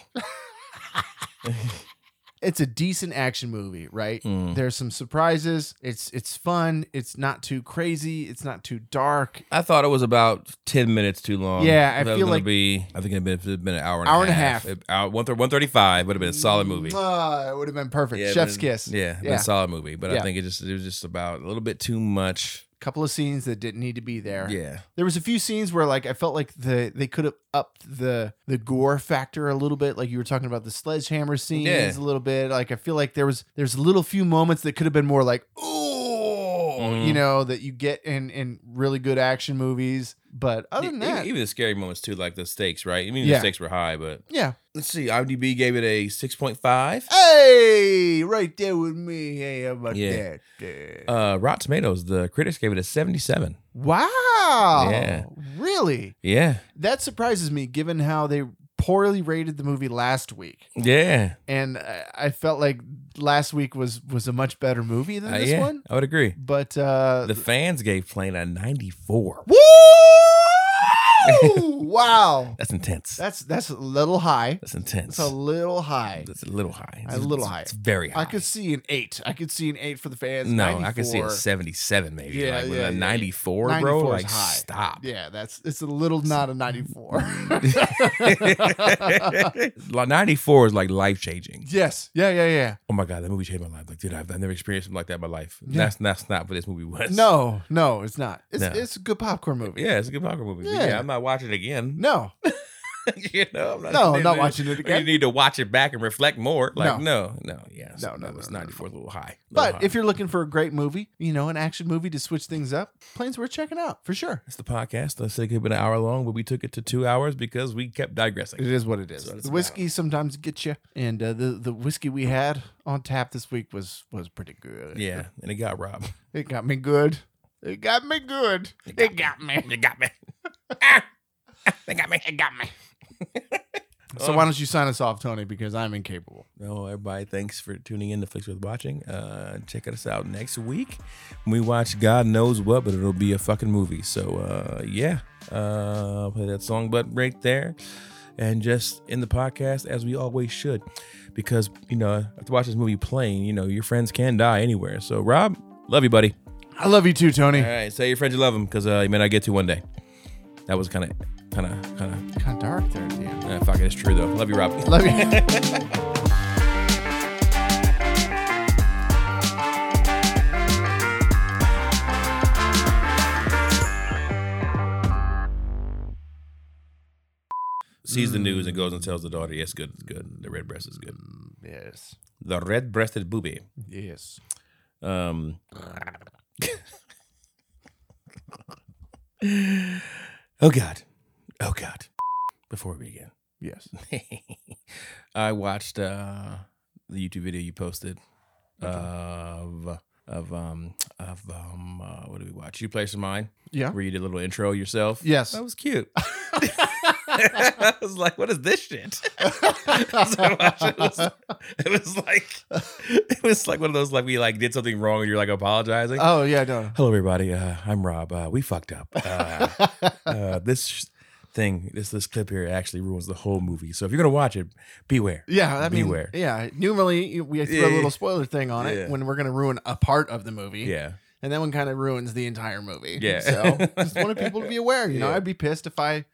[SPEAKER 2] It's a decent action movie, right?
[SPEAKER 1] Mm.
[SPEAKER 2] There's some surprises. It's it's fun. It's not too crazy. It's not too dark.
[SPEAKER 1] I thought it was about ten minutes too long.
[SPEAKER 2] Yeah, I
[SPEAKER 1] If that was
[SPEAKER 2] feel
[SPEAKER 1] gonna
[SPEAKER 2] like-
[SPEAKER 1] be. I think it'd been, if it'd been an hour and
[SPEAKER 2] Hour
[SPEAKER 1] a half. It- hour- one one thirty five would have been a solid movie.
[SPEAKER 2] Ah, it would have been perfect.
[SPEAKER 1] Yeah,
[SPEAKER 2] Chef's
[SPEAKER 1] but-
[SPEAKER 2] kiss.
[SPEAKER 1] Yeah, it'd been
[SPEAKER 2] Yeah.
[SPEAKER 1] a solid movie, but
[SPEAKER 2] Yeah.
[SPEAKER 1] I think it just it was just about a little bit too much.
[SPEAKER 2] Couple of scenes that didn't need to be there.
[SPEAKER 1] Yeah,
[SPEAKER 2] There was a few scenes where like I felt like the they could have upped the the gore factor a little bit. Like you were talking about the sledgehammer scenes
[SPEAKER 1] Yeah.
[SPEAKER 2] a little bit. Like I feel like there was there's little few moments that could have been more like oh
[SPEAKER 1] Mhm.
[SPEAKER 2] you know, that you get in in really good action movies. But other than
[SPEAKER 1] E- even-
[SPEAKER 2] that,
[SPEAKER 1] even the scary moments too, like the stakes, right? I mean,
[SPEAKER 2] Yeah.
[SPEAKER 1] the stakes were high, but
[SPEAKER 2] yeah.
[SPEAKER 1] let's see. IMDb gave it a six point five.
[SPEAKER 2] Hey, right there with me. Hey, how about
[SPEAKER 1] Yeah.
[SPEAKER 2] that?
[SPEAKER 1] Uh, Rotten Tomatoes, the critics gave it a seventy seven.
[SPEAKER 2] wow.
[SPEAKER 1] Yeah.
[SPEAKER 2] Really?
[SPEAKER 1] Yeah,
[SPEAKER 2] That surprises me given how they poorly rated the movie last week.
[SPEAKER 1] yeah,
[SPEAKER 2] And I I felt like last week was was a much better movie than
[SPEAKER 1] Uh,
[SPEAKER 2] this
[SPEAKER 1] yeah.
[SPEAKER 2] one.
[SPEAKER 1] I would agree.
[SPEAKER 2] But uh
[SPEAKER 1] The fans gave Plane a ninety four.
[SPEAKER 2] Woo! wow.
[SPEAKER 1] That's intense.
[SPEAKER 2] That's that's a little high.
[SPEAKER 1] That's intense.
[SPEAKER 2] It's a little high.
[SPEAKER 1] That's a little high.
[SPEAKER 2] A little
[SPEAKER 1] It's-
[SPEAKER 2] high.
[SPEAKER 1] It's very high.
[SPEAKER 2] I could see an eight. I could see an eight for the fans.
[SPEAKER 1] no, I could see a
[SPEAKER 2] 94.
[SPEAKER 1] seventy-seven maybe.
[SPEAKER 2] Yeah,
[SPEAKER 1] like with
[SPEAKER 2] yeah, yeah,
[SPEAKER 1] a
[SPEAKER 2] yeah.
[SPEAKER 1] ninety-four, bro.
[SPEAKER 2] 94 is
[SPEAKER 1] Like
[SPEAKER 2] high.
[SPEAKER 1] stop.
[SPEAKER 2] Yeah, that's it's a little not a ninety-four.
[SPEAKER 1] Like, ninety-four is like life-changing.
[SPEAKER 2] yes. Yeah. Yeah. Yeah.
[SPEAKER 1] Oh my god, that movie changed my life. Like, dude, I've, I've never experienced something like that in my life.
[SPEAKER 2] Yeah.
[SPEAKER 1] That's that's not what this movie was.
[SPEAKER 2] No. No, it's not. It's
[SPEAKER 1] No.
[SPEAKER 2] it's a good popcorn movie.
[SPEAKER 1] Yeah, it's a good poker movie. but
[SPEAKER 2] Yeah.
[SPEAKER 1] Yeah, I'm not watching it again.
[SPEAKER 2] No.
[SPEAKER 1] you know, I'm not,
[SPEAKER 2] No, I'm
[SPEAKER 1] you
[SPEAKER 2] not
[SPEAKER 1] know,
[SPEAKER 2] watching it
[SPEAKER 1] You
[SPEAKER 2] again.
[SPEAKER 1] need to watch it back and reflect more. Like, no, no, yeah,
[SPEAKER 2] No, no,
[SPEAKER 1] it's
[SPEAKER 2] no, no, no.
[SPEAKER 1] 94 's a little high.
[SPEAKER 2] But if you're looking for a great movie, you know, an action movie to switch things up, planes worth checking out for sure.
[SPEAKER 1] it's the podcast, I said it could have been an hour long, but we took it to two hours because we kept digressing.
[SPEAKER 2] It is what it is.
[SPEAKER 1] That's what it's
[SPEAKER 2] the whiskey sometimes gets you, and uh, the the whiskey we had on tap this week was was pretty good.
[SPEAKER 1] Yeah, and it got robbed.
[SPEAKER 2] It got me good. It got me good. It got me.
[SPEAKER 1] It got me. They got me. It got me.
[SPEAKER 2] So
[SPEAKER 1] Oh.
[SPEAKER 2] why don't you sign us off, Tony? Because I'm incapable.
[SPEAKER 1] No, everybody, thanks for tuning in to Flicks with Watching. Uh, check us out next week. We watch God knows what, but it'll be a fucking movie. So uh, yeah, uh, play that song button right there, and just in the podcast as we always should, because you know after watching this movie playing, you know your friends can die anywhere. So Rob, love you, buddy.
[SPEAKER 2] I love you too, Tony.
[SPEAKER 1] All right, say your friends you love them because uh, you may not get to one day. That was kind of, kind of, kind
[SPEAKER 2] Kind of dark there at the end.
[SPEAKER 1] of. Uh, fuck it, it's true though. Love you, Rob.
[SPEAKER 2] Love you.
[SPEAKER 1] Sees the news and goes and tells the daughter, "Yes, good, good. The red breast is good."
[SPEAKER 2] yes.
[SPEAKER 1] the red-breasted booby.
[SPEAKER 2] Yes.
[SPEAKER 1] Um, oh God, oh God! Before we begin,
[SPEAKER 2] Yes.
[SPEAKER 1] I watched uh, the YouTube video you posted of of um of um uh, what did we watch? You played some mine
[SPEAKER 2] Yeah.
[SPEAKER 1] where you did a little intro yourself.
[SPEAKER 2] Yes.
[SPEAKER 1] that was cute. I was like, what is this shit? As I watched it, it was- it was like it was like one of those like we like did something wrong and you're like apologizing.
[SPEAKER 2] oh yeah, no.
[SPEAKER 1] Hello everybody, uh, I'm Rob. Uh, we fucked up. Uh, uh, this sh- thing, this this clip here actually ruins the whole movie. So if you're gonna watch it, beware.
[SPEAKER 2] yeah, I mean,
[SPEAKER 1] Beware.
[SPEAKER 2] yeah. Normally we throw a
[SPEAKER 1] Yeah.
[SPEAKER 2] little spoiler thing on it
[SPEAKER 1] Yeah.
[SPEAKER 2] when we're gonna ruin a part of the movie.
[SPEAKER 1] Yeah,
[SPEAKER 2] and that one kind of ruins the entire movie.
[SPEAKER 1] Yeah.
[SPEAKER 2] So just wanted people to be aware. You know,
[SPEAKER 1] Yeah.
[SPEAKER 2] I'd be pissed if I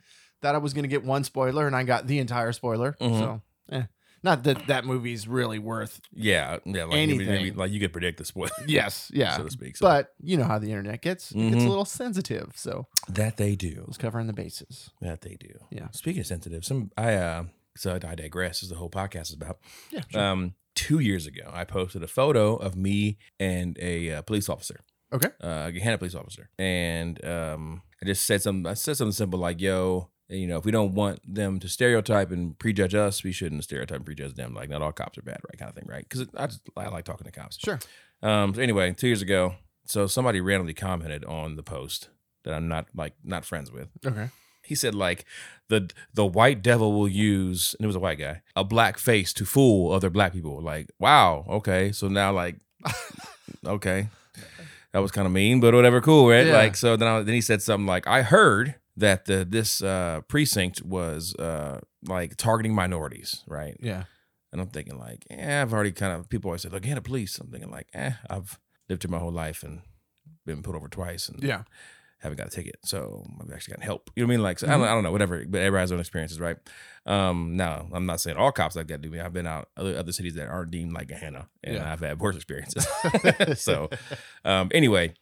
[SPEAKER 2] thought I was going to get one spoiler and I got the entire spoiler.
[SPEAKER 1] Mhm.
[SPEAKER 2] So, eh. not that that movie's really worth.
[SPEAKER 1] yeah, yeah. Like,
[SPEAKER 2] Anything.
[SPEAKER 1] like you could predict the spoiler,
[SPEAKER 2] Yes. Yeah.
[SPEAKER 1] so to speak. So.
[SPEAKER 2] but you know how the internet gets. It gets a
[SPEAKER 1] Mhm.
[SPEAKER 2] little sensitive. So
[SPEAKER 1] that they
[SPEAKER 2] it
[SPEAKER 1] do,
[SPEAKER 2] was covering the bases.
[SPEAKER 1] that they do.
[SPEAKER 2] Yeah.
[SPEAKER 1] Speaking of sensitive, some I uh, so I digress. This is the whole podcast is about.
[SPEAKER 2] Yeah. sure.
[SPEAKER 1] Um, two years ago, I posted a photo of me and a uh, police officer.
[SPEAKER 2] Okay.
[SPEAKER 1] Uh, a Hannah police officer, and um, I just said something. I said something simple like, "Yo, you know, if we don't want them to stereotype and prejudge us, we shouldn't stereotype and prejudge them. Like, not all cops are bad, right? Kind of thing, right? Because I just I like talking to cops.
[SPEAKER 2] sure.
[SPEAKER 1] Um. So anyway, two years ago, so somebody randomly commented on the post that I'm not like not friends with.
[SPEAKER 2] Okay.
[SPEAKER 1] He said like the the white devil will use and it was a white guy a black face to fool other black people. Like wow, okay, so now like okay, that was kind of mean, but whatever, cool, right?
[SPEAKER 2] Yeah.
[SPEAKER 1] Like so then I, then he said something like I heard that the this uh, precinct was uh, like targeting minorities, right?
[SPEAKER 2] Yeah.
[SPEAKER 1] And I'm thinking like, eh, I've already kind of people always say, look, Hannah, police. I'm thinking like, eh, I've lived here my whole life and been put over twice and
[SPEAKER 2] Yeah.
[SPEAKER 1] haven't got a ticket. So I've actually gotten help. You know what I mean? Like, so I, don't, I don't know, whatever, but everybody has their own experiences, right? Um, now I'm not saying all cops like that do me. I've been out other, other cities that aren't deemed like a Hannah and
[SPEAKER 2] Yeah.
[SPEAKER 1] I've had worse experiences. so, um, anyway,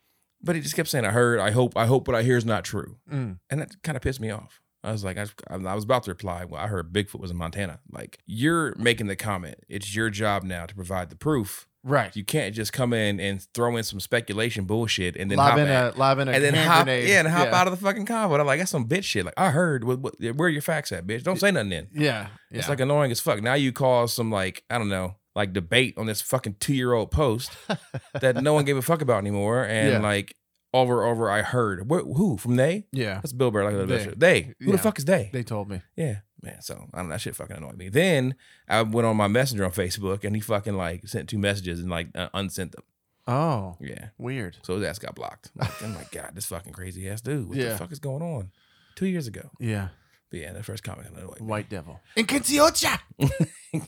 [SPEAKER 1] but he just kept saying, I heard, I hope, I hope what I hear is not true.
[SPEAKER 2] Mm.
[SPEAKER 1] And that kind of pissed me off. I was like, I, I was about to reply. Well, I heard Bigfoot was in Montana. Like, you're making the comment. It's your job now to provide the proof
[SPEAKER 2] Right.
[SPEAKER 1] You can't just come in and throw in some speculation bullshit and then
[SPEAKER 2] lob
[SPEAKER 1] hop
[SPEAKER 2] in
[SPEAKER 1] at-
[SPEAKER 2] a lob in a
[SPEAKER 1] and then
[SPEAKER 2] hand
[SPEAKER 1] hop
[SPEAKER 2] grenade.
[SPEAKER 1] yeah and hop out of the fucking convo. And I'm like, that's some bitch shit. Like I heard. What, what, where are your facts at, bitch? Don't say nothing. Then
[SPEAKER 2] Yeah. yeah.
[SPEAKER 1] it's like annoying as fuck. Now you cause some like I don't know like debate on this fucking two year old post that no one gave a fuck about anymore. And
[SPEAKER 2] Yeah.
[SPEAKER 1] like over over, I heard Wh- who from they.
[SPEAKER 2] yeah.
[SPEAKER 1] That's Bill Burr. Like
[SPEAKER 2] They.
[SPEAKER 1] they. they. Who
[SPEAKER 2] Yeah.
[SPEAKER 1] the fuck is they?
[SPEAKER 2] They told me.
[SPEAKER 1] Yeah, man. So I don't know. That shit fucking annoyed me. Then I went on my messenger on Facebook and he fucking like sent two messages and like uh, unsent them.
[SPEAKER 2] Oh,
[SPEAKER 1] Yeah.
[SPEAKER 2] weird.
[SPEAKER 1] So his ass got blocked. I'm like, oh my God, this fucking crazy ass dude. What
[SPEAKER 2] Yeah.
[SPEAKER 1] the fuck is going on? Two years ago.
[SPEAKER 2] Yeah.
[SPEAKER 1] But yeah, that first comment annoyed me.
[SPEAKER 2] White devil. And Kinciocha,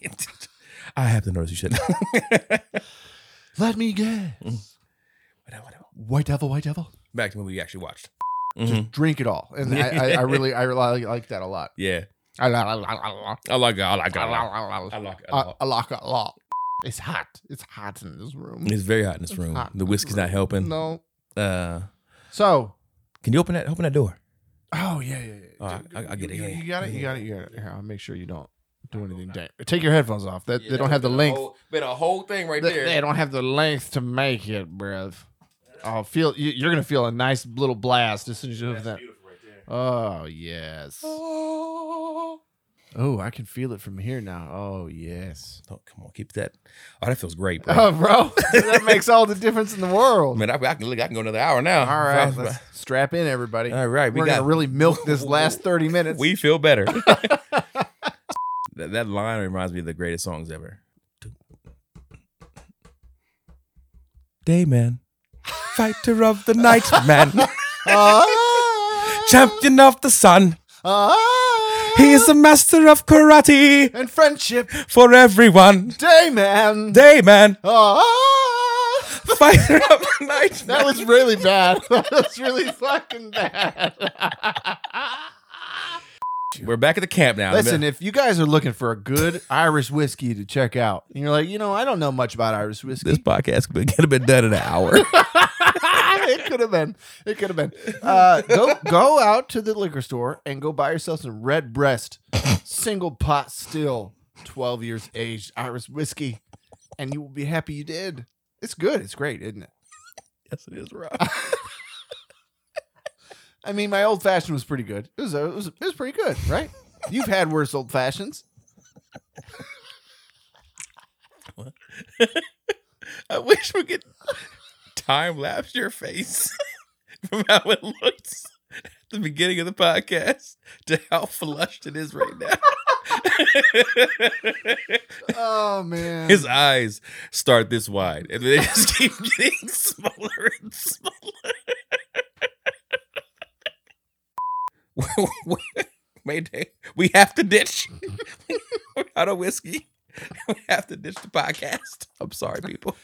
[SPEAKER 1] I have to notice you shit.
[SPEAKER 2] let me guess.
[SPEAKER 1] Whatever, whatever.
[SPEAKER 2] White devil, white devil.
[SPEAKER 1] Back to the movie we actually watched. Mhm.
[SPEAKER 2] Just drink it all. And I, I, I really, I really like that a lot.
[SPEAKER 1] Yeah.
[SPEAKER 2] I like I like- I like-
[SPEAKER 1] I like it. I like it. I like it.
[SPEAKER 2] I like-
[SPEAKER 1] I like it.
[SPEAKER 2] Uh, I- I like it a lot. It's hot. It's hot in this room.
[SPEAKER 1] It's very hot in this
[SPEAKER 2] It's
[SPEAKER 1] room.
[SPEAKER 2] hot in
[SPEAKER 1] The
[SPEAKER 2] this
[SPEAKER 1] whiskey's not
[SPEAKER 2] room.
[SPEAKER 1] helping.
[SPEAKER 2] No.
[SPEAKER 1] Uh,
[SPEAKER 2] So.
[SPEAKER 1] can you open that? Open that door.
[SPEAKER 2] Oh yeah, yeah. yeah.
[SPEAKER 1] All right,
[SPEAKER 2] Dude,
[SPEAKER 1] I- I get it,
[SPEAKER 2] You,
[SPEAKER 1] yeah,
[SPEAKER 2] you got it.
[SPEAKER 1] yeah.
[SPEAKER 2] You got it. You got it. Here, I'll make sure you don't do anything. Da- Take your headphones off. That
[SPEAKER 1] Yeah,
[SPEAKER 2] they don't
[SPEAKER 1] that
[SPEAKER 2] have the
[SPEAKER 1] would've been
[SPEAKER 2] length.
[SPEAKER 1] A whole, been a whole thing right
[SPEAKER 2] They,
[SPEAKER 1] there.
[SPEAKER 2] they don't have the length to make it, bruv. I'll feel you, you're gonna feel a nice little blast as soon as you have that.
[SPEAKER 1] beautiful right there.
[SPEAKER 2] Oh yes. Oh, I can feel it from here now. Oh yes.
[SPEAKER 1] Oh, come on, keep that. Oh, that feels great, bro.
[SPEAKER 2] Oh, bro, that makes all the difference in the world.
[SPEAKER 1] Man, I, I can look. I can go another hour now.
[SPEAKER 2] All right, let's strap in, everybody.
[SPEAKER 1] all right. We
[SPEAKER 2] We're
[SPEAKER 1] got.
[SPEAKER 2] gonna really milk this last thirty minutes.
[SPEAKER 1] we feel better. that, that line reminds me of the greatest songs ever. Day man, fighter of the night man,
[SPEAKER 2] Ah.
[SPEAKER 1] champion of the sun.
[SPEAKER 2] Ah.
[SPEAKER 1] He is the master of karate
[SPEAKER 2] and friendship
[SPEAKER 1] for everyone.
[SPEAKER 2] day, man.
[SPEAKER 1] Day man,
[SPEAKER 2] Ah.
[SPEAKER 1] fighter of the night.
[SPEAKER 2] That was really bad. That was really fucking bad.
[SPEAKER 1] We're back at the camp now.
[SPEAKER 2] Listen, if you guys are looking for a good Irish whiskey to check out, and you're like, you know, I don't know much about Irish whiskey.
[SPEAKER 1] this podcast could have been done in an hour.
[SPEAKER 2] it could have been. It could have been. Uh, go go out to the liquor store and go buy yourself some red breast, single pot still, twelve years aged Irish whiskey, and you will be happy you did. It's good. It's great, isn't it?
[SPEAKER 1] yes, it is rough.
[SPEAKER 2] I mean, my old fashioned was pretty good. It was, it was it was pretty good, right? You've had worse old fashions.
[SPEAKER 1] I wish we could time lapse your face from how it looks at the beginning of the podcast to how flushed it is right now.
[SPEAKER 2] Oh man.
[SPEAKER 1] His eyes start this wide and they just keep getting smaller and smaller. Mayday, we have to ditch. We're out of whiskey. We have to ditch the podcast. I'm sorry, people.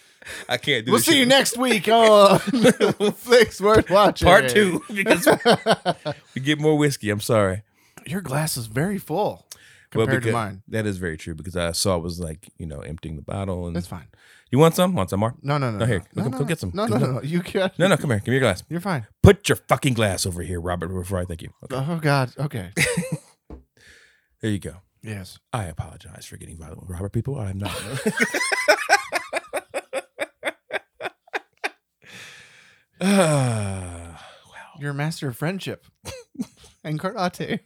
[SPEAKER 1] I can't do
[SPEAKER 2] we'll
[SPEAKER 1] this
[SPEAKER 2] see
[SPEAKER 1] shit.
[SPEAKER 2] you next week on Flicks Worth Watching.
[SPEAKER 1] part two because we get more whiskey. I'm sorry.
[SPEAKER 2] Your glass is very full
[SPEAKER 1] Well,
[SPEAKER 2] compared to
[SPEAKER 1] because-
[SPEAKER 2] mine.
[SPEAKER 1] That is very true because I saw it was like, you know, emptying the bottle. And
[SPEAKER 2] That's fine.
[SPEAKER 1] you want some? Want some more?
[SPEAKER 2] No, no, no.
[SPEAKER 1] No, here,
[SPEAKER 2] no,
[SPEAKER 1] go-
[SPEAKER 2] no,
[SPEAKER 1] go
[SPEAKER 2] no.
[SPEAKER 1] get some.
[SPEAKER 2] No,
[SPEAKER 1] Go
[SPEAKER 2] no,
[SPEAKER 1] get-
[SPEAKER 2] no, no. You can't.
[SPEAKER 1] No, no, come here. Give me your glass.
[SPEAKER 2] You're fine.
[SPEAKER 1] Put your fucking glass over here, Robert, before I thank you. Okay.
[SPEAKER 2] Oh God. Okay.
[SPEAKER 1] There you go.
[SPEAKER 2] yes.
[SPEAKER 1] I apologize for getting violent with Robert people. I'm not. Ah, well,
[SPEAKER 2] You're a master of friendship and karate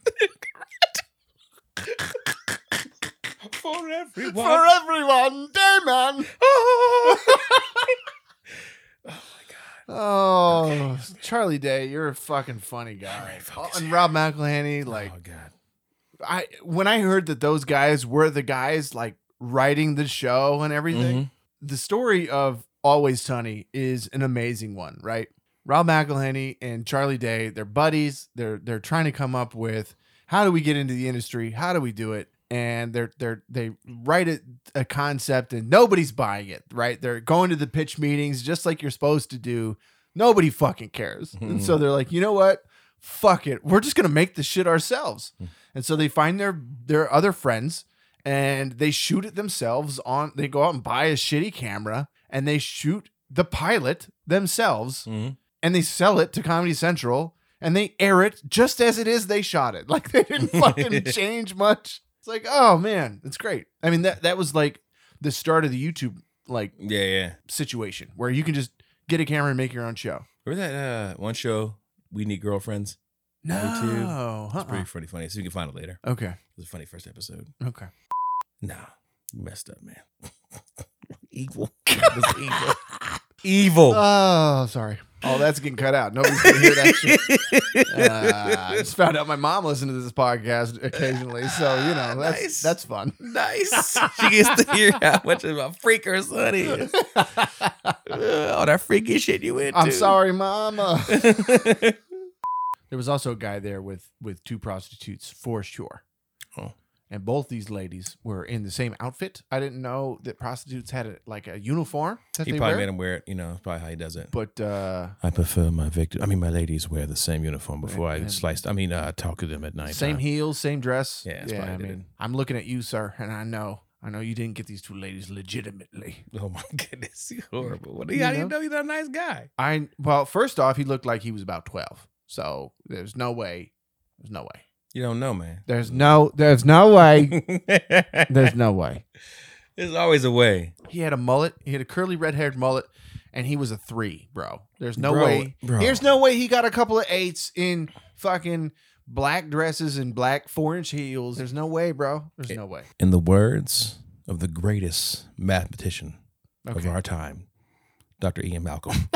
[SPEAKER 1] for e- everyone.
[SPEAKER 2] everyone, day man. Oh, Charlie Day, you're a fucking funny
[SPEAKER 1] All
[SPEAKER 2] guy.
[SPEAKER 1] right, focus
[SPEAKER 2] Oh, and
[SPEAKER 1] here.
[SPEAKER 2] Rob McElhenney, like
[SPEAKER 1] oh God.
[SPEAKER 2] I when I heard that those guys were the guys like writing the show and everything,
[SPEAKER 1] Mhm.
[SPEAKER 2] the story of Always Sunny is an amazing one, right? Rob McElhenney and Charlie Day, they're buddies. They're they're trying to come up with how do we get into the industry? How do we do it? And they're they're they write a, a concept and nobody's buying it, right? They're going to the pitch meetings just like you're supposed to do. Nobody fucking cares. And so they're like, you know what? Fuck it. We're just gonna make the shit ourselves. And so they find their their other friends and they shoot it themselves on they go out and buy a shitty camera and they shoot the pilot themselves
[SPEAKER 1] Mhm.
[SPEAKER 2] and they sell it to comedy central and they air it just as it is they shot it like they didn't fucking change much it's like oh man it's great i mean that that was like the start of the youtube like
[SPEAKER 1] Yeah, yeah.
[SPEAKER 2] situation where you can just get a camera and make your own show.
[SPEAKER 1] Remember that uh, one show, We Need Girlfriends? Me too.
[SPEAKER 2] No,
[SPEAKER 1] It's pretty
[SPEAKER 2] uh-uh.
[SPEAKER 1] pretty funny. So you can find it later.
[SPEAKER 2] okay,
[SPEAKER 1] It was a funny first episode.
[SPEAKER 2] okay.
[SPEAKER 1] Nah, you messed up, man. evil. That was evil. evil.
[SPEAKER 2] Oh, sorry. Oh, that's getting cut out. Nobody's gonna hear that shit. Uh, I just found out my mom listened to this podcast occasionally, so you know that's
[SPEAKER 1] Nice.
[SPEAKER 2] that's fun.
[SPEAKER 1] nice. She gets to hear how much of a freak her son is. Uh, all that freaky shit you into.
[SPEAKER 2] I'm sorry, mama. There was also a guy there with with two prostitutes for sure.
[SPEAKER 1] Oh.
[SPEAKER 2] And both these ladies were in the same outfit. I didn't know that prostitutes had a, like a uniform that
[SPEAKER 1] he
[SPEAKER 2] they
[SPEAKER 1] probably
[SPEAKER 2] wear.
[SPEAKER 1] made him wear it. You know, probably how he does it.
[SPEAKER 2] but uh,
[SPEAKER 1] I prefer my victim. I mean, my ladies wear the same uniform before I
[SPEAKER 2] And-
[SPEAKER 1] sliced. I mean, uh, talk to them at night.
[SPEAKER 2] same heels, same dress.
[SPEAKER 1] Yeah, that's
[SPEAKER 2] yeah.
[SPEAKER 1] probably
[SPEAKER 2] I
[SPEAKER 1] did it.
[SPEAKER 2] mean, I'm looking at you, sir, and I know, I know you didn't get these two ladies legitimately.
[SPEAKER 1] Oh my goodness, you horrible. What do
[SPEAKER 2] You
[SPEAKER 1] you, how do you
[SPEAKER 2] know?
[SPEAKER 1] know he's not a nice guy?
[SPEAKER 2] I well, first off, he looked like he was about twelve, so there's no way, there's no way,
[SPEAKER 1] You don't know, man.
[SPEAKER 2] there's no, there's no way,
[SPEAKER 1] There's
[SPEAKER 2] there's no way.
[SPEAKER 1] always a way.
[SPEAKER 2] He had a mullet. He had a curly red haired mullet, and he was a three, bro. There's no
[SPEAKER 1] Bro,
[SPEAKER 2] way.
[SPEAKER 1] bro.
[SPEAKER 2] There's no way he got a couple of eights in fucking black dresses and black four inch heels. There's no way, bro. There's no way.
[SPEAKER 1] In the words of the greatest mathematician of
[SPEAKER 2] Okay.
[SPEAKER 1] our time, Dr. Ian Malcolm,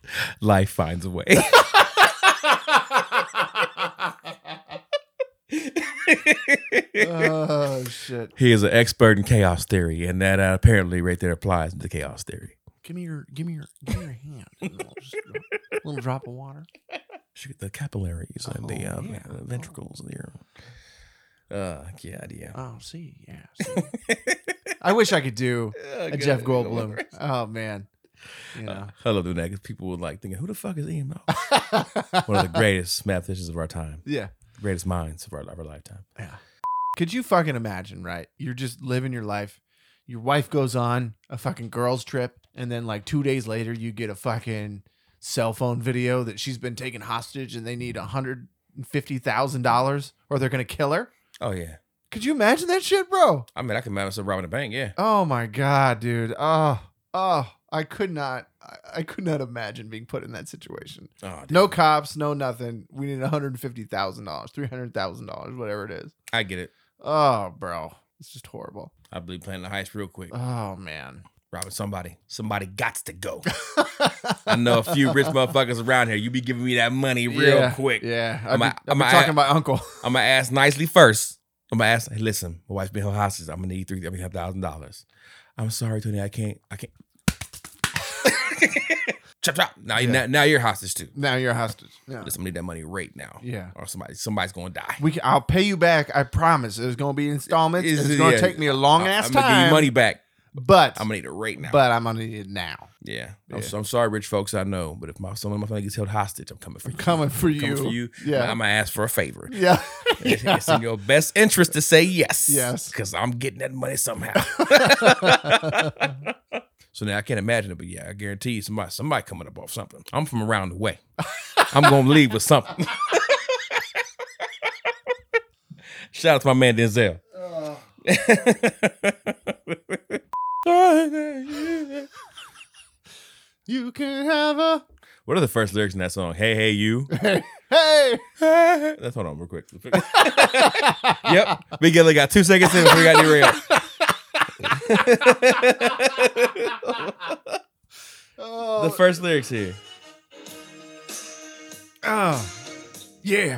[SPEAKER 1] life finds a way.
[SPEAKER 2] oh shit.
[SPEAKER 1] he is an expert in chaos theory, and that uh, apparently right there applies to chaos theory.
[SPEAKER 2] Give me your, give me your, give me your hand. And I'll just- a little drop of water.
[SPEAKER 1] Shoot, the capillaries and the,
[SPEAKER 2] Oh,
[SPEAKER 1] uh,
[SPEAKER 2] yeah.
[SPEAKER 1] the ventricles of the ear. Uh, God, yeah.
[SPEAKER 2] Oh, see, yeah. see. I wish I could do a Jeff Goldblum. Oh man, you know.
[SPEAKER 1] I love doing that because people would like thinking, who the fuck is Ian Malcolm? One of the greatest mathematicians of our time,
[SPEAKER 2] yeah,
[SPEAKER 1] greatest minds of our, of our lifetime.
[SPEAKER 2] yeah. Could you fucking imagine? Right, you're just living your life. Your wife goes on a fucking girls trip, and then like two days later, you get a fucking cell phone video that she's been taken hostage, and they need a hundred and fifty thousand dollars, or they're gonna kill her.
[SPEAKER 1] Oh, yeah.
[SPEAKER 2] Could you imagine that shit, bro?
[SPEAKER 1] I mean, I can imagine myself robbing a bank, yeah.
[SPEAKER 2] Oh my god, dude. Oh, oh, I could not. I, I could not imagine being put in that situation.
[SPEAKER 1] Oh, dude.
[SPEAKER 2] No cops, no nothing. We need one hundred fifty thousand dollars, three hundred thousand dollars, whatever it is.
[SPEAKER 1] I get it.
[SPEAKER 2] Oh, bro, it's just horrible.
[SPEAKER 1] I believe planning the heist real quick.
[SPEAKER 2] Oh man.
[SPEAKER 1] robbing somebody. Somebody gots to go. I know a few rich motherfuckers around here. You be giving me that money real
[SPEAKER 2] Yeah,
[SPEAKER 1] quick.
[SPEAKER 2] Yeah,
[SPEAKER 1] I'm
[SPEAKER 2] I'm,
[SPEAKER 1] a- I'm a-
[SPEAKER 2] talking about uncle.
[SPEAKER 1] I'm gonna ask nicely first. I'm gonna ask. Hey, listen, my wife's been held hostage. I'm gonna need three. I'm gonna have thousand dollars. I'm sorry, Tony. I can't. I can't. chop chop. Now, you now,
[SPEAKER 2] Yeah.
[SPEAKER 1] now you're hostage too.
[SPEAKER 2] Now you're a hostage. Yeah.
[SPEAKER 1] Listen, I need that money right now.
[SPEAKER 2] Yeah.
[SPEAKER 1] Or somebody, somebody's gonna die.
[SPEAKER 2] We can, I'll pay you back. I promise. There's gonna be installments.
[SPEAKER 1] Is-
[SPEAKER 2] it's gonna
[SPEAKER 1] yeah.
[SPEAKER 2] take me a long
[SPEAKER 1] I-
[SPEAKER 2] ass
[SPEAKER 1] I'm
[SPEAKER 2] time.
[SPEAKER 1] gonna give you money back.
[SPEAKER 2] but
[SPEAKER 1] I'm gonna need it right now.
[SPEAKER 2] but I'm gonna need it now.
[SPEAKER 1] yeah. I'm,
[SPEAKER 2] Yeah.
[SPEAKER 1] so- I'm sorry, rich folks. I know, but if my someone in my family gets held hostage, I'm coming for
[SPEAKER 2] I'm
[SPEAKER 1] you.
[SPEAKER 2] coming for you.
[SPEAKER 1] Coming for you.
[SPEAKER 2] Yeah.
[SPEAKER 1] I'm gonna ask for a favor.
[SPEAKER 2] Yeah.
[SPEAKER 1] It's- It's in your best interest to say yes.
[SPEAKER 2] Yes.
[SPEAKER 1] Because I'm getting that money somehow. so now I can't imagine it, but yeah, I guarantee you somebody somebody coming up off something. I'm from around the way. I'm gonna leave with something. Shout out to my man Denzel.
[SPEAKER 2] you can have a
[SPEAKER 1] what are the first lyrics in that song? Hey, hey, you.
[SPEAKER 2] hey.
[SPEAKER 1] Let's hold on real quick. yep. Big Gilly got two seconds in before we got derailed.
[SPEAKER 2] Oh,
[SPEAKER 1] the first lyrics here.
[SPEAKER 2] oh. yeah.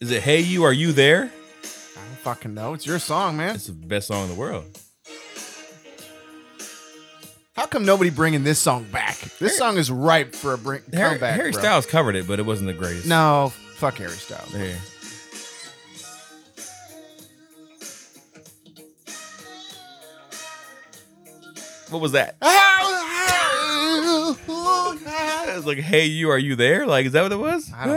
[SPEAKER 1] Is it Hey You, Are You There?
[SPEAKER 2] I don't fucking know. It's your song, man.
[SPEAKER 1] It's the best song in the world.
[SPEAKER 2] How come nobody bringing this song back? This song is ripe for a bring
[SPEAKER 1] Harry,
[SPEAKER 2] comeback.
[SPEAKER 1] Harry
[SPEAKER 2] bro.
[SPEAKER 1] Styles covered it, but it wasn't the greatest.
[SPEAKER 2] No, fuck Harry Styles.
[SPEAKER 1] Yeah. What was that?
[SPEAKER 2] Ah.
[SPEAKER 1] It was like, hey, you, are you there? Like, is that what it was?
[SPEAKER 2] I don't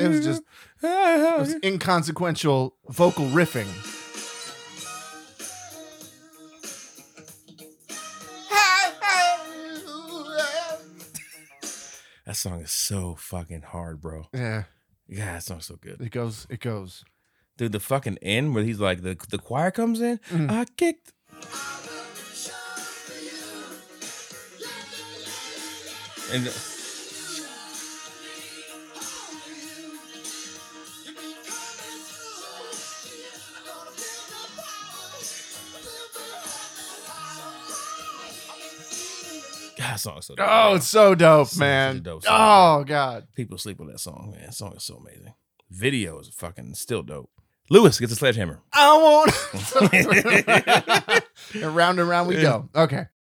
[SPEAKER 2] know. It was just- It was inconsequential vocal riffing.
[SPEAKER 1] that song is so fucking hard, bro.
[SPEAKER 2] Yeah,
[SPEAKER 1] Yeah, that song's so good.
[SPEAKER 2] it goes. It goes. Mm-hmm.
[SPEAKER 1] Dude, the fucking end where he's like, the, the choir comes in.
[SPEAKER 2] Mm.
[SPEAKER 1] I kicked. And God, that song is so dope.
[SPEAKER 2] Oh, it's so dope,
[SPEAKER 1] Such a
[SPEAKER 2] man.
[SPEAKER 1] dope song.
[SPEAKER 2] oh God.
[SPEAKER 1] people sleep with that song, man. That song is so amazing. Video is fucking still dope. Lewis gets a sledgehammer.
[SPEAKER 2] I want. and round and round we go. Okay.